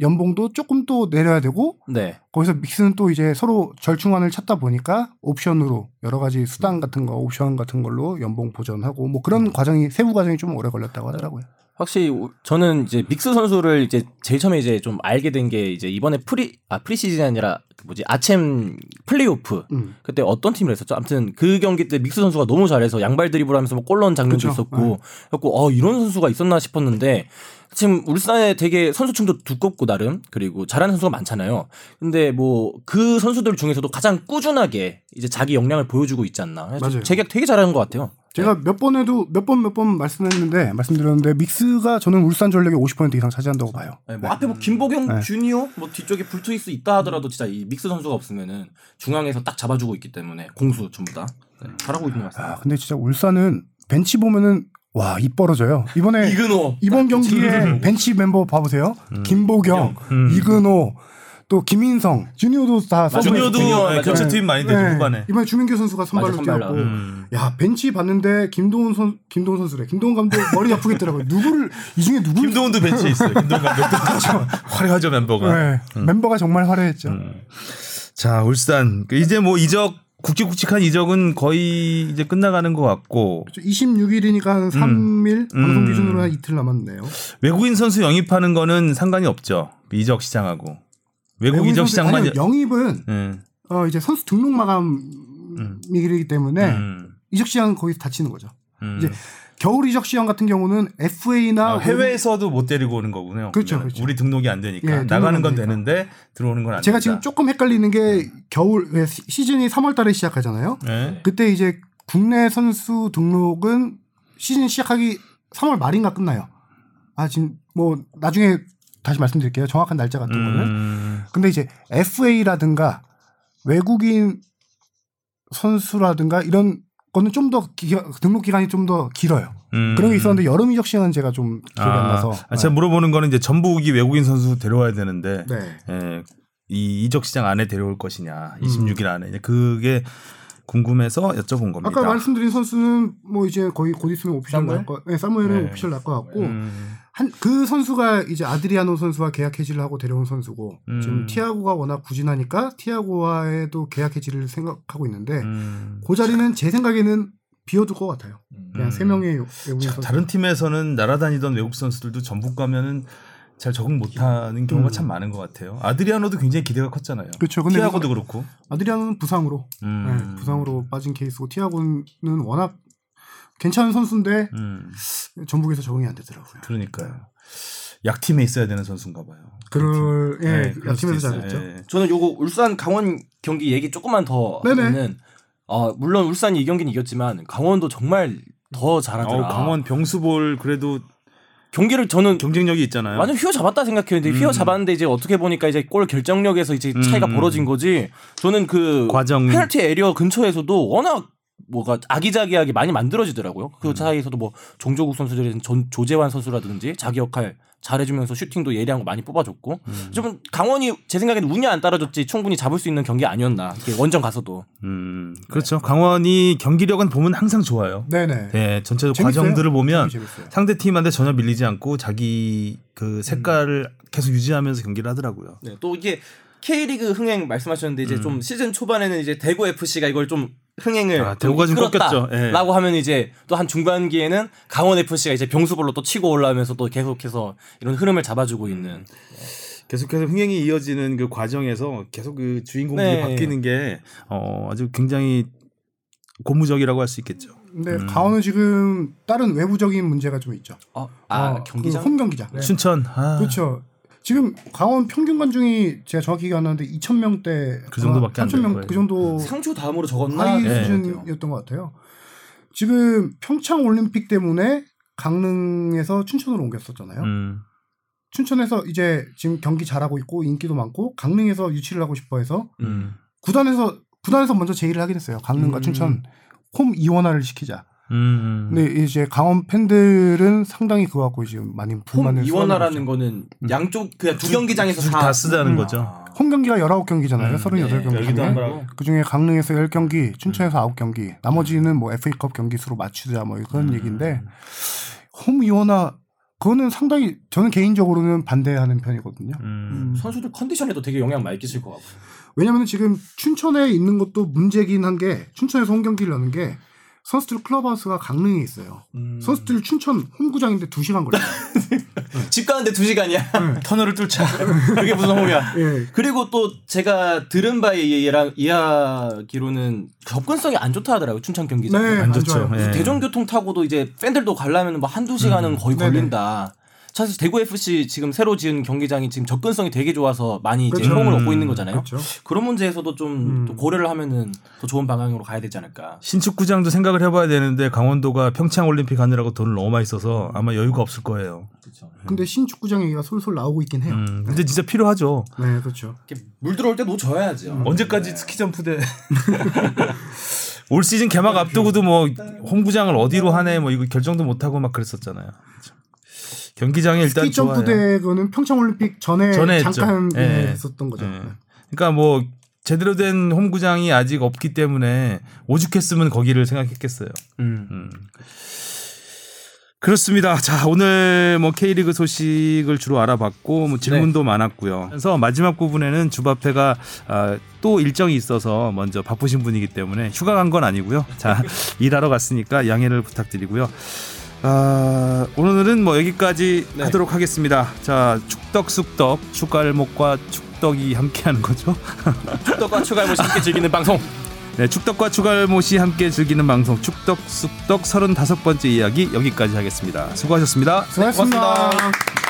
Speaker 4: 연봉도 조금 또 내려야 되고
Speaker 3: 네.
Speaker 4: 거기서 믹스는 또 이제 서로 절충안을 찾다 보니까 옵션으로 여러 가지 수당 같은 거, 옵션 같은 걸로 연봉 보전하고 뭐
Speaker 3: 음.
Speaker 4: 그런 과정이 세부 과정이 좀 오래 걸렸다고 하더라고요.
Speaker 3: 확실히 우- 저는 이제 믹스 선수를 이제 제일 처음에 이제 좀 알게 된 게 이제 이번에 프리 아 프리시즌이 아니라 그 뭐지 아챔 플레이오프
Speaker 4: 음.
Speaker 3: 그때 어떤 팀을 했었죠? 아무튼 그 경기 때 믹스 선수가 너무 잘해서 양발 드리블하면서 뭐 골 넣은 장면도
Speaker 4: 그쵸.
Speaker 3: 있었고, 그래갖고 어 이런 선수가 있었나 싶었는데 지금 울산에 되게 선수층도 두껍고 나름 그리고 잘하는 선수가 많잖아요. 근데 뭐 그 선수들 중에서도 가장 꾸준하게 이제 자기 역량을 보여주고 있지 않나? 그래서
Speaker 4: 맞아요.
Speaker 3: 제격 되게 잘하는 것 같아요.
Speaker 4: 제가 몇 번에도 몇 번 몇 번 말씀했는데 말씀드렸는데 믹스가 저는 울산 전력의 50% 이상 차지한다고 봐요.
Speaker 3: 네, 뭐 앞에 뭐 김보경
Speaker 4: 네.
Speaker 3: 주니어 뭐 뒤쪽에 불투이스 있다 하더라도 진짜 이 믹스 선수가 없으면은 중앙에서 딱 잡아주고 있기 때문에 공수 전부 다 네, 잘하고 있는 것
Speaker 4: 아,
Speaker 3: 같습니다.
Speaker 4: 근데 진짜 울산은 벤치 보면은 와, 입 벌어져요. 이번에
Speaker 3: 이근호
Speaker 4: 이번 경기에 벤치 멤버 봐보세요. 김보경,
Speaker 1: 음.
Speaker 4: 이근호, 또 김인성, 주니어도 다 선발.
Speaker 1: 아, 주니어도
Speaker 3: 주니어,
Speaker 1: 교체 투입 많이 되죠
Speaker 4: 네,
Speaker 1: 후반에.
Speaker 4: 이번에 주민규 선수가
Speaker 3: 맞아,
Speaker 4: 선발로
Speaker 3: 선발
Speaker 4: 뛰었고
Speaker 3: 나왔고.
Speaker 1: 음.
Speaker 4: 야 벤치 봤는데 김동훈 선 김동훈 선수래 김동훈 감독 머리 아프겠더라고요 누구를 이 중에 누구를
Speaker 1: 김동훈도 벤치에 있어요. 김동훈 감독도 화려하죠 멤버가. 음.
Speaker 4: 네, 멤버가 정말 화려했죠
Speaker 1: 자 울산 그 이제 뭐 이적 굵직굵직한 이적은 거의 이제 끝나가는 것 같고
Speaker 4: 그렇죠. 26일이니까 한 3일 방송
Speaker 1: 음.
Speaker 4: 기준으로 한 이틀 남았네요
Speaker 1: 외국인 선수 영입하는 거는 상관이 없죠 이적 시장하고 외국
Speaker 4: 외국인
Speaker 1: 이적
Speaker 4: 선수-
Speaker 1: 시장만 예.
Speaker 4: 아니요, 영입은
Speaker 1: 음,
Speaker 4: 어, 이제 선수 등록 마감이기 때문에
Speaker 1: 음,
Speaker 4: 이적 시장은 거기서 닫히는 거죠
Speaker 1: 음.
Speaker 4: 네. 이제 겨울 이적 시장 같은 경우는 FA나
Speaker 1: 아, 해외에서도 못 데리고 오는 거군요.
Speaker 4: 그렇죠,
Speaker 1: 그러면은.
Speaker 4: 그렇죠.
Speaker 1: 우리 등록이 안 되니까
Speaker 4: 예, 등록이
Speaker 1: 나가는
Speaker 4: 안
Speaker 1: 건
Speaker 4: 되니까.
Speaker 1: 되는데 들어오는 건 안 된다.
Speaker 4: 제가
Speaker 1: 음.
Speaker 4: 지금 조금 헷갈리는 게 겨울 왜 시- 시즌이 3월 달에 시작하잖아요
Speaker 1: 예.
Speaker 4: 그때 이제 국내 선수 등록은 시즌 시작하기 3월 말인가 끝나요. 아 지금 뭐 나중에 다시 말씀드릴게요. 정확한 날짜 같은 거는.
Speaker 1: 음,
Speaker 4: 근데 이제 FA라든가 외국인 선수라든가 이런 거는 좀 더 등록 기간이 좀 더 길어요.
Speaker 1: 음.
Speaker 4: 그런 게 있었는데 여름 이적 시간은 제가 좀 기억이 안 나서.
Speaker 1: 아, 제가 물어보는 거는 이제 전북이 외국인 선수 데려와야 되는데
Speaker 4: 네.
Speaker 1: 예, 이 이적 시장 안에 데려올 것이냐, 26일 안에 이제 그게 궁금해서 여쭤본 겁니다.
Speaker 4: 아까 말씀드린 선수는 뭐 이제 거의 곧 있으면 오피셜
Speaker 1: 사무엘?
Speaker 4: 날 거, 네, 사무엘은
Speaker 1: 네.
Speaker 4: 오피셜 날 것 같고
Speaker 1: 음,
Speaker 4: 한 그 선수가 이제 아드리아노 선수와 계약 해지를 하고 데려온 선수고
Speaker 1: 음.
Speaker 4: 지금 티아고가 워낙 부진하니까 티아고와에도 계약 해지를 생각하고 있는데
Speaker 1: 음.
Speaker 4: 그 자리는 제 생각에는 비워둘 것 같아요. 그냥 세 명의 외국인
Speaker 1: 자,
Speaker 4: 선수.
Speaker 1: 다른 팀에서는 날아다니던 외국 선수들도 전북 가면은 잘 적응 못하는 경우가 참 많은 것 같아요. 아드리아노도 굉장히 기대가 컸잖아요.
Speaker 4: 음. 그렇죠. 근데
Speaker 1: 티아고도
Speaker 4: 그-
Speaker 1: 그렇고.
Speaker 4: 아드리아노는 부상으로
Speaker 1: 음.
Speaker 4: 네, 부상으로 빠진 케이스고 티아고는 워낙 괜찮은 선수인데
Speaker 1: 음,
Speaker 4: 전북에서 적응이 안 되더라고요.
Speaker 1: 그러니까요. 약팀에 있어야 되는 선수인가 봐요. 네,
Speaker 4: 그럴 예,
Speaker 1: 그렇죠. 그럴 수도
Speaker 4: 약팀에서
Speaker 1: 있어요.
Speaker 4: 잘했죠.
Speaker 1: 예.
Speaker 3: 저는 요거 울산 강원 경기 얘기 조금만 더
Speaker 4: 네네.
Speaker 3: 하면은 어, 물론 울산이 이 경기는 이겼지만 강원도 정말 더 잘하더라.
Speaker 1: 어, 강원 병수볼 그래도
Speaker 3: 경기를 저는
Speaker 1: 경쟁력이 있잖아요.
Speaker 3: 완전 휘어 잡았다 생각했는데 휘어 잡았는데 이제 어떻게 보니까 이제 골 결정력에서 이제 차이가
Speaker 1: 음.
Speaker 3: 벌어진 거지. 저는 그
Speaker 1: 과정.
Speaker 3: 페널티 에리어 근처에서도 워낙 뭐가 아기자기하게 많이 만들어지더라고요. 그 사이에서도 뭐 종조국 선수들이 전 조재환 선수라든지 자기 역할 잘해주면서 슈팅도 예리한 거 많이 뽑아줬고 좀 강원이 제 생각에는 운이 안 따라줬지 충분히 잡을 수 있는 경기 아니었나 이게 원정 가서도
Speaker 1: 음, 그렇죠. 강원이 경기력은 보면 항상 좋아요.
Speaker 4: 네네.
Speaker 1: 네, 전체적
Speaker 4: 재밌어요.
Speaker 1: 과정들을 보면
Speaker 4: 재밌어요.
Speaker 1: 상대 팀한테 전혀 밀리지 않고 자기 그 색깔을 계속 유지하면서 경기를 하더라고요.
Speaker 3: 네, 또 이게 K리그 흥행 말씀하셨는데 이제 좀 시즌 초반에는 이제 대구 FC가 이걸 좀 흥행을
Speaker 1: 아, 대구가 좀 꺾였죠. 예.
Speaker 3: 라고 하면 이제 또 한 중반기에는 강원 FC가 이제 병수볼로 또 치고 올라오면서 또 계속해서 이런 흐름을 잡아주고 있는
Speaker 1: 계속해서 흥행이 이어지는 그 과정에서 계속 그 주인공이
Speaker 3: 네.
Speaker 1: 바뀌는 게 어, 아주 굉장히 고무적이라고 할 수 있겠죠.
Speaker 4: 근데 강원은 지금 다른 외부적인 문제가 좀 있죠.
Speaker 3: 어, 아
Speaker 4: 어,
Speaker 3: 경기장
Speaker 4: 그 홈경기장.
Speaker 1: 춘천, 아,
Speaker 4: 그렇죠. 지금 강원 평균 관중이 제가 정확히 기억 안 나는데 2,000명대
Speaker 1: 그 정도밖에 안될
Speaker 4: 3,000명
Speaker 1: 거예요.
Speaker 4: 그 정도
Speaker 3: 상초 다음으로 적었나
Speaker 4: 하위
Speaker 1: 네.
Speaker 4: 수준이었던 것 같아요. 지금 평창 올림픽 때문에 강릉에서 춘천으로 옮겼었잖아요.
Speaker 1: 음,
Speaker 4: 춘천에서 이제 지금 경기 잘하고 있고 인기도 많고 강릉에서 유치를 하고 싶어 해서
Speaker 1: 음,
Speaker 4: 구단에서 구단에서 먼저 제의를 하긴 했어요. 강릉과
Speaker 3: 음.
Speaker 4: 춘천 홈 이원화를 시키자.
Speaker 1: 음, 음.
Speaker 4: 근데 이제 강원 팬들은 상당히 그거 갖고 지금 많이
Speaker 3: 홈
Speaker 4: 불만을
Speaker 3: 이원화라는
Speaker 4: 쏘는 거죠.
Speaker 3: 거는 양쪽 그냥 두 경기장에서 아.
Speaker 1: 둘 다 음. 쓰자는 거죠.
Speaker 4: 홈 경기가 19경기잖아요.
Speaker 1: 음.
Speaker 3: 네. 예,
Speaker 4: 38경기
Speaker 1: 여기도
Speaker 4: 중에
Speaker 1: 한 거라고.
Speaker 3: 음.
Speaker 4: 그중에 강릉에서
Speaker 1: 음.
Speaker 4: 10경기, 춘천에서 9경기,
Speaker 1: 음.
Speaker 4: 나머지는 뭐 FA컵 경기 수로 맞추자 뭐 그런 얘기인데 홈 이원화 그거는 상당히 저는 개인적으로는 반대하는 편이거든요.
Speaker 1: 음.
Speaker 8: 선수들 컨디션에도 되게 영향 많이 끼칠 것 같고.
Speaker 4: 왜냐면 지금 춘천에 있는 것도 문제긴 한 게 춘천에서 홈 경기를 하는 게 선수들 클럽하우스가 강릉에 있어요.
Speaker 1: 음.
Speaker 4: 선수들 춘천 홈구장인데 2시간 걸려요.
Speaker 3: 음. 집 가는데 두 시간이야.
Speaker 8: 터널을 뚫자. 그게 무슨 홈이야.
Speaker 4: 예.
Speaker 3: 그리고 또 제가 들은 바에 의라- 이야기로는 접근성이 안 좋다 하더라고요. 춘천 경기장.
Speaker 4: 네,
Speaker 1: 안
Speaker 4: 안
Speaker 1: 좋죠.
Speaker 4: 좋아요.
Speaker 1: 예.
Speaker 3: 대중교통 타고도 이제 팬들도 가려면 뭐 한두 시간은 거의
Speaker 4: 네네.
Speaker 3: 걸린다. 사실 대구 FC 지금 새로 지은 경기장이 지금 접근성이 되게 좋아서 많이 이제
Speaker 4: 그렇죠.
Speaker 3: 호응을
Speaker 1: 음,
Speaker 3: 얻고 있는 거잖아요.
Speaker 4: 그렇죠.
Speaker 3: 그런 문제에서도 좀
Speaker 4: 음.
Speaker 3: 또 고려를 하면은 더 좋은 방향으로 가야 되지 않을까.
Speaker 1: 신축구장도 생각을 해봐야 되는데 강원도가 평창올림픽 가느라고 돈을 너무 많이 써서 아마 여유가 없을 거예요.
Speaker 4: 근데 신축구장 얘기가 솔솔 나오고 있긴 해요.
Speaker 1: 음, 근데 진짜 필요하죠.
Speaker 4: 네, 그렇죠.
Speaker 3: 이렇게 물 들어올 때 놓쳐야죠.
Speaker 1: 언제까지 스키 점프대? 올 시즌 개막 앞두고도 뭐 홈구장을 어디로 하네 뭐 이거 결정도 못 하고 막 그랬었잖아요. 참. 경기장이 일단
Speaker 4: 스키
Speaker 1: 좋아요.
Speaker 4: 점프 대회는 평창 올림픽 전에,
Speaker 1: 전에 했죠.
Speaker 4: 잠깐
Speaker 1: 예.
Speaker 4: 예, 했었던 거죠.
Speaker 1: 예. 그러니까 뭐 제대로 된 홈구장이 아직 없기 때문에 오죽했으면 거기를 생각했겠어요.
Speaker 3: 음.
Speaker 1: 음. 그렇습니다. 자 오늘 뭐 K리그 소식을 주로 알아봤고
Speaker 4: 네.
Speaker 1: 뭐 질문도 많았고요. 그래서 마지막 부분에는 주바페가 아, 또 일정이 있어서 먼저 바쁘신 분이기 때문에 휴가 간 건 아니고요. 자 일하러 갔으니까 양해를 부탁드리고요. 아, 오늘은 뭐 여기까지
Speaker 3: 네.
Speaker 1: 하도록 하겠습니다. 자 축덕 쑥덕 축갈목과 축덕이 함께하는 거죠.
Speaker 8: 축덕과 추가해보시 함께 즐기는 방송.
Speaker 1: 네, 축덕과 추갈못이 함께 즐기는 방송 축덕 쑥덕 35번째 이야기 여기까지 하겠습니다. 수고하셨습니다.
Speaker 4: 수고하셨습니다.
Speaker 3: 고맙습니다.